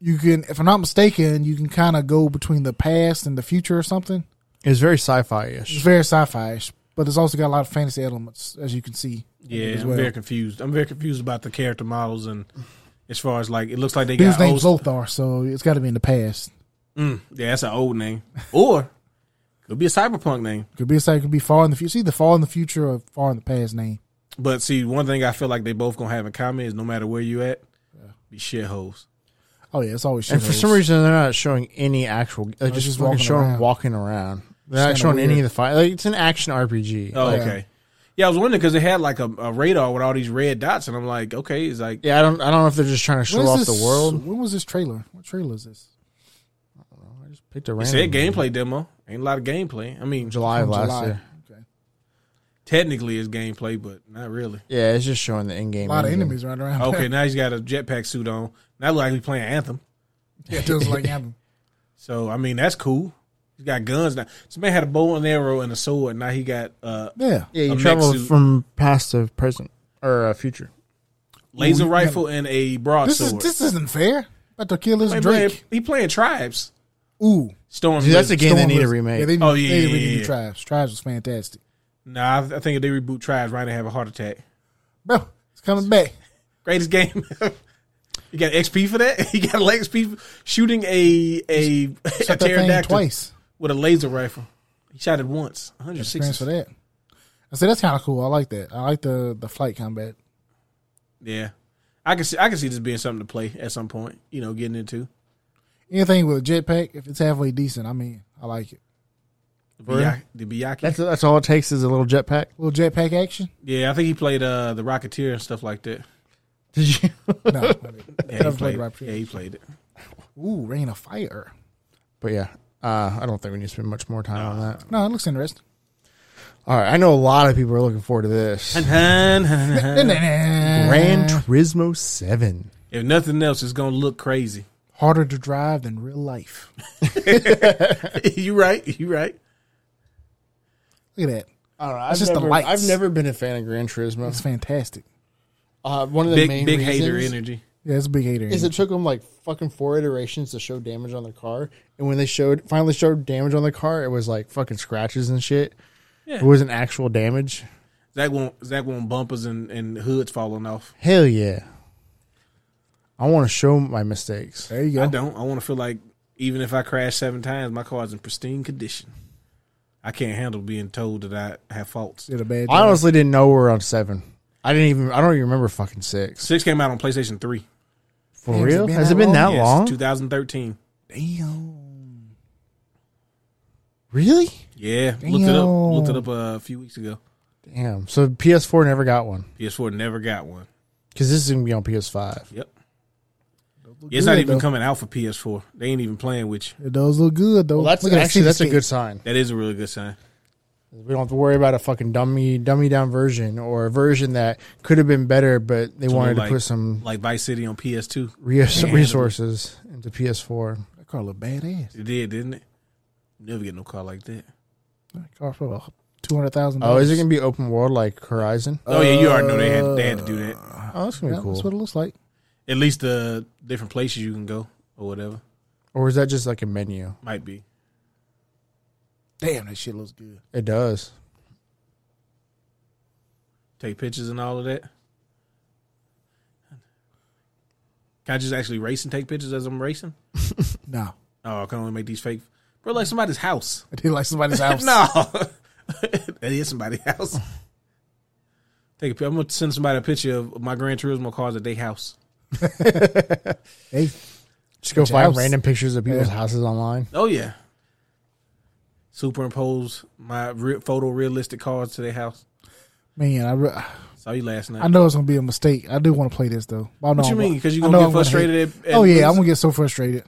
[SPEAKER 2] you can, if I'm not mistaken, you can kind of go between the past and the future or something.
[SPEAKER 4] it's very sci-fi ish.
[SPEAKER 2] It's very sci-fi, but it's also got a lot of fantasy elements, as you can see.
[SPEAKER 1] Yeah,
[SPEAKER 2] as
[SPEAKER 1] I'm
[SPEAKER 2] well.
[SPEAKER 1] very confused. I'm very confused about the character models and as far as like it looks like they
[SPEAKER 2] Dude's
[SPEAKER 1] got
[SPEAKER 2] name's
[SPEAKER 1] old.
[SPEAKER 2] Lothar, so it's got to be in the past.
[SPEAKER 1] Mm, yeah, that's an old name, or could be a cyberpunk name.
[SPEAKER 2] Could be a site, could be far in the future. It's either far in the future or far in the past name.
[SPEAKER 1] But see, one thing I feel like they both gonna have in common is no matter where you at, be shitholes.
[SPEAKER 2] Oh yeah, it's always.
[SPEAKER 4] And for
[SPEAKER 2] shitholes.
[SPEAKER 4] some reason, they're not showing any actual. They're just,
[SPEAKER 2] just
[SPEAKER 4] fucking
[SPEAKER 2] walking
[SPEAKER 4] showing
[SPEAKER 2] around.
[SPEAKER 4] walking around. They're not
[SPEAKER 2] kinda
[SPEAKER 4] showing any of
[SPEAKER 2] weird.
[SPEAKER 4] the fight. Like it's an action RPG.
[SPEAKER 1] Oh,
[SPEAKER 4] Like,
[SPEAKER 1] okay. Yeah, I was wondering because they had like a, a radar with all these red dots, and I'm like, okay, it's like
[SPEAKER 4] Yeah, I don't. I don't know if they're just trying to show
[SPEAKER 2] When is
[SPEAKER 4] off
[SPEAKER 2] this-
[SPEAKER 4] the world.
[SPEAKER 2] When was this trailer? What trailer is this?
[SPEAKER 4] I just picked a
[SPEAKER 1] it
[SPEAKER 4] random.
[SPEAKER 1] said gameplay demo. Ain't a lot of gameplay. I mean,
[SPEAKER 4] July of last year.
[SPEAKER 2] Okay.
[SPEAKER 1] technically it's gameplay, but not really.
[SPEAKER 4] Yeah, it's just showing the in-game.
[SPEAKER 2] A lot of
[SPEAKER 4] engine.
[SPEAKER 2] enemies running around.
[SPEAKER 1] Okay, now he's got a jetpack suit on. Now look like he's playing Anthem.
[SPEAKER 2] yeah, it does like happening.
[SPEAKER 1] So I mean, that's cool. He's got guns now. This man had a bow and arrow and a sword. Now he got uh,
[SPEAKER 2] Yeah.
[SPEAKER 4] Yeah,
[SPEAKER 1] A
[SPEAKER 4] you
[SPEAKER 1] mech
[SPEAKER 4] travel
[SPEAKER 1] suit.
[SPEAKER 4] from past to present or uh, future.
[SPEAKER 1] laser rifle and a
[SPEAKER 2] This
[SPEAKER 1] broadsword.
[SPEAKER 2] is this isn't fair. About to kill this
[SPEAKER 1] Hey, man,
[SPEAKER 2] Drake.
[SPEAKER 1] he playing tribes.
[SPEAKER 2] Ooh,
[SPEAKER 1] Storm.
[SPEAKER 4] Dude, that's a
[SPEAKER 1] Blizzard.
[SPEAKER 4] game they
[SPEAKER 2] Storm
[SPEAKER 4] need a
[SPEAKER 2] was-
[SPEAKER 4] remake.
[SPEAKER 2] Yeah, they,
[SPEAKER 1] Oh,
[SPEAKER 2] oh yeah,
[SPEAKER 1] yeah,
[SPEAKER 2] they
[SPEAKER 1] yeah,
[SPEAKER 2] really
[SPEAKER 1] yeah,
[SPEAKER 2] need
[SPEAKER 1] yeah.
[SPEAKER 2] tribes. Tribes was fantastic.
[SPEAKER 1] No, I, I think if they reboot Tribes, Ryan have a heart attack.
[SPEAKER 2] Bro, it's coming back.
[SPEAKER 1] Greatest game. you got XP for that. You got like XP for shooting a a, a
[SPEAKER 2] Shot that thing
[SPEAKER 1] pterodactyl
[SPEAKER 2] twice.
[SPEAKER 1] with a laser rifle. He shot it once. One hundred
[SPEAKER 2] Experience for
[SPEAKER 1] sixty.
[SPEAKER 2] that. I said that's kind of cool. I like that. I like the the flight combat.
[SPEAKER 1] Yeah, I can see. I can see this being something to play at some point. You know, getting into
[SPEAKER 2] Anything with a jetpack, if it's halfway decent, I mean, I like it.
[SPEAKER 1] the,
[SPEAKER 4] Really?
[SPEAKER 1] Biya- the Biyaki.
[SPEAKER 4] That's that's all it takes is a little jetpack.
[SPEAKER 2] little jetpack action.
[SPEAKER 1] yeah, I think he played uh, the Rocketeer and stuff like that.
[SPEAKER 4] Did you?
[SPEAKER 2] No, I mean,
[SPEAKER 1] Yeah,
[SPEAKER 2] Never
[SPEAKER 1] he played,
[SPEAKER 2] played
[SPEAKER 1] it.
[SPEAKER 2] Rocketeer.
[SPEAKER 1] yeah, he played it.
[SPEAKER 2] ooh, rain of fire.
[SPEAKER 4] but yeah, uh, I don't think we need to spend much more time on that.
[SPEAKER 2] No, it looks interesting.
[SPEAKER 4] All right, I know a lot of people are looking forward to this. Uh, Gran Turismo Seven.
[SPEAKER 1] if nothing else, it's gonna look crazy.
[SPEAKER 2] Harder to drive than real life.
[SPEAKER 1] you right. You right.
[SPEAKER 2] Look at that.
[SPEAKER 4] I don't know.
[SPEAKER 2] It's just the lights.
[SPEAKER 4] I've never been a fan of Gran
[SPEAKER 2] It's
[SPEAKER 4] Turismo.
[SPEAKER 2] fantastic.
[SPEAKER 4] Uh, one of the main
[SPEAKER 1] Big big
[SPEAKER 4] reasons
[SPEAKER 1] hater energy.
[SPEAKER 2] Yeah, it's a big hater.
[SPEAKER 4] is it took them like fucking four iterations to show damage on their car, and when they showed finally showed damage on the car, it was like fucking scratches and shit. It wasn't actual damage.
[SPEAKER 1] Zach won't Zach won't bumpers and, and hoods falling off.
[SPEAKER 4] Hell yeah. I want to show my mistakes.
[SPEAKER 2] There you
[SPEAKER 1] I
[SPEAKER 2] go.
[SPEAKER 1] don't. I want to feel like even if I crash seven times, my car's in pristine condition. I can't handle being told that I have faults.
[SPEAKER 2] Did a bad
[SPEAKER 4] I
[SPEAKER 2] job.
[SPEAKER 4] honestly didn't know we were on seven. I didn't even. I don't even remember fucking six.
[SPEAKER 1] Six came out on PlayStation Three.
[SPEAKER 4] For
[SPEAKER 2] Damn, has it
[SPEAKER 4] real?
[SPEAKER 2] been
[SPEAKER 4] Has
[SPEAKER 2] that
[SPEAKER 4] it been
[SPEAKER 2] long?
[SPEAKER 4] that
[SPEAKER 1] Yes,
[SPEAKER 4] long?
[SPEAKER 1] 2013.
[SPEAKER 2] Damn.
[SPEAKER 4] Really?
[SPEAKER 1] Yeah, looked it up.
[SPEAKER 2] Damn.
[SPEAKER 1] Looked it up uh, a few weeks ago.
[SPEAKER 4] Damn. So PS4 never got one
[SPEAKER 1] PS4 never got one.
[SPEAKER 4] because this is gonna be on PS5.
[SPEAKER 1] Yep. it's not
[SPEAKER 2] good,
[SPEAKER 1] even
[SPEAKER 2] though.
[SPEAKER 1] coming out for PS4. They ain't even playing with you.
[SPEAKER 2] It does look good though.
[SPEAKER 4] Well, that's
[SPEAKER 2] Look at that
[SPEAKER 4] actually that's a
[SPEAKER 2] cityscape.
[SPEAKER 4] good sign.
[SPEAKER 1] That is a really good sign.
[SPEAKER 4] We don't have to worry about a fucking dummy dummy down version or a version that could have been better, but they wanted
[SPEAKER 1] like-
[SPEAKER 4] to put some
[SPEAKER 1] Like Vice City on PS2.
[SPEAKER 4] res- resources into PS4.
[SPEAKER 2] That car look badass.
[SPEAKER 1] It did, didn't it? Never get no car like that.
[SPEAKER 2] That car for about two hundred thousand.
[SPEAKER 4] Oh, is it gonna be open world like Horizon?
[SPEAKER 1] Oh yeah, you already know they had they had to do that.
[SPEAKER 2] Uh.
[SPEAKER 4] Oh, that's gonna be
[SPEAKER 2] That's what
[SPEAKER 4] cool.
[SPEAKER 2] it looks like.
[SPEAKER 1] At least the different places you can go or whatever
[SPEAKER 4] Or is that just like a menu?
[SPEAKER 1] might be.
[SPEAKER 2] Damn, that shit looks good.
[SPEAKER 4] It does.
[SPEAKER 1] Take pictures and all of that. Can I just actually race and take pictures as I'm racing?
[SPEAKER 2] No,
[SPEAKER 1] Oh, I can only make these fake. Bro, like somebody's house.
[SPEAKER 2] I did like somebody's house.
[SPEAKER 1] No, that is somebody's house. Take a, pi- I'm gonna send somebody a picture of my Gran Turismo cars at their house.
[SPEAKER 2] Hey,
[SPEAKER 4] Just go
[SPEAKER 2] Which
[SPEAKER 4] find
[SPEAKER 2] house?
[SPEAKER 4] random pictures of people's houses online.
[SPEAKER 1] Oh yeah. Superimpose my re- photorealistic cars to their house.
[SPEAKER 2] man, I, re-
[SPEAKER 1] Saw you last night.
[SPEAKER 2] I know it's gonna be a mistake. I do want to play this though. But I know
[SPEAKER 1] What you
[SPEAKER 2] I'm-
[SPEAKER 1] mean? Because you
[SPEAKER 2] I
[SPEAKER 1] gonna
[SPEAKER 2] know
[SPEAKER 1] get
[SPEAKER 2] I'm hate-
[SPEAKER 1] frustrated at- at
[SPEAKER 2] oh yeah, I'm
[SPEAKER 1] losing?
[SPEAKER 2] gonna get so frustrated.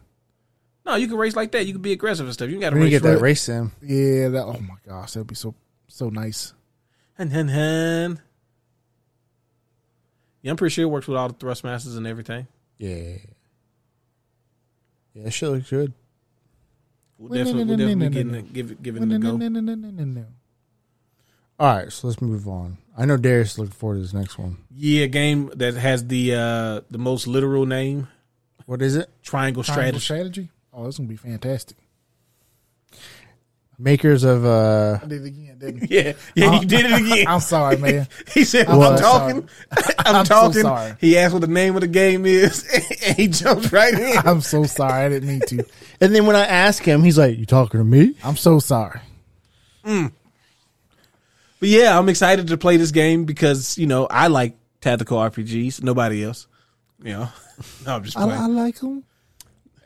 [SPEAKER 1] No, you can race like that. You can be aggressive and stuff. You got to
[SPEAKER 4] We
[SPEAKER 1] race.
[SPEAKER 4] need to get that
[SPEAKER 1] right.
[SPEAKER 4] race sim.
[SPEAKER 2] Yeah, that. Oh my gosh, that'd be so so nice.
[SPEAKER 1] Hun, hun, hun. Yeah, I'm pretty sure it works with all the thrustmasters and everything.
[SPEAKER 4] Yeah. Yeah, that shit looks good.
[SPEAKER 1] We'll definitely, we'll definitely get in the, give it, give it a go.
[SPEAKER 4] All right, so let's move on. I know Darius looked forward to this next one.
[SPEAKER 1] Yeah, a game that has the uh, the most literal name,
[SPEAKER 4] What is it?
[SPEAKER 1] Triangle,
[SPEAKER 2] Triangle
[SPEAKER 1] Strategy.
[SPEAKER 2] strategy. Oh, that's gonna be fantastic.
[SPEAKER 4] Makers of uh
[SPEAKER 2] I did it again, didn't I?
[SPEAKER 1] yeah, yeah, you did it again.
[SPEAKER 2] I'm sorry, man.
[SPEAKER 1] he said,
[SPEAKER 2] I'm
[SPEAKER 1] "I'm,
[SPEAKER 2] so
[SPEAKER 1] talking, I'm,
[SPEAKER 2] I'm so
[SPEAKER 1] talking."
[SPEAKER 2] sorry.
[SPEAKER 1] He asked what the name of the game is, and he jumped right in.
[SPEAKER 2] I'm so sorry. I didn't mean to.
[SPEAKER 4] And then when I ask him, he's like, You talking to me?
[SPEAKER 2] I'm so sorry.
[SPEAKER 1] But yeah, I'm excited to play this game because you know I like tactical RPGs. Nobody else, you know. No, I'm just
[SPEAKER 2] I,
[SPEAKER 1] playing.
[SPEAKER 2] I like him.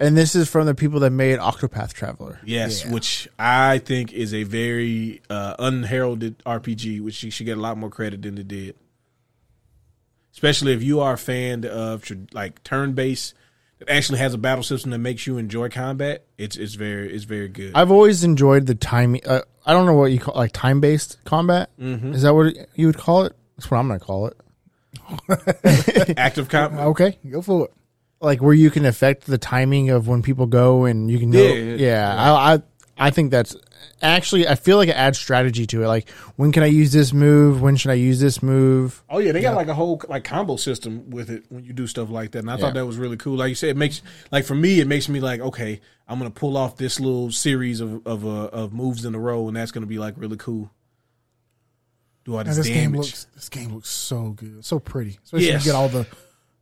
[SPEAKER 4] And this is from the people that made Octopath Traveler.
[SPEAKER 1] Yes, which I think is a very uh, unheralded RPG, which you should get a lot more credit than it did. Especially if you are a fan of tr- like turn based that actually has a battle system that makes you enjoy combat. It's it's very it's very good.
[SPEAKER 4] I've always enjoyed the time. Uh, I don't know what you call like time based combat. Is that what you would call it? That's what I'm gonna call it.
[SPEAKER 1] Active combat.
[SPEAKER 2] Okay, go for it.
[SPEAKER 4] Like where you can affect the timing of when people go, and you can know.
[SPEAKER 1] Yeah,
[SPEAKER 4] Yeah,
[SPEAKER 1] yeah,
[SPEAKER 4] I, I I think that's actually I feel like it adds strategy to it. Like when can I use this move? When should I use this move?
[SPEAKER 1] Oh yeah, they got like a whole like combo system with it when you do stuff like that, and I thought that was really cool. Like you said, it makes like for me, it makes me like okay, I'm gonna pull off this little series of of uh, of moves in a row, and that's gonna be like really cool. do all
[SPEAKER 2] And
[SPEAKER 1] this,
[SPEAKER 2] this
[SPEAKER 1] damage.
[SPEAKER 2] game looks this game looks so good, so pretty. Especially
[SPEAKER 1] Yes.
[SPEAKER 2] you get all the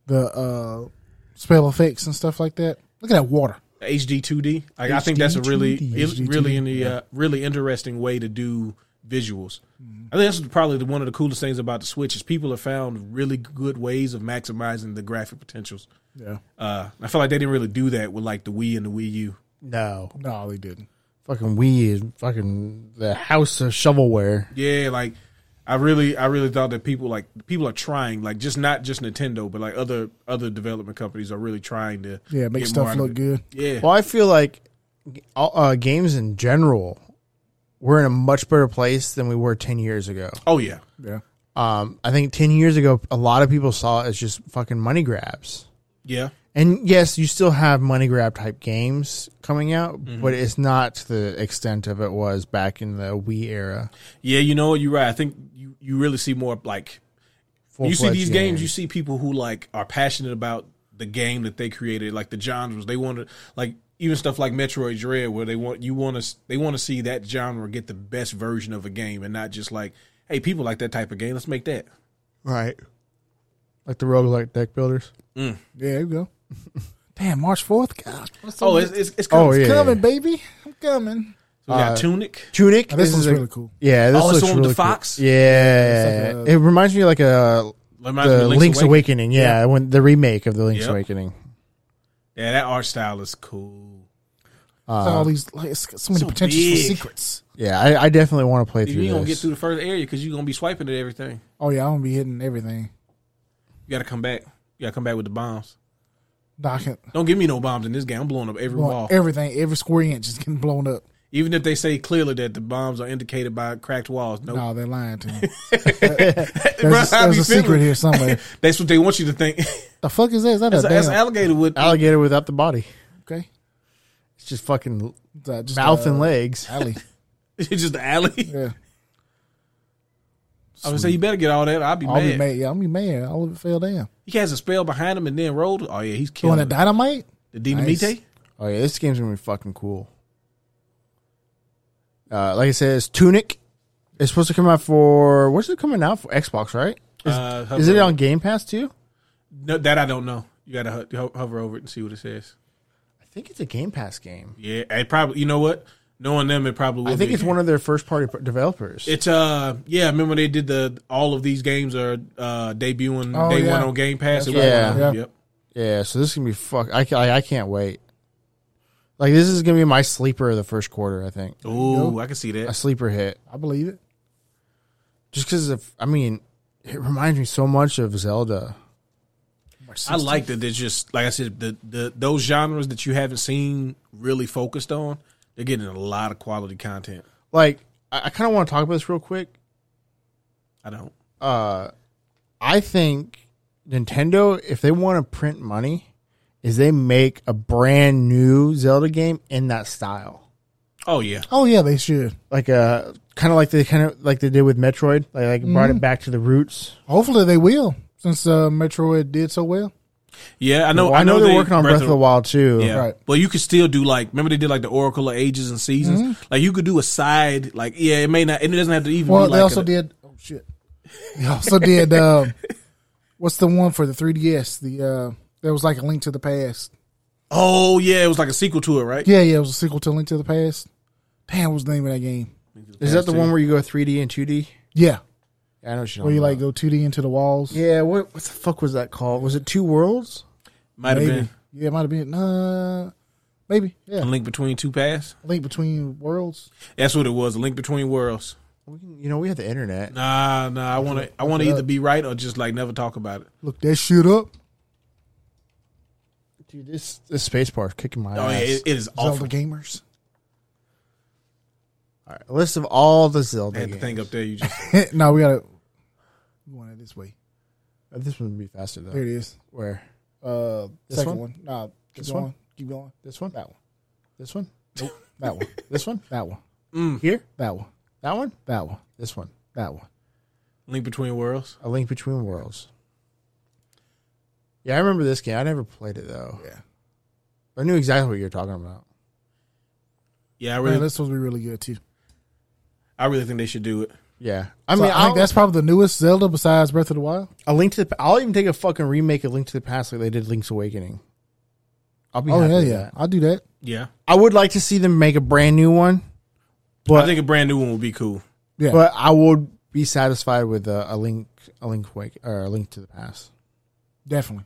[SPEAKER 2] the uh, spell effects and stuff like that. Look at that water.
[SPEAKER 1] HD 2D. Like, I think that's a really, it,
[SPEAKER 2] HD
[SPEAKER 1] really in the uh, really interesting way to do visuals.
[SPEAKER 2] Mm-hmm.
[SPEAKER 1] I think that's probably the, one of the coolest things about the Switch is people have found really good ways of maximizing the graphic potentials.
[SPEAKER 2] Yeah.
[SPEAKER 1] Uh, I feel like they didn't really do that with like the Wii and the Wii U.
[SPEAKER 4] No,
[SPEAKER 2] No, they didn't.
[SPEAKER 4] fucking Wii is fucking the house of shovelware.
[SPEAKER 1] Yeah, like I really, I really thought that people like people are trying, like just not just Nintendo, but like other other development companies are really trying to
[SPEAKER 2] Yeah, make
[SPEAKER 1] get more
[SPEAKER 2] stuff
[SPEAKER 1] out of
[SPEAKER 2] look
[SPEAKER 1] it.
[SPEAKER 2] good.
[SPEAKER 1] Yeah,
[SPEAKER 4] Well, I feel like all- uh, games in general, we're in a much better place than we were ten years ago.
[SPEAKER 1] oh yeah,
[SPEAKER 2] Yeah.
[SPEAKER 4] Um, I think ten years ago, a lot of people saw it as just fucking money grabs.
[SPEAKER 1] yeah,
[SPEAKER 4] And yes, you still have money grab type games coming out,
[SPEAKER 1] Mm-hmm.
[SPEAKER 4] but it's not to the extent of it was back in the Wii era.
[SPEAKER 1] yeah. You know, what? you're right. I think you you really see more like you see
[SPEAKER 4] Full-fledged
[SPEAKER 1] these games, you see people who like are passionate about the game that they created, like the genres they want to like even stuff like Metroid Dread, where they want you want to they want to see that genre get the best version of a game, and not just like hey, people like that type of game, let's make that.
[SPEAKER 4] right? Like the roguelike deck builders.
[SPEAKER 2] Yeah, there you go. Damn, March fourth. God, what's
[SPEAKER 1] Oh, it's it's, it's coming.
[SPEAKER 4] Oh, yeah.
[SPEAKER 2] coming, baby? I'm coming.
[SPEAKER 1] So
[SPEAKER 2] Uh,
[SPEAKER 1] we got Tunic.
[SPEAKER 4] Tunic.
[SPEAKER 2] Now, this
[SPEAKER 4] is
[SPEAKER 2] one's
[SPEAKER 4] a-
[SPEAKER 2] really cool.
[SPEAKER 4] Yeah, this
[SPEAKER 1] Oh, it's
[SPEAKER 4] looks
[SPEAKER 1] the one with
[SPEAKER 4] really
[SPEAKER 1] the
[SPEAKER 4] cool.
[SPEAKER 1] fox?
[SPEAKER 4] Yeah,
[SPEAKER 2] it's like
[SPEAKER 4] it reminds me of like a
[SPEAKER 1] Reminds me
[SPEAKER 4] the
[SPEAKER 1] of
[SPEAKER 4] Link's,
[SPEAKER 1] Link's Awakening.
[SPEAKER 4] Awakening. Yeah, when the remake of the Link's
[SPEAKER 1] Yep.
[SPEAKER 4] Awakening.
[SPEAKER 1] Yeah, that art style is cool.
[SPEAKER 2] It's all these like, it's got so many
[SPEAKER 1] so
[SPEAKER 2] potential
[SPEAKER 1] big.
[SPEAKER 2] secrets.
[SPEAKER 4] Yeah, I, I definitely want to play through
[SPEAKER 1] You ain't gonna get
[SPEAKER 4] this.
[SPEAKER 1] through the first area because you're gonna be swiping at everything.
[SPEAKER 2] Oh yeah, I'm gonna be hitting everything.
[SPEAKER 1] You gotta come back. You gotta come back with the bombs.
[SPEAKER 2] Docking
[SPEAKER 1] Don't give me no bombs in this game. I'm blowing up every wall.
[SPEAKER 2] everything, every square inch is getting blown up.
[SPEAKER 1] Even if they say clearly that the bombs are indicated by cracked walls, no.
[SPEAKER 2] No, they're lying to me.
[SPEAKER 1] Bruh,
[SPEAKER 2] There's,
[SPEAKER 1] I
[SPEAKER 2] there's
[SPEAKER 1] be
[SPEAKER 2] a secret
[SPEAKER 1] feeling-
[SPEAKER 2] here somewhere.
[SPEAKER 1] That's what they want you to think. That's
[SPEAKER 2] the fuck is that? Is that a
[SPEAKER 1] a- that's an
[SPEAKER 2] damn?
[SPEAKER 1] alligator with.
[SPEAKER 4] Alligator without the body.
[SPEAKER 2] Okay,
[SPEAKER 4] It's just fucking
[SPEAKER 2] Is that just
[SPEAKER 4] mouth
[SPEAKER 2] uh,
[SPEAKER 4] and legs.
[SPEAKER 2] alley.
[SPEAKER 1] It's just an alley.
[SPEAKER 2] Yeah,
[SPEAKER 1] I would say you better get all that. I'll be
[SPEAKER 2] I'll
[SPEAKER 1] mad.
[SPEAKER 2] be mad. Yeah, I'll be mad. All of it fell down.
[SPEAKER 1] He has a spell behind him and then rolled. Oh yeah, he's
[SPEAKER 2] Doing
[SPEAKER 1] killing
[SPEAKER 2] a
[SPEAKER 1] it.
[SPEAKER 2] dynamite.
[SPEAKER 1] the Dinamite.
[SPEAKER 2] Nice.
[SPEAKER 4] Oh yeah, this game's gonna be fucking cool. Uh, like I said, it's Tunic. It's supposed to come out for what's it coming out for? Xbox, right? Is,
[SPEAKER 1] Uh,
[SPEAKER 4] is it
[SPEAKER 1] hover
[SPEAKER 4] on Game Pass too?
[SPEAKER 1] No, that I don't know. You gotta ho- ho- hover over it and see what it says.
[SPEAKER 4] I think it's a Game Pass game.
[SPEAKER 1] Yeah, it probably. You know what? Knowing them, it probably. Will
[SPEAKER 4] I think
[SPEAKER 1] be.
[SPEAKER 4] it's one of their first party p- developers.
[SPEAKER 1] It's uh yeah. Remember they did the all of these games are uh debuting
[SPEAKER 2] Oh,
[SPEAKER 1] day
[SPEAKER 2] yeah.
[SPEAKER 1] one on Game Pass. It was
[SPEAKER 4] right.
[SPEAKER 1] one of
[SPEAKER 2] Yeah.
[SPEAKER 1] them.
[SPEAKER 2] Yeah.
[SPEAKER 1] Yep.
[SPEAKER 4] yeah, so this is gonna be fuck. I, ca- I I can't wait. Like this is gonna be my sleeper of the first quarter. I think
[SPEAKER 1] Oh, I can see
[SPEAKER 4] a
[SPEAKER 1] that.
[SPEAKER 4] sleeper hit.
[SPEAKER 2] I believe it.
[SPEAKER 4] Just because of I mean, it reminds me so much of Zelda.
[SPEAKER 1] I like that. There's just like I said, the the those genres that you haven't seen really focused on. They're getting a lot of quality content.
[SPEAKER 4] Like I, I kind of want to talk about this real quick.
[SPEAKER 1] I don't.
[SPEAKER 4] uh, I think Nintendo, if they want to print money, is they make a brand new Zelda game in that style,
[SPEAKER 1] Oh yeah,
[SPEAKER 2] Oh yeah, they should.
[SPEAKER 4] like a kind of like they kind of like they did with Metroid, like, like brought it back to the roots.
[SPEAKER 2] Hopefully they will, since uh, Metroid did so well.
[SPEAKER 1] yeah. I know.
[SPEAKER 4] I know, they're
[SPEAKER 1] they-
[SPEAKER 4] working on Breath of the Wild too.
[SPEAKER 1] Yeah.
[SPEAKER 2] Right.
[SPEAKER 1] Well, you could still do like remember they did like the Oracle of Ages and Seasons.
[SPEAKER 4] Mm-hmm.
[SPEAKER 1] Like you could do a side like yeah, it may not and it doesn't have to even
[SPEAKER 2] Well,
[SPEAKER 1] be
[SPEAKER 2] they
[SPEAKER 1] like
[SPEAKER 2] also
[SPEAKER 1] a-
[SPEAKER 2] did. Oh shit! They also did. Um, what's the one for the 3ds? The uh, there was like a Link to the Past.
[SPEAKER 1] Oh yeah, it was like a sequel to it, right?
[SPEAKER 2] Yeah, yeah, it was a sequel to Link to the Past. Damn, what was the name of that game?
[SPEAKER 4] Is that the one where you go 3D and 2D?
[SPEAKER 2] Yeah,
[SPEAKER 4] I know what you're
[SPEAKER 2] where you
[SPEAKER 4] talking
[SPEAKER 2] like go 2D into the walls.
[SPEAKER 4] about. Yeah, what what the fuck was that called? Was it Two Worlds?
[SPEAKER 1] Might have
[SPEAKER 2] maybe.
[SPEAKER 1] been Mm.
[SPEAKER 2] Yeah, it might have been. Uh, maybe.
[SPEAKER 1] a
[SPEAKER 2] Yeah,
[SPEAKER 1] link between two paths.
[SPEAKER 2] Link Between Worlds.
[SPEAKER 1] That's what it was. A link between worlds.
[SPEAKER 4] We can, you know, we have the internet.
[SPEAKER 1] Nah, nah. I want to. I want to either be right or just like never talk about it.
[SPEAKER 2] Look that shit up.
[SPEAKER 4] Dude, this this space bar is kicking my
[SPEAKER 1] Oh, yeah,
[SPEAKER 4] ass.
[SPEAKER 1] it, it is
[SPEAKER 2] Zelda
[SPEAKER 1] awful.
[SPEAKER 2] gamers.
[SPEAKER 4] All right, list of all the Zelda
[SPEAKER 1] Had the
[SPEAKER 4] games.
[SPEAKER 1] thing up there. You just
[SPEAKER 2] no, we gotta. We want it this way.
[SPEAKER 4] Uh, This one would be faster though.
[SPEAKER 2] There it is.
[SPEAKER 4] Where?
[SPEAKER 2] Uh,
[SPEAKER 4] This
[SPEAKER 2] second
[SPEAKER 4] one?
[SPEAKER 2] one. Nah, keep
[SPEAKER 4] This
[SPEAKER 2] going.
[SPEAKER 4] one?
[SPEAKER 2] Keep going.
[SPEAKER 4] This one?
[SPEAKER 2] That one.
[SPEAKER 4] This one?
[SPEAKER 2] That one.
[SPEAKER 4] This one?
[SPEAKER 2] That one.
[SPEAKER 4] Here?
[SPEAKER 2] That one.
[SPEAKER 4] That one?
[SPEAKER 2] That one.
[SPEAKER 4] This one.
[SPEAKER 2] That one.
[SPEAKER 1] link between worlds.
[SPEAKER 4] A Link Between Worlds. Yeah, I remember this game. I never played it though.
[SPEAKER 2] Yeah.
[SPEAKER 4] I knew exactly what you were talking about.
[SPEAKER 1] Yeah, I
[SPEAKER 2] Man,
[SPEAKER 1] really,
[SPEAKER 2] that's supposed to be really good too.
[SPEAKER 1] I really think they should do it.
[SPEAKER 4] Yeah, I
[SPEAKER 2] So
[SPEAKER 4] mean,
[SPEAKER 2] I
[SPEAKER 4] I'll,
[SPEAKER 2] think that's probably the newest Zelda besides Breath of the Wild.
[SPEAKER 4] a link to the. I'll even take a fucking remake of Link to the Past, like they did Link's Awakening. I'll be.
[SPEAKER 2] Oh
[SPEAKER 4] happy
[SPEAKER 2] hell
[SPEAKER 4] with
[SPEAKER 2] yeah,
[SPEAKER 4] that.
[SPEAKER 2] I'll do that.
[SPEAKER 1] Yeah,
[SPEAKER 4] I would like to see them make a brand new one,
[SPEAKER 1] I think a brand new one would be cool.
[SPEAKER 2] Yeah.
[SPEAKER 4] but I would be satisfied with a, a Link, a Link Wake, or a Link to the Past.
[SPEAKER 2] Definitely.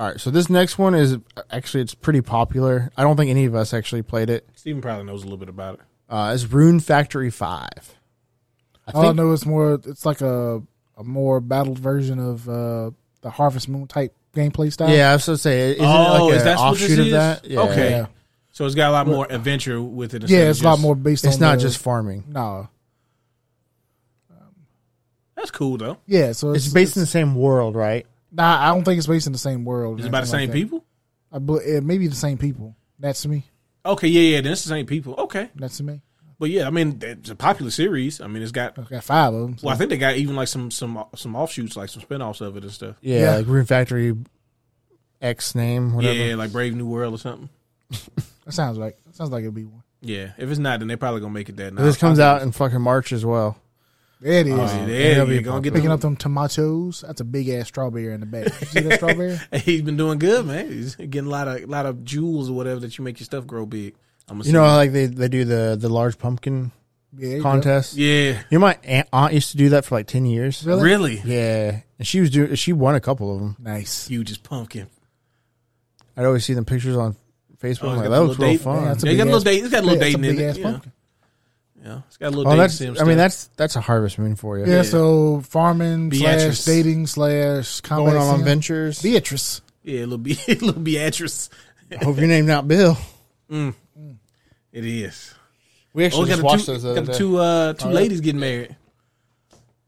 [SPEAKER 4] All right, so this next one is actually it's pretty popular. I don't think any of us actually played it.
[SPEAKER 1] Steven probably knows a little bit about it.
[SPEAKER 4] Uh, it's Rune Factory Five. I
[SPEAKER 2] All I
[SPEAKER 4] think
[SPEAKER 2] know is more. It's like a a more battled version of uh, the Harvest Moon type gameplay style.
[SPEAKER 4] Yeah, I was gonna say, isn't
[SPEAKER 1] Oh,
[SPEAKER 4] it like an offshoot of that? Yeah.
[SPEAKER 1] Okay,
[SPEAKER 2] Yeah.
[SPEAKER 1] so it's got a lot more adventure with it. instead
[SPEAKER 2] yeah,
[SPEAKER 1] of
[SPEAKER 2] it's a lot
[SPEAKER 1] just-
[SPEAKER 2] more based.
[SPEAKER 4] it's
[SPEAKER 2] on
[SPEAKER 4] not
[SPEAKER 2] the-
[SPEAKER 4] just farming.
[SPEAKER 2] no.
[SPEAKER 1] That's cool though.
[SPEAKER 2] Yeah, so
[SPEAKER 4] It's based in the same world, right?
[SPEAKER 2] Nah, I don't think it's based in the same world.
[SPEAKER 1] Is
[SPEAKER 2] or
[SPEAKER 1] it about the
[SPEAKER 2] anything
[SPEAKER 1] same
[SPEAKER 2] like that.
[SPEAKER 1] people?
[SPEAKER 2] I bel- it may be the same people. That's me.
[SPEAKER 1] Okay, yeah, yeah. Then it's the same people. Okay,
[SPEAKER 2] That's me.
[SPEAKER 1] but yeah, I mean, it's a popular series. I mean, it's got.
[SPEAKER 2] I got five of them.
[SPEAKER 1] Well, I think they got even like some some some offshoots, like some spinoffs of it and stuff.
[SPEAKER 4] Yeah,
[SPEAKER 2] Yeah.
[SPEAKER 4] like Rune Factory X name, whatever.
[SPEAKER 1] Yeah, like Brave New World or something.
[SPEAKER 2] That sounds like that sounds like it'd be one.
[SPEAKER 1] Yeah, if it's not, then they probably gonna make it that.
[SPEAKER 4] But this comes out in fucking March as well.
[SPEAKER 2] There it is.
[SPEAKER 1] Yeah,
[SPEAKER 4] It'll
[SPEAKER 1] there
[SPEAKER 4] be
[SPEAKER 1] you gonna get
[SPEAKER 2] Picking
[SPEAKER 1] them.
[SPEAKER 2] up them tomatoes. That's a big ass strawberry in the back. You see that strawberry?
[SPEAKER 1] He's been doing good, man. He's getting a lot of lot of jewels or whatever that you make your stuff grow big. I'm
[SPEAKER 4] You know, how, like they, they do the the large pumpkin
[SPEAKER 2] Yeah. there you go.
[SPEAKER 4] contest.
[SPEAKER 1] yeah,
[SPEAKER 4] You know, my aunt, aunt used to do that for like ten years.
[SPEAKER 2] Really?
[SPEAKER 1] really
[SPEAKER 4] Yeah, and she was doing. She won a couple of them.
[SPEAKER 2] Nice.
[SPEAKER 1] huge as pumpkin.
[SPEAKER 4] I'd always see them pictures on Facebook.
[SPEAKER 1] Oh,
[SPEAKER 4] I'm
[SPEAKER 1] it's got
[SPEAKER 4] like,
[SPEAKER 1] the
[SPEAKER 4] that looks
[SPEAKER 1] little
[SPEAKER 4] real
[SPEAKER 1] date-
[SPEAKER 4] fun.
[SPEAKER 2] Yeah, it's a
[SPEAKER 1] Yeah, you
[SPEAKER 2] big
[SPEAKER 1] got a
[SPEAKER 2] ass-
[SPEAKER 1] little date. It's got a
[SPEAKER 2] Yeah,
[SPEAKER 1] little
[SPEAKER 2] it's a
[SPEAKER 1] dating in
[SPEAKER 2] big
[SPEAKER 1] it.
[SPEAKER 2] ass
[SPEAKER 1] Yeah,
[SPEAKER 2] pumpkin.
[SPEAKER 1] yeah, it's got a little
[SPEAKER 4] oh,
[SPEAKER 1] dating
[SPEAKER 4] that's.
[SPEAKER 1] sim.
[SPEAKER 4] I mean,
[SPEAKER 1] stuff.
[SPEAKER 4] that's that's a Harvest Moon for you.
[SPEAKER 2] Yeah,
[SPEAKER 1] Yeah.
[SPEAKER 2] so farming
[SPEAKER 1] Beatrice.
[SPEAKER 2] slash dating slash combat.
[SPEAKER 4] Going on, on
[SPEAKER 2] sim.
[SPEAKER 4] ventures.
[SPEAKER 2] Beatrice.
[SPEAKER 1] yeah, little be little Beatrice.
[SPEAKER 4] Hope your name's not Bill.
[SPEAKER 1] It is.
[SPEAKER 4] We
[SPEAKER 1] Oh,
[SPEAKER 4] actually
[SPEAKER 1] we got
[SPEAKER 4] just
[SPEAKER 1] the
[SPEAKER 4] watched
[SPEAKER 1] two,
[SPEAKER 4] those the
[SPEAKER 1] got
[SPEAKER 4] other
[SPEAKER 1] the
[SPEAKER 4] day. Oh,
[SPEAKER 1] two uh two ladies getting married.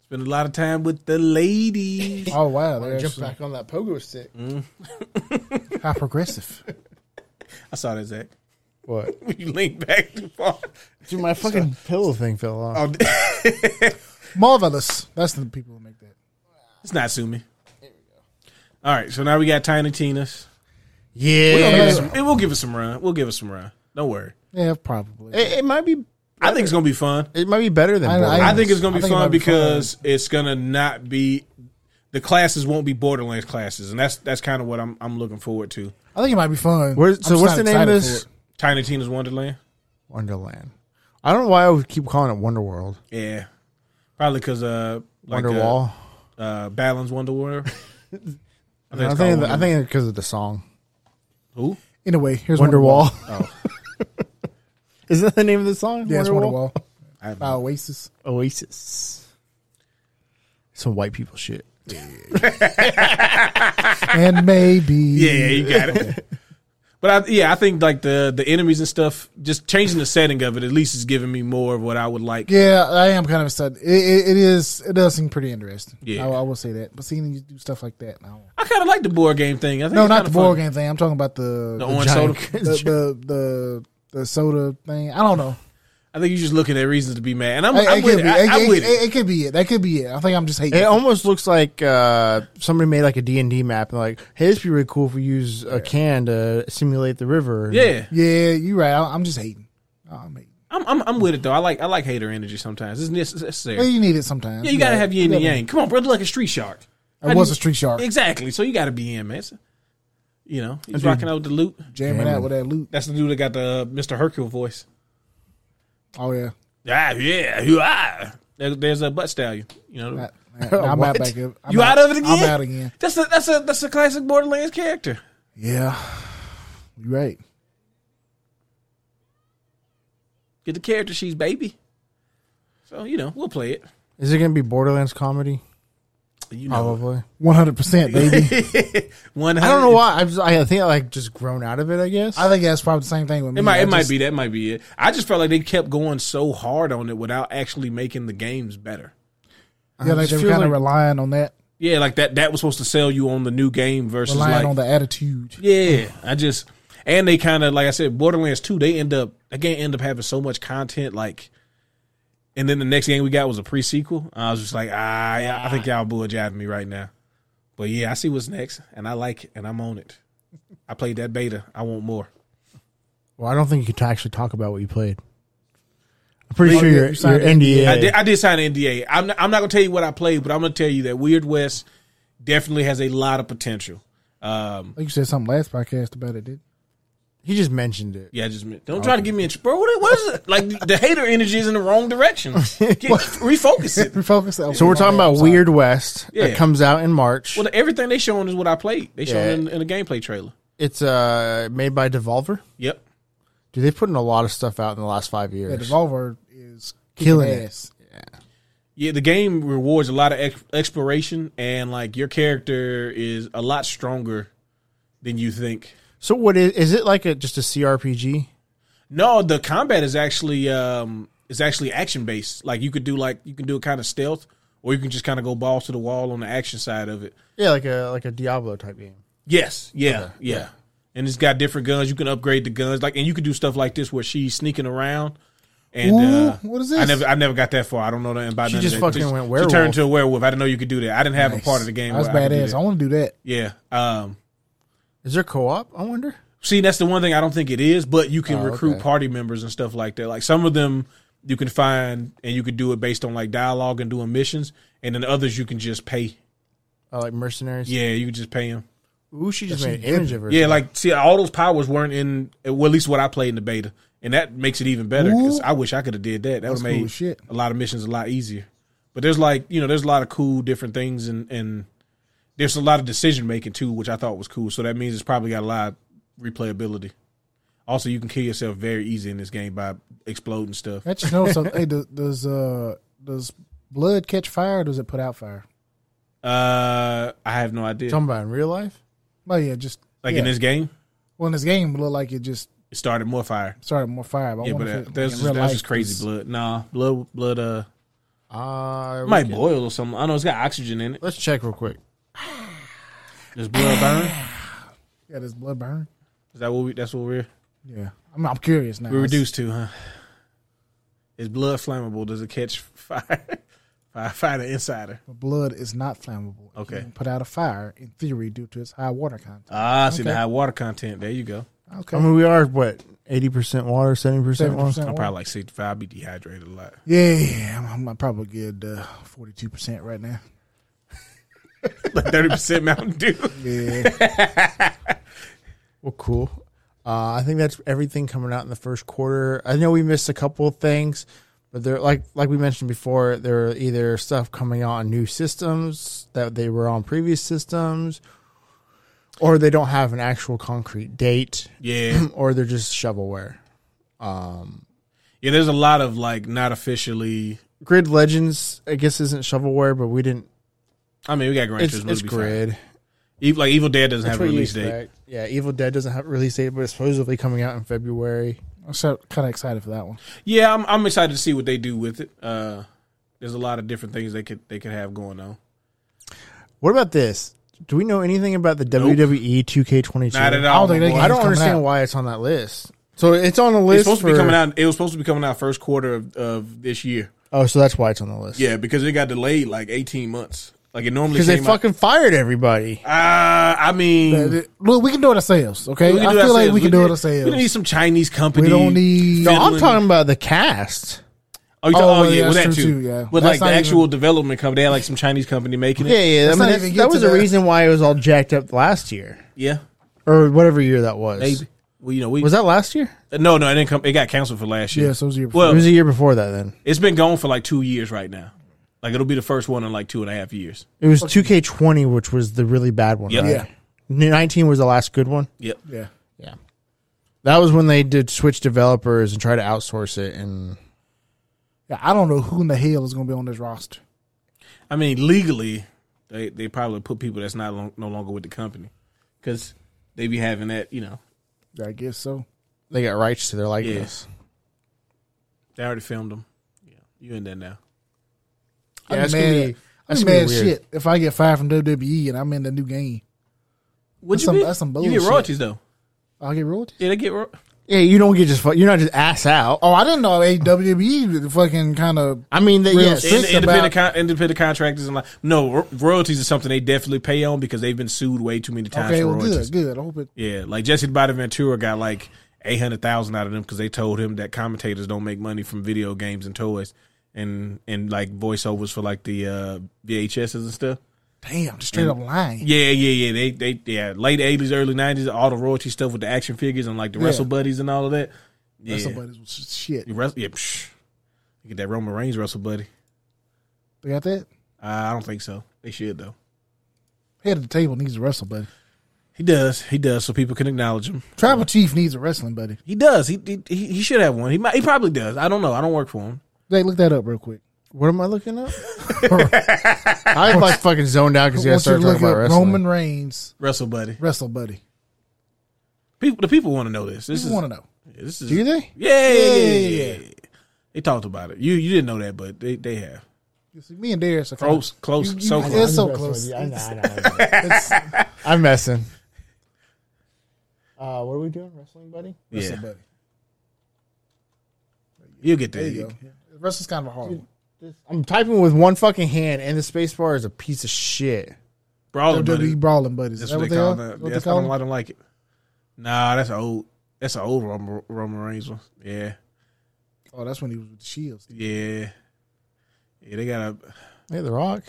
[SPEAKER 1] Spend a lot of time with the ladies.
[SPEAKER 2] Oh wow, they're
[SPEAKER 4] Jump
[SPEAKER 2] actually,
[SPEAKER 4] back on that pogo stick.
[SPEAKER 2] how progressive.
[SPEAKER 1] I saw that Zach.
[SPEAKER 4] What?
[SPEAKER 1] You leaned back too far.
[SPEAKER 4] Dude, my fucking pillow thing fell off.
[SPEAKER 1] Oh,
[SPEAKER 2] Marvelous. That's the people who make that.
[SPEAKER 1] it's not Sumi. All right, so now we got Tiny Tina's.
[SPEAKER 4] yeah.
[SPEAKER 1] We'll give it
[SPEAKER 4] It,
[SPEAKER 1] some, we'll give it some run. We'll give it some run. Don't worry.
[SPEAKER 2] Yeah, probably.
[SPEAKER 4] it might be.
[SPEAKER 1] I think it's gonna be fun.
[SPEAKER 4] It might be better than.
[SPEAKER 2] I- I-
[SPEAKER 4] Borderlands.
[SPEAKER 1] I think it's gonna
[SPEAKER 2] I
[SPEAKER 1] be
[SPEAKER 2] think it might
[SPEAKER 1] fun
[SPEAKER 2] be
[SPEAKER 1] because it's gonna not be the classes won't be Borderlands classes, and that's that's kind of what I'm I'm looking forward to.
[SPEAKER 2] I think it might be fun.
[SPEAKER 4] Where's-
[SPEAKER 2] I'm
[SPEAKER 4] so
[SPEAKER 2] just
[SPEAKER 4] what's
[SPEAKER 2] not
[SPEAKER 4] the name of
[SPEAKER 2] excited
[SPEAKER 4] this?
[SPEAKER 2] for it.
[SPEAKER 1] Tiny Tina's Wonderland.
[SPEAKER 4] Wonderland. I don't know why I would keep calling it Wonderworld.
[SPEAKER 1] Yeah, probably because uh like, uh,
[SPEAKER 4] Wonderwall.
[SPEAKER 1] uh, Balance Wonderworld. I
[SPEAKER 4] I
[SPEAKER 1] it's
[SPEAKER 4] think
[SPEAKER 1] called
[SPEAKER 4] I think it's because of the song
[SPEAKER 1] Wonderwall. who?
[SPEAKER 2] Anyway, here's
[SPEAKER 4] Wonderwall.
[SPEAKER 1] Oh.
[SPEAKER 4] Is that the name of the song?
[SPEAKER 2] Yeah, it's
[SPEAKER 4] Wonderwall?
[SPEAKER 2] Wonderwall.
[SPEAKER 1] I have
[SPEAKER 4] Oh, Uh,
[SPEAKER 2] By Oasis.
[SPEAKER 4] Oasis. Some white people shit.
[SPEAKER 2] and maybe.
[SPEAKER 1] Yeah, yeah, you got it. But I, yeah, I think like the the enemies and stuff, just changing the setting of it at least is giving me more of what I would like.
[SPEAKER 2] Yeah, I am kind of excited. It, it, it is. It does seem pretty interesting.
[SPEAKER 1] Yeah.
[SPEAKER 2] I, I will say that. But seeing you do stuff like that, no,
[SPEAKER 1] I kind of like the board game thing. I think
[SPEAKER 2] no,
[SPEAKER 1] it's
[SPEAKER 2] not
[SPEAKER 1] kinda
[SPEAKER 2] the board
[SPEAKER 1] fun.
[SPEAKER 2] game thing. I'm talking about the
[SPEAKER 1] The
[SPEAKER 2] the
[SPEAKER 1] orange
[SPEAKER 4] giant-
[SPEAKER 1] soda.
[SPEAKER 2] the, the, the, the soda thing. I don't know.
[SPEAKER 1] I think you're just looking at reasons to be mad, and I'm,
[SPEAKER 2] It-
[SPEAKER 1] I'm
[SPEAKER 2] it
[SPEAKER 1] with
[SPEAKER 2] could
[SPEAKER 1] it.
[SPEAKER 2] be.
[SPEAKER 1] I, I'm
[SPEAKER 2] It-
[SPEAKER 1] with
[SPEAKER 2] it-
[SPEAKER 1] it.
[SPEAKER 2] it could be it. That could be it. I think I'm just hating.
[SPEAKER 4] It almost looks like uh, somebody made like a D and D map and like, hey, this would be really cool if we use a can to simulate the river.
[SPEAKER 1] Yeah,
[SPEAKER 2] Yeah, you're right. I- I'm just hating. Oh, I'm hating.
[SPEAKER 1] I'm, I'm I'm with it though. I like I like hater energy sometimes. It's
[SPEAKER 2] Yeah,
[SPEAKER 1] necessary.
[SPEAKER 2] you need it sometimes.
[SPEAKER 1] Yeah, you gotta have yin and
[SPEAKER 2] gotta-
[SPEAKER 1] yang. Come on, brother, like a street shark.
[SPEAKER 2] I was a street shark
[SPEAKER 1] Exactly. So you gotta be in, man. It's- you know, he's rocking out with the loot.
[SPEAKER 2] jamming out with that loot.
[SPEAKER 1] That's the dude that got the uh, Mr. Hercule voice.
[SPEAKER 2] Oh yeah,
[SPEAKER 1] Ah, yeah, you are. There, there's a butt stallion. You know,
[SPEAKER 2] I, am out
[SPEAKER 4] What?
[SPEAKER 2] back up. I'm
[SPEAKER 1] you out, of it again.
[SPEAKER 2] I'm out again.
[SPEAKER 1] That's a that's a that's a classic Borderlands character.
[SPEAKER 2] Yeah, you're right.
[SPEAKER 1] Get the character she's baby. So you know we'll play it.
[SPEAKER 4] Is it gonna be Borderlands comedy?
[SPEAKER 1] You know,
[SPEAKER 4] Probably.
[SPEAKER 2] One hundred percent, baby.
[SPEAKER 1] one.
[SPEAKER 4] I don't know why. I've just, I think I like just grown out of it. I guess.
[SPEAKER 2] I think that's probably the same thing with me.
[SPEAKER 1] It might,
[SPEAKER 2] I
[SPEAKER 1] it might
[SPEAKER 2] just-
[SPEAKER 1] be that might be it. I just felt like they kept going so hard on it without actually making the games better.
[SPEAKER 2] Yeah, like
[SPEAKER 4] just
[SPEAKER 2] they're
[SPEAKER 4] feel
[SPEAKER 2] kind of
[SPEAKER 4] like-
[SPEAKER 2] relying on that,
[SPEAKER 1] Yeah, like that that was supposed to sell you on the new game versus
[SPEAKER 2] relying
[SPEAKER 1] like
[SPEAKER 2] on the attitude.
[SPEAKER 1] yeah. I just and they kind of like I said, Borderlands two. They end up again end up having so much content like, and then the next game we got was a pre sequel. I was just like, ah, yeah, I think y'all bull jiving me right now. But yeah, I see what's next, and I like it, and I'm on it. I played that beta. I want more.
[SPEAKER 4] Well, I don't think you can t- actually talk about what you played. I'm pretty sure you're,
[SPEAKER 2] you signed
[SPEAKER 4] you're
[SPEAKER 2] an
[SPEAKER 4] NDA.
[SPEAKER 1] I did, I did sign an NDA. I'm not, I'm not gonna tell you what I played, but I'm gonna tell you that Weird West definitely has a lot of potential. Um,
[SPEAKER 2] I think you said something last podcast about it, did?
[SPEAKER 4] he just mentioned it.
[SPEAKER 1] yeah, I just meant- don't try to give me a bro. What, what is it? Like the hater energy is in the wrong direction. Get, refocus it.
[SPEAKER 2] Refocus. Oh,
[SPEAKER 4] So we're
[SPEAKER 2] my
[SPEAKER 4] talking
[SPEAKER 2] bad.
[SPEAKER 4] about Weird West
[SPEAKER 1] Yeah.
[SPEAKER 4] that comes out in March.
[SPEAKER 1] Well, everything they showing is what I played. They showing
[SPEAKER 4] Yeah.
[SPEAKER 1] in, in the gameplay trailer.
[SPEAKER 4] It's uh made by Devolver.
[SPEAKER 1] Yep.
[SPEAKER 4] Dude, they've put in a lot of stuff out in the last five
[SPEAKER 2] The
[SPEAKER 4] years.
[SPEAKER 2] Devolver is
[SPEAKER 4] Killing
[SPEAKER 2] killing
[SPEAKER 4] it.
[SPEAKER 2] ass.
[SPEAKER 1] Yeah, the game rewards a lot of ex- exploration, and like your character is a lot stronger than you think.
[SPEAKER 4] so what is is it like a just a CRPG?
[SPEAKER 1] No, the combat is actually um is actually action based. Like you could do like you can do a kind of stealth, or you can just kind of go balls to the wall on the action side of it.
[SPEAKER 4] Yeah, like a like a Diablo type game.
[SPEAKER 1] Yes, yeah, yeah. And it's got different guns. You can upgrade the guns, like, and you can do stuff like this where she's sneaking around. And
[SPEAKER 2] Ooh,
[SPEAKER 1] uh,
[SPEAKER 2] what is
[SPEAKER 1] I
[SPEAKER 2] this?
[SPEAKER 1] never, I never got that far. I don't know nothing about.
[SPEAKER 4] She
[SPEAKER 1] none of
[SPEAKER 4] just
[SPEAKER 1] that.
[SPEAKER 4] fucking went werewolf.
[SPEAKER 1] She turned to a werewolf. I didn't know you could do that. I didn't have a part of the game.
[SPEAKER 2] That's
[SPEAKER 1] where I could do
[SPEAKER 2] badass. I,
[SPEAKER 1] that.
[SPEAKER 2] want to do that.
[SPEAKER 1] Yeah. Um,
[SPEAKER 4] Is there co op? I wonder.
[SPEAKER 1] See, that's the one thing I don't think it is, but you can
[SPEAKER 4] Oh,
[SPEAKER 1] recruit
[SPEAKER 4] okay.
[SPEAKER 1] party members and stuff like that. Like some of them you can find and you can do it based on like dialogue and doing missions, and then others you can just pay.
[SPEAKER 4] Uh, like mercenaries.
[SPEAKER 1] Yeah, you can just pay them.
[SPEAKER 4] Ooh, she just made an image of her.
[SPEAKER 1] Yeah, like see, all those powers weren't in well, at least what I played in the beta, and that makes it even better because I wish I could have did that. That would have
[SPEAKER 2] cool
[SPEAKER 1] made
[SPEAKER 2] as shit.
[SPEAKER 1] a lot of missions a lot easier. But there's like you know, there's a lot of cool different things, and and there's a lot of decision making too, which I thought was cool. So that means it's probably got a lot of replayability. Also, you can kill yourself very easy in this game by exploding stuff.
[SPEAKER 2] That just know something. hey, does does, uh, does blood catch fire? or Does it put out fire?
[SPEAKER 1] Uh, I have no idea.
[SPEAKER 4] Talking about in real life?
[SPEAKER 2] Well, yeah, just
[SPEAKER 1] Like
[SPEAKER 2] yeah.
[SPEAKER 1] in this game,
[SPEAKER 2] Well, in this game, it looked like it just
[SPEAKER 1] it started more fire.
[SPEAKER 2] started more fire. But I
[SPEAKER 1] Yeah,
[SPEAKER 2] wonder
[SPEAKER 1] but
[SPEAKER 2] if
[SPEAKER 1] uh,
[SPEAKER 2] it-
[SPEAKER 1] that's
[SPEAKER 2] in
[SPEAKER 1] just,
[SPEAKER 2] real
[SPEAKER 1] that's
[SPEAKER 2] life,
[SPEAKER 1] just crazy
[SPEAKER 2] it's-
[SPEAKER 1] blood. Nah, blood, blood. Uh,
[SPEAKER 4] Uh,
[SPEAKER 1] it
[SPEAKER 4] we
[SPEAKER 1] might
[SPEAKER 4] can-
[SPEAKER 1] boil or something. I know it's got oxygen in it.
[SPEAKER 4] Let's check real quick.
[SPEAKER 1] Does blood burn?
[SPEAKER 2] Yeah, does blood burn?
[SPEAKER 1] Is that what we? That's what we're
[SPEAKER 2] Yeah, I'm, I'm curious now.
[SPEAKER 1] we reduced to, huh? Is blood flammable? Does it catch fire? fire, fire the insider.
[SPEAKER 2] But blood is not flammable. It
[SPEAKER 1] Okay.
[SPEAKER 2] can put out a fire in theory due to its high water content.
[SPEAKER 1] Ah, I see the
[SPEAKER 2] Okay.
[SPEAKER 1] high water content. There you go.
[SPEAKER 2] Okay.
[SPEAKER 4] I mean, we are, what, 80% water, 70% water?
[SPEAKER 2] 70%
[SPEAKER 1] I'm
[SPEAKER 2] water.
[SPEAKER 1] probably like sixty-five. I be dehydrated a lot.
[SPEAKER 2] Yeah, yeah, I'm, I'm probably good forty-two percent right now.
[SPEAKER 1] Like thirty percent Mountain Dew.
[SPEAKER 2] Yeah,
[SPEAKER 4] Well, cool. Uh, I think that's everything coming out in the first quarter. I know we missed a couple of things, but they're like like we mentioned before, there are either stuff coming out on new systems that they were on previous systems, or they don't have an actual concrete date,
[SPEAKER 1] Yeah,
[SPEAKER 4] or they're just shovelware.
[SPEAKER 1] yeah. There's a lot of like not officially.
[SPEAKER 4] Grid Legends, I guess, isn't shovelware, but we didn't.
[SPEAKER 1] I mean, we got Gran
[SPEAKER 4] It's,
[SPEAKER 1] Turismo.
[SPEAKER 4] it's
[SPEAKER 1] to be fair.
[SPEAKER 4] grid.
[SPEAKER 1] Ev- Like Evil Dead doesn't
[SPEAKER 4] That's
[SPEAKER 1] have a
[SPEAKER 4] what you
[SPEAKER 1] release date.
[SPEAKER 4] expect. Yeah, Evil Dead doesn't have a release date, but it's supposedly coming out in February.
[SPEAKER 2] I'm so kind of excited for that one.
[SPEAKER 1] Yeah, I'm I'm excited to see what they do with it. Uh, there's a lot of different things they could they could have going on.
[SPEAKER 4] What about this? Do we know anything about the E WWE 2K22?
[SPEAKER 1] Not at
[SPEAKER 2] I
[SPEAKER 1] all.
[SPEAKER 2] don't
[SPEAKER 1] my boy.
[SPEAKER 2] think they can
[SPEAKER 4] I don't
[SPEAKER 2] It's coming
[SPEAKER 4] understand
[SPEAKER 2] out.
[SPEAKER 4] why it's on that list. So it's on the list.
[SPEAKER 1] It's supposed to be
[SPEAKER 4] for-
[SPEAKER 1] coming out. It was supposed to be coming out first quarter of, of this year.
[SPEAKER 4] Oh, so that's why it's on the list.
[SPEAKER 1] Yeah, because it got delayed like eighteen months. Like it normally
[SPEAKER 4] because they
[SPEAKER 1] came out.
[SPEAKER 4] fucking fired everybody.
[SPEAKER 1] Uh, I mean,
[SPEAKER 2] Look, we can do it ourselves. Okay,
[SPEAKER 1] we can
[SPEAKER 2] I
[SPEAKER 1] do
[SPEAKER 2] feel
[SPEAKER 1] it
[SPEAKER 2] like
[SPEAKER 1] ourselves.
[SPEAKER 2] we can do it
[SPEAKER 1] We
[SPEAKER 2] ourselves.
[SPEAKER 1] don't need some Chinese company.
[SPEAKER 2] We don't need.
[SPEAKER 4] No, I'm
[SPEAKER 1] Finland.
[SPEAKER 4] talking about the cast.
[SPEAKER 1] Oh, you
[SPEAKER 2] Oh,
[SPEAKER 1] oh,
[SPEAKER 2] well,
[SPEAKER 1] yeah, well,
[SPEAKER 2] that's
[SPEAKER 1] that
[SPEAKER 2] true
[SPEAKER 1] too.
[SPEAKER 2] too, yeah.
[SPEAKER 1] But
[SPEAKER 2] That's
[SPEAKER 1] like the
[SPEAKER 2] not even-
[SPEAKER 1] actual development company, they had like some Chinese company making
[SPEAKER 4] Yeah,
[SPEAKER 1] it.
[SPEAKER 4] yeah. I
[SPEAKER 2] Let's
[SPEAKER 4] mean,
[SPEAKER 2] not
[SPEAKER 4] that's-
[SPEAKER 2] even get
[SPEAKER 4] that
[SPEAKER 2] to
[SPEAKER 4] was the
[SPEAKER 2] that.
[SPEAKER 4] reason why it was all jacked up last year
[SPEAKER 1] Yeah,
[SPEAKER 4] or whatever year that was.
[SPEAKER 1] maybe. Well, you know, we
[SPEAKER 4] Was that last year?
[SPEAKER 1] no, no, it didn't come. It got canceled for last year.
[SPEAKER 2] Yeah, so it was the year
[SPEAKER 1] well,
[SPEAKER 4] It was a year before that. Then
[SPEAKER 1] it's been going for like two years right now. Like it'll be the first one in like two and a half years.
[SPEAKER 4] it was 2K20, which was the really bad one.
[SPEAKER 1] Yep.
[SPEAKER 4] right?
[SPEAKER 1] Yeah.
[SPEAKER 4] 19 was the last good one.
[SPEAKER 1] Yep.
[SPEAKER 2] yeah,
[SPEAKER 4] Yeah. That was when they did switch developers and try to outsource it and
[SPEAKER 2] yeah. I don't know who in the hell is going to be on this roster.
[SPEAKER 1] I mean, legally, they they probably put people that's not long, no longer with the company because they be having that. You know,
[SPEAKER 2] I guess so.
[SPEAKER 4] they got rights to their likeness.
[SPEAKER 1] they already filmed them. Yeah, you in there now?
[SPEAKER 4] Yeah,
[SPEAKER 2] I'm
[SPEAKER 4] it's gonna
[SPEAKER 2] mad.
[SPEAKER 4] be-
[SPEAKER 2] at-
[SPEAKER 4] that's
[SPEAKER 2] I'm
[SPEAKER 4] gonna be
[SPEAKER 2] mad as
[SPEAKER 4] weird.
[SPEAKER 2] shit if I get fired from WWE and I'm in the new game.
[SPEAKER 1] What
[SPEAKER 2] That's
[SPEAKER 1] you
[SPEAKER 2] some-
[SPEAKER 1] be?
[SPEAKER 2] that's some
[SPEAKER 1] You get
[SPEAKER 2] bullshit.
[SPEAKER 1] royalties though.
[SPEAKER 2] I'll get royalties.
[SPEAKER 1] Yeah, they get ro-
[SPEAKER 4] Yeah, you don't get just fu- you're not just ass out.
[SPEAKER 2] Oh, I didn't know a WWE fucking kind of.
[SPEAKER 4] I mean, they,
[SPEAKER 2] Real
[SPEAKER 4] yes,
[SPEAKER 2] shit.
[SPEAKER 1] in,
[SPEAKER 2] Think
[SPEAKER 1] independent con- independent contractors and like no ro- royalties is something they definitely pay on because they've been sued way too many times
[SPEAKER 2] Okay,
[SPEAKER 1] for
[SPEAKER 2] well,
[SPEAKER 1] royalties.
[SPEAKER 2] good, good. I hope it.
[SPEAKER 1] Yeah, like Jesse Bonaventura got like eight hundred thousand out of them because they told him that commentators don't make money from video games and toys and and like voiceovers for like the uh, VHSs and stuff.
[SPEAKER 2] Damn, just straight up lying.
[SPEAKER 1] Yeah, yeah, yeah. They they yeah, late eighties, early nineties, all the royalty stuff with the action figures and like the Wrestle Buddies and all of that. Yeah,
[SPEAKER 2] That's somebody's shit.
[SPEAKER 1] You wrestle, yeah. Psh. You get that Roman Reigns Wrestle Buddy.
[SPEAKER 2] They got that?
[SPEAKER 1] Uh, I don't think so. They should though.
[SPEAKER 2] Head of the table needs a wrestling buddy.
[SPEAKER 1] He does. He does. So people can acknowledge him.
[SPEAKER 2] Tribal chief needs a wrestling buddy.
[SPEAKER 1] He does. He he, he he should have one. He might. He probably does. I don't know. I don't work for him.
[SPEAKER 2] Jay, look that up real quick.
[SPEAKER 4] What am I looking up? I like fucking zoned out because you
[SPEAKER 2] I
[SPEAKER 4] guys
[SPEAKER 2] want you to
[SPEAKER 4] started talking
[SPEAKER 2] look
[SPEAKER 4] about
[SPEAKER 2] up
[SPEAKER 4] wrestling.
[SPEAKER 2] Roman Reigns
[SPEAKER 1] Wrestle Buddy.
[SPEAKER 2] wrestle buddy.
[SPEAKER 1] People. The people want to know this. This
[SPEAKER 2] Just
[SPEAKER 1] is.
[SPEAKER 2] want to know.
[SPEAKER 1] This is.
[SPEAKER 4] Do they?
[SPEAKER 1] Yeah, yeah, yeah, yeah, yeah. They talked about it. You you didn't know that, but they they have
[SPEAKER 2] You see, me and Darius are
[SPEAKER 1] close close
[SPEAKER 2] You- you-
[SPEAKER 1] so
[SPEAKER 2] I-
[SPEAKER 1] close.
[SPEAKER 2] It's so close.
[SPEAKER 4] I know, I know, I know. It's- I'm messing. Uh, what are we doing, wrestling buddy?
[SPEAKER 1] Yeah,
[SPEAKER 2] Wrestle buddy.
[SPEAKER 1] you'll get
[SPEAKER 2] There
[SPEAKER 1] there.
[SPEAKER 2] you go. Wrestling's kind of a hard one.
[SPEAKER 4] I'm typing with one fucking hand, and the space bar is a piece of shit.
[SPEAKER 1] Brawling Buddy.
[SPEAKER 2] WWE E brawling buddies. Is
[SPEAKER 1] That's
[SPEAKER 2] that
[SPEAKER 1] what,
[SPEAKER 2] what
[SPEAKER 1] they
[SPEAKER 2] they are?
[SPEAKER 1] call
[SPEAKER 2] That's
[SPEAKER 1] that.
[SPEAKER 2] What they
[SPEAKER 1] That's
[SPEAKER 2] call
[SPEAKER 1] why
[SPEAKER 2] them?
[SPEAKER 1] I don't like it. Nah, that's an old. That's an old Roman, Roman Reigns one. Yeah,
[SPEAKER 2] Oh, that's when he was with the Shields.
[SPEAKER 1] yeah, yeah. They got a.
[SPEAKER 4] Hey, The Rock.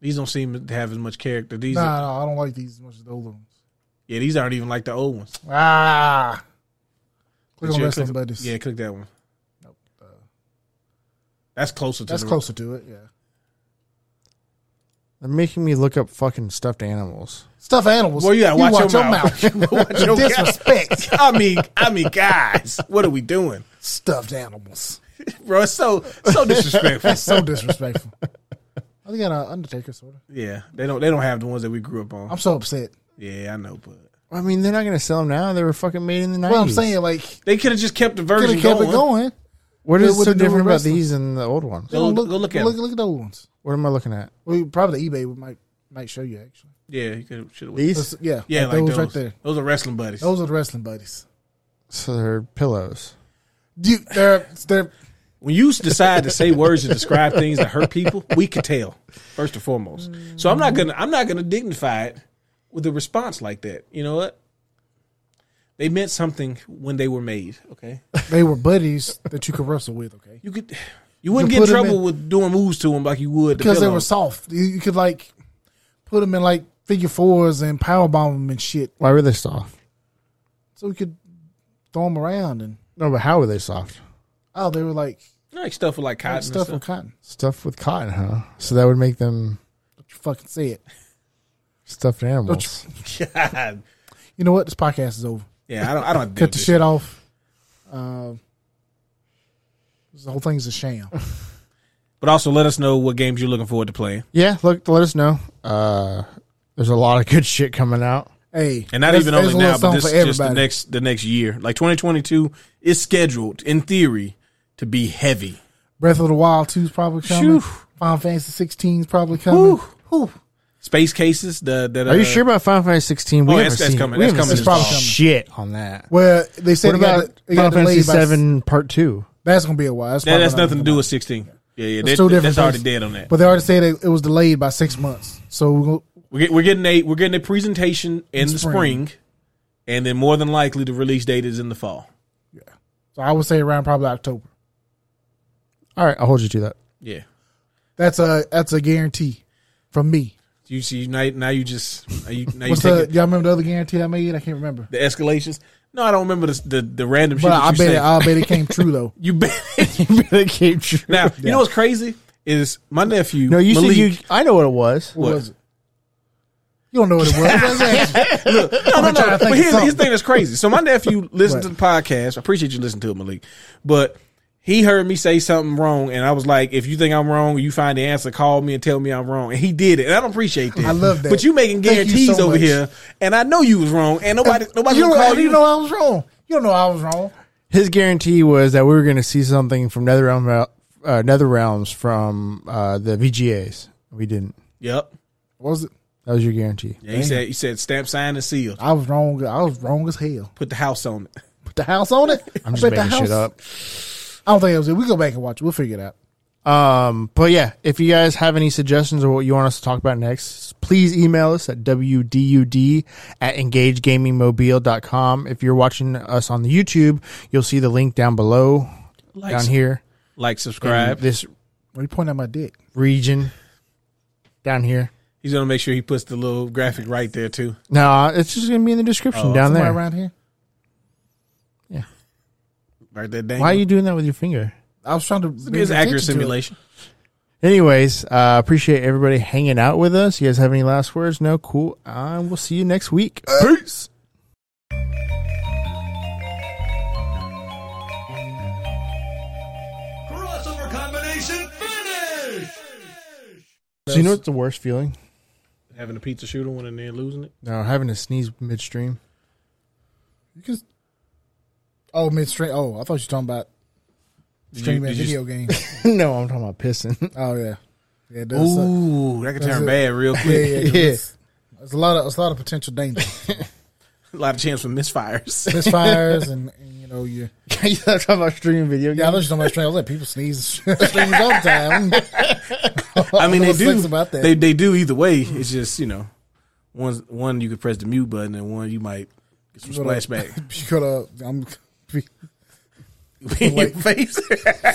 [SPEAKER 1] These don't seem to have as much character. These,
[SPEAKER 2] Nah,
[SPEAKER 1] are-
[SPEAKER 2] nah, I don't like these as much as the old ones.
[SPEAKER 1] yeah, these aren't even like the old ones.
[SPEAKER 2] Ah. Click
[SPEAKER 1] But
[SPEAKER 2] on
[SPEAKER 1] yeah,
[SPEAKER 2] wrestling
[SPEAKER 1] click-
[SPEAKER 2] buddies.
[SPEAKER 1] Yeah, click that one.
[SPEAKER 2] Nope. Uh,
[SPEAKER 1] That's closer to
[SPEAKER 2] that's
[SPEAKER 1] the-
[SPEAKER 2] closer to it. Yeah.
[SPEAKER 4] They're making me look up fucking stuffed animals.
[SPEAKER 2] Stuff animals.
[SPEAKER 1] Well, you gotta watch, your, mouth. Watch your mouth.
[SPEAKER 2] Disrespect
[SPEAKER 1] I mean, I mean, guys, what are we doing,
[SPEAKER 2] stuffed animals.
[SPEAKER 1] bro? It's so so disrespectful.
[SPEAKER 2] That's so disrespectful. I think I got an Undertaker sort of.
[SPEAKER 1] yeah, they don't they don't have the ones that we grew up on.
[SPEAKER 2] I'm so upset.
[SPEAKER 1] Yeah, I know, but
[SPEAKER 4] I mean, they're not gonna sell them now. They were fucking made in the nineties.
[SPEAKER 2] Well, I'm saying like
[SPEAKER 1] they could have just kept the
[SPEAKER 2] could
[SPEAKER 1] version
[SPEAKER 2] have kept
[SPEAKER 1] going.
[SPEAKER 2] it going.
[SPEAKER 4] what
[SPEAKER 2] With
[SPEAKER 4] is so
[SPEAKER 2] the new
[SPEAKER 4] different about
[SPEAKER 2] wrestling.
[SPEAKER 4] these and the old ones?
[SPEAKER 1] Go-
[SPEAKER 2] They don't
[SPEAKER 1] go look at
[SPEAKER 2] look,
[SPEAKER 1] them.
[SPEAKER 2] look at those ones.
[SPEAKER 4] What am I looking at?
[SPEAKER 2] Well, probably eBay might might show you actually.
[SPEAKER 1] Yeah, you could should have.
[SPEAKER 4] These.
[SPEAKER 2] Yeah,
[SPEAKER 1] Yeah, like those,
[SPEAKER 2] right there.
[SPEAKER 1] Those are wrestling buddies.
[SPEAKER 2] Those are the wrestling buddies.
[SPEAKER 4] So they're pillows.
[SPEAKER 2] Dude, they're they're
[SPEAKER 1] when you decide to say words to describe things that hurt people, we could tell first and foremost. So I'm not gonna I'm not gonna dignify it with a response like that. You know what? They meant something when they were made. Okay,
[SPEAKER 2] they were buddies that you could wrestle with. Okay,
[SPEAKER 1] you could you wouldn't
[SPEAKER 2] You
[SPEAKER 1] get in
[SPEAKER 2] put 'em
[SPEAKER 1] trouble
[SPEAKER 2] in-
[SPEAKER 1] with doing moves to them like you would the
[SPEAKER 2] because they
[SPEAKER 1] pillow.
[SPEAKER 2] were soft. You, you could like put them in like figure fours and power bomb them and shit.
[SPEAKER 4] Why were they soft?
[SPEAKER 2] So we could throw them around and
[SPEAKER 4] No, but how were they soft?
[SPEAKER 2] oh, they were like
[SPEAKER 1] like stuff with like cotton and
[SPEAKER 2] stuff
[SPEAKER 1] stuff.
[SPEAKER 2] with cotton.
[SPEAKER 4] Stuffed with cotton, huh? So that would make them
[SPEAKER 2] Don't you fucking say it.
[SPEAKER 4] stuffed animals.
[SPEAKER 1] God.
[SPEAKER 2] You know what? This podcast is over.
[SPEAKER 1] Yeah, I don't I don't do
[SPEAKER 2] Cut the
[SPEAKER 1] this.
[SPEAKER 2] shit off. Um, this whole thing's a sham.
[SPEAKER 1] But also let us know what games you're looking forward to playing.
[SPEAKER 4] Yeah, look, let us know. Uh, there's a lot of good shit coming out.
[SPEAKER 2] Hey,
[SPEAKER 1] And not
[SPEAKER 2] there's-
[SPEAKER 1] even
[SPEAKER 2] there's
[SPEAKER 1] only
[SPEAKER 2] a little
[SPEAKER 1] now, but
[SPEAKER 2] song
[SPEAKER 1] this
[SPEAKER 2] for
[SPEAKER 1] is just the
[SPEAKER 2] everybody.
[SPEAKER 1] next the next year. Like 2022 is scheduled in theory to be heavy.
[SPEAKER 2] Breath of the Wild 2 is probably
[SPEAKER 1] Phew.
[SPEAKER 2] coming. Final Fantasy 16 is probably coming. Whew.
[SPEAKER 1] Space cases. The that
[SPEAKER 4] Are
[SPEAKER 1] uh,
[SPEAKER 4] you sure about Final Fantasy 16? We
[SPEAKER 1] Oh,
[SPEAKER 4] haven't
[SPEAKER 1] that's- that's
[SPEAKER 4] seen
[SPEAKER 1] coming.
[SPEAKER 4] We
[SPEAKER 1] That's coming
[SPEAKER 2] this
[SPEAKER 4] haven't seen
[SPEAKER 2] fall.
[SPEAKER 4] shit on that.
[SPEAKER 2] Well, they said
[SPEAKER 4] What
[SPEAKER 2] it got,
[SPEAKER 4] about
[SPEAKER 2] it got
[SPEAKER 4] Final Fantasy
[SPEAKER 2] delayed by
[SPEAKER 4] 7 Part 2?
[SPEAKER 2] That's gonna be a while.
[SPEAKER 1] That has nothing to do with 16. Yeah, yeah. That,
[SPEAKER 2] It's two different
[SPEAKER 1] that's already
[SPEAKER 2] things.
[SPEAKER 1] dead on that.
[SPEAKER 2] But they already said it, it was delayed by six months. So we're gonna,
[SPEAKER 1] We're, get, we're getting a we're getting a presentation in the spring.
[SPEAKER 2] spring.
[SPEAKER 1] and then more than likely the release date is in the fall.
[SPEAKER 2] so I would say around probably October.
[SPEAKER 4] All right, I'll hold you to that.
[SPEAKER 1] Yeah.
[SPEAKER 2] That's a that's a guarantee from me.
[SPEAKER 1] You see now, now you just now you now you
[SPEAKER 2] What's
[SPEAKER 1] take
[SPEAKER 2] the
[SPEAKER 1] it,
[SPEAKER 2] y'all remember the other guarantee I made? I can't remember.
[SPEAKER 1] the escalations. No, I don't remember the the, the random shit.
[SPEAKER 2] But
[SPEAKER 1] that
[SPEAKER 2] I
[SPEAKER 1] you
[SPEAKER 2] bet
[SPEAKER 1] say.
[SPEAKER 2] it, I bet it came true though.
[SPEAKER 1] you bet.
[SPEAKER 4] that came true.
[SPEAKER 1] now you know what's crazy is my nephew.
[SPEAKER 4] no, you
[SPEAKER 1] Malik,
[SPEAKER 4] said you. I know what it was.
[SPEAKER 2] What
[SPEAKER 1] What?
[SPEAKER 2] was it? You don't know what it was. That's actually-
[SPEAKER 1] No, no,
[SPEAKER 2] I'm trying
[SPEAKER 1] no.
[SPEAKER 2] to think
[SPEAKER 1] But
[SPEAKER 2] of
[SPEAKER 1] here's, here's the
[SPEAKER 2] something.
[SPEAKER 1] thing that's crazy. So my nephew listened to the
[SPEAKER 2] Right.
[SPEAKER 1] podcast. I appreciate you listening to it, Malik. But he heard me say something wrong, and I was like, "If you think I'm wrong, you find the answer. Call me and tell me I'm wrong." And he did it, and I don't appreciate that.
[SPEAKER 2] I love that.
[SPEAKER 1] But you making
[SPEAKER 2] Thank you
[SPEAKER 1] guarantees
[SPEAKER 2] so
[SPEAKER 1] over
[SPEAKER 2] much.
[SPEAKER 1] here, and I know you was wrong, and nobody nobody
[SPEAKER 2] you
[SPEAKER 1] gonna
[SPEAKER 2] know
[SPEAKER 1] call
[SPEAKER 2] how
[SPEAKER 1] you.
[SPEAKER 2] do you know I was wrong? You don't know I was wrong.
[SPEAKER 4] His guarantee was that we were going to see something from Nether Realm, uh, Nether Realms from uh, the VGAs. We didn't.
[SPEAKER 1] Yep.
[SPEAKER 2] What was it?
[SPEAKER 4] That was your guarantee.
[SPEAKER 1] Yeah, he said he said stamp, sign, and seal.
[SPEAKER 2] I was wrong. I was wrong as hell.
[SPEAKER 1] Put the house on it.
[SPEAKER 2] Put the house on it.
[SPEAKER 4] I'm
[SPEAKER 2] I
[SPEAKER 4] just
[SPEAKER 2] bet the
[SPEAKER 4] making
[SPEAKER 2] house-
[SPEAKER 4] shit up.
[SPEAKER 2] I don't think that was it. We go back and watch it. We'll figure it out.
[SPEAKER 4] Um, but yeah, if you guys have any suggestions or what you want us to talk about next, please email us at wdud at engagegamingmobile.com. If you're watching us on the YouTube, you'll see the link down below,
[SPEAKER 1] Like,
[SPEAKER 4] down here,
[SPEAKER 1] like,
[SPEAKER 4] in
[SPEAKER 1] subscribe.
[SPEAKER 4] this
[SPEAKER 2] Why you pointing at my dick?
[SPEAKER 4] region down here.
[SPEAKER 1] He's gonna make sure he puts the little graphic right there too.
[SPEAKER 4] No, it's just gonna be in the description down
[SPEAKER 2] Somewhere
[SPEAKER 4] there.
[SPEAKER 2] around here.
[SPEAKER 1] Right there. Dang.
[SPEAKER 4] Why are you doing that with your finger?
[SPEAKER 2] I was trying to. bring
[SPEAKER 1] It's
[SPEAKER 2] attention
[SPEAKER 1] accurate
[SPEAKER 2] to it.
[SPEAKER 1] simulation.
[SPEAKER 4] Anyways, uh, appreciate everybody hanging out with us. You guys have any last words? No, cool. Uh, we'll see you next week. Peace.
[SPEAKER 3] Crossover combination finish!
[SPEAKER 4] So you know what's the worst feeling?
[SPEAKER 1] Having a pizza shooter one and then losing it.
[SPEAKER 4] No, having to sneeze midstream.
[SPEAKER 2] You can. Oh, midstream. Oh, I thought you were talking about
[SPEAKER 1] Did you-
[SPEAKER 2] streaming
[SPEAKER 1] did you-
[SPEAKER 2] video game.
[SPEAKER 4] no, I'm talking about pissing.
[SPEAKER 2] Oh yeah, yeah. It does suck.
[SPEAKER 1] Ooh, that could
[SPEAKER 2] That's
[SPEAKER 1] turn
[SPEAKER 2] it.
[SPEAKER 1] bad real
[SPEAKER 2] Yeah,
[SPEAKER 1] quick.
[SPEAKER 2] yeah. 'cause It's, it's a lot of it's a lot of potential danger,
[SPEAKER 1] a lot of chance for misfires.
[SPEAKER 2] misfires, and, and you know you.
[SPEAKER 4] you talking about streaming video
[SPEAKER 2] Yeah, I
[SPEAKER 4] games?
[SPEAKER 2] was just on my stream. I was like, people sneeze, and shit, sneeze all the time.
[SPEAKER 1] I mean, they
[SPEAKER 2] What's
[SPEAKER 1] do.
[SPEAKER 2] nice about that?
[SPEAKER 1] They they do either way. It's just you know, one one you could press the mute button and one you might get some
[SPEAKER 2] What up?
[SPEAKER 1] splashback
[SPEAKER 2] You gotta. I'm.
[SPEAKER 1] in your face.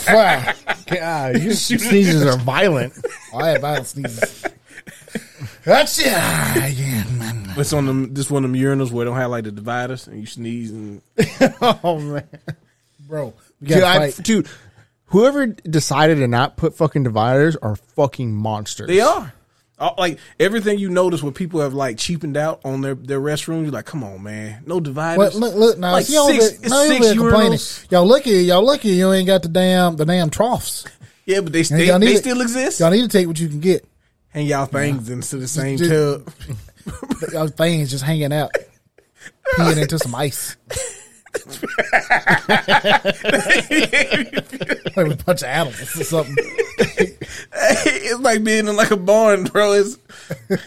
[SPEAKER 2] Wow. Oh,
[SPEAKER 4] God, your sneezes are violent.
[SPEAKER 2] I had violent sneezes. That's
[SPEAKER 1] Ah,
[SPEAKER 2] yeah, yeah, man.
[SPEAKER 1] It's on them. This one of them urinals where they don't have like the dividers and you sneeze and
[SPEAKER 4] oh man,
[SPEAKER 2] bro. We
[SPEAKER 4] dude,
[SPEAKER 2] gotta
[SPEAKER 4] I,
[SPEAKER 2] fight.
[SPEAKER 4] dude, whoever decided to not put fucking dividers are fucking monsters.
[SPEAKER 1] they are. All- Like everything you notice where people have like cheapened out on their, their restroom, you're like, come on, man, no dividers.
[SPEAKER 2] But look, look now.
[SPEAKER 1] Like
[SPEAKER 2] see, y'all
[SPEAKER 1] six-
[SPEAKER 2] been- now y'all
[SPEAKER 1] six
[SPEAKER 2] been complaining.
[SPEAKER 1] urinals.
[SPEAKER 2] Y'all lucky. Y'all lucky. You ain't got the damn the damn troughs.
[SPEAKER 1] yeah, but they they,
[SPEAKER 2] y'all need
[SPEAKER 1] they
[SPEAKER 2] it.
[SPEAKER 1] still exist.
[SPEAKER 2] Y'all need to take what you can get.
[SPEAKER 1] Hang y'all things into the same
[SPEAKER 2] just-
[SPEAKER 1] tub.
[SPEAKER 2] Y'all things just hanging out, peeing into some ice. like with a bunch of animals or something.
[SPEAKER 1] it's like being in like a barn, bro. It's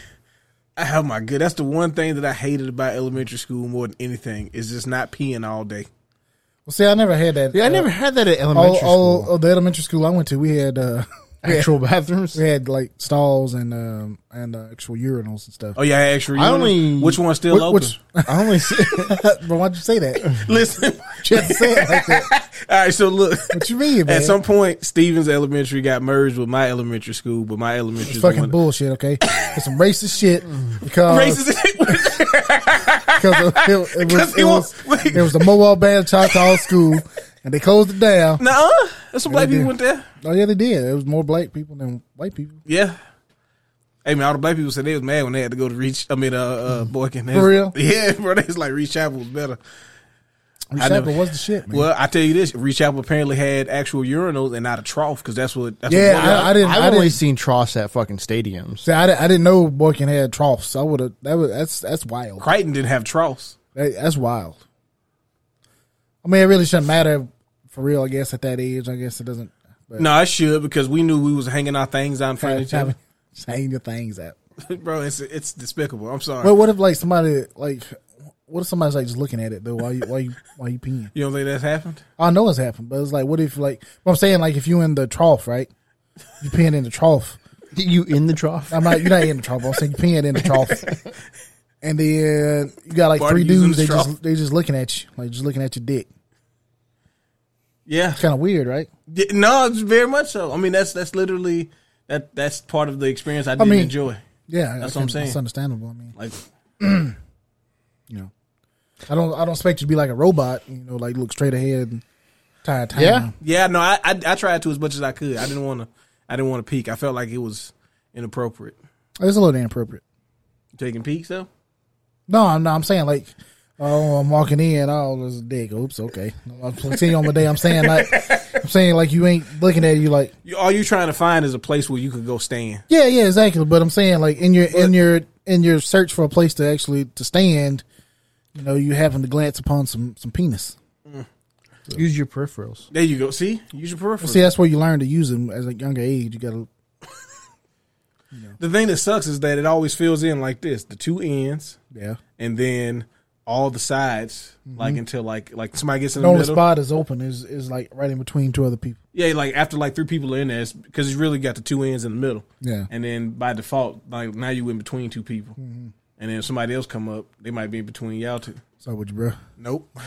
[SPEAKER 1] oh my god, that's the one thing that I hated about elementary school more than anything is just not peeing all day.
[SPEAKER 2] Well, see, I never had that.
[SPEAKER 4] Yeah, I
[SPEAKER 2] uh,
[SPEAKER 4] never had that at
[SPEAKER 2] all,
[SPEAKER 4] elementary
[SPEAKER 2] all
[SPEAKER 4] school.
[SPEAKER 2] of the elementary school I went to, we had uh,
[SPEAKER 4] Actual bathrooms.
[SPEAKER 2] we had like stalls and um, and uh, actual urinals and stuff.
[SPEAKER 1] Oh yeah, actually,
[SPEAKER 4] I only-
[SPEAKER 1] which one's still open?
[SPEAKER 2] Which,
[SPEAKER 4] I only see. Oh,
[SPEAKER 2] but why'd you say that?
[SPEAKER 1] Listen,
[SPEAKER 2] You had to say it like that.
[SPEAKER 1] all right. So look,
[SPEAKER 2] What you mean, man?
[SPEAKER 1] at some point, Stevens Elementary got merged with my elementary school, but my elementary
[SPEAKER 2] It's
[SPEAKER 1] is the
[SPEAKER 2] fucking
[SPEAKER 1] one-
[SPEAKER 2] bullshit, okay? It's some racist shit because
[SPEAKER 1] Racist.
[SPEAKER 2] because of- it, it was,
[SPEAKER 1] Because he
[SPEAKER 2] it, was,
[SPEAKER 1] won't- wait.
[SPEAKER 2] it was the Mobile Band Choctaw School, and they closed it down.
[SPEAKER 1] Nuh-uh. uh, That's some black
[SPEAKER 2] they
[SPEAKER 1] people
[SPEAKER 2] do.
[SPEAKER 1] went there.
[SPEAKER 2] Oh yeah, they did. It was more black people than white people.
[SPEAKER 1] Yeah. Hey man, all the black people said they was mad when they had to go to Reach. I mean, uh, uh Boykin. They
[SPEAKER 2] Mm. For
[SPEAKER 1] was-
[SPEAKER 2] real?
[SPEAKER 1] Yeah, bro. They was like Reach Chapel was better. I
[SPEAKER 2] Recycle
[SPEAKER 1] know.
[SPEAKER 2] was the shit, man.
[SPEAKER 1] Well, I tell you this, Reach Chapel apparently had actual urinals and not a trough because that's what. That's
[SPEAKER 2] Yeah,
[SPEAKER 1] what
[SPEAKER 2] I, I didn't.
[SPEAKER 4] I've
[SPEAKER 2] I
[SPEAKER 4] only
[SPEAKER 2] didn't.
[SPEAKER 4] seen troughs at fucking stadiums.
[SPEAKER 2] See, I, didn't, I didn't know Boykin had troughs. I would have. That was that's that's wild.
[SPEAKER 1] Crichton didn't have troughs.
[SPEAKER 2] That, that's wild. I mean, it really shouldn't matter for real. I guess at that age, I guess it doesn't. But
[SPEAKER 1] No, I should because we knew we was hanging our things out in front of each other.
[SPEAKER 2] having saying your things out.
[SPEAKER 1] bro, it's it's despicable. I'm sorry.
[SPEAKER 2] But what if like somebody like what if somebody's like just looking at it though while you while you while you peeing?
[SPEAKER 1] you don't think that's happened?
[SPEAKER 2] I know it's happened, but it's like what if like what I'm saying like if you in the trough right, you peeing in the trough.
[SPEAKER 4] You in the trough?
[SPEAKER 2] I'm not. You're not in the trouble. I'm saying you peeing in the trough. And then you got like
[SPEAKER 1] Barney
[SPEAKER 2] three
[SPEAKER 1] using
[SPEAKER 2] dudes.
[SPEAKER 1] the
[SPEAKER 2] They
[SPEAKER 1] trough.
[SPEAKER 2] just they just looking at you, like just looking at your dick.
[SPEAKER 1] Yeah.
[SPEAKER 2] Kind of weird, right?
[SPEAKER 1] Yeah, No, it's very much so. I mean, that's that's literally that that's part of the experience I didn't
[SPEAKER 2] mean-
[SPEAKER 1] enjoy.
[SPEAKER 2] Yeah,
[SPEAKER 1] That's
[SPEAKER 2] I
[SPEAKER 1] what I'm
[SPEAKER 2] can-
[SPEAKER 1] saying.
[SPEAKER 2] It's understandable. I mean,
[SPEAKER 1] Like,
[SPEAKER 2] you know, I don't I don't expect you to be like a robot. You know, like look straight ahead and tie a time.
[SPEAKER 4] Yeah.
[SPEAKER 1] yeah, no, I, I I tried to as much as I could. I didn't want to. I didn't want to peek. I felt like it was inappropriate.
[SPEAKER 2] it's a little inappropriate.
[SPEAKER 1] Taking peeks though.
[SPEAKER 2] No, no, I'm saying like, oh, I'm walking in. Oh, there's a dick. Oops, okay. I'm continuing on my day. I'm saying like, I'm saying like you ain't looking at you like,
[SPEAKER 1] You, all you're trying to find is a place where you could go stand.
[SPEAKER 2] yeah, yeah, exactly. But I'm saying like in your in your in your search for a place to actually to stand, you know, you happen to glance upon some some penis.
[SPEAKER 4] Use your peripherals.
[SPEAKER 1] There you go. See, use your peripheral.
[SPEAKER 2] See, that's where you learn to use them as a younger age. You gotta
[SPEAKER 1] The thing that sucks is that it always fills in like this: the two ends,
[SPEAKER 2] yeah.
[SPEAKER 1] and then all the sides, like
[SPEAKER 2] Mm-hmm.
[SPEAKER 1] until like like somebody gets in
[SPEAKER 2] The
[SPEAKER 1] the
[SPEAKER 2] only
[SPEAKER 1] middle.
[SPEAKER 2] spot is open is is like right in between two other people.
[SPEAKER 1] Yeah, like after like three people are in there, because you really got the two ends in the middle.
[SPEAKER 2] Yeah.
[SPEAKER 1] and then by default, like now you in
[SPEAKER 2] Mm-hmm.
[SPEAKER 1] between two people, and then if somebody else come up, they might be in between y'all two.
[SPEAKER 2] So with you, bro.
[SPEAKER 1] Nope.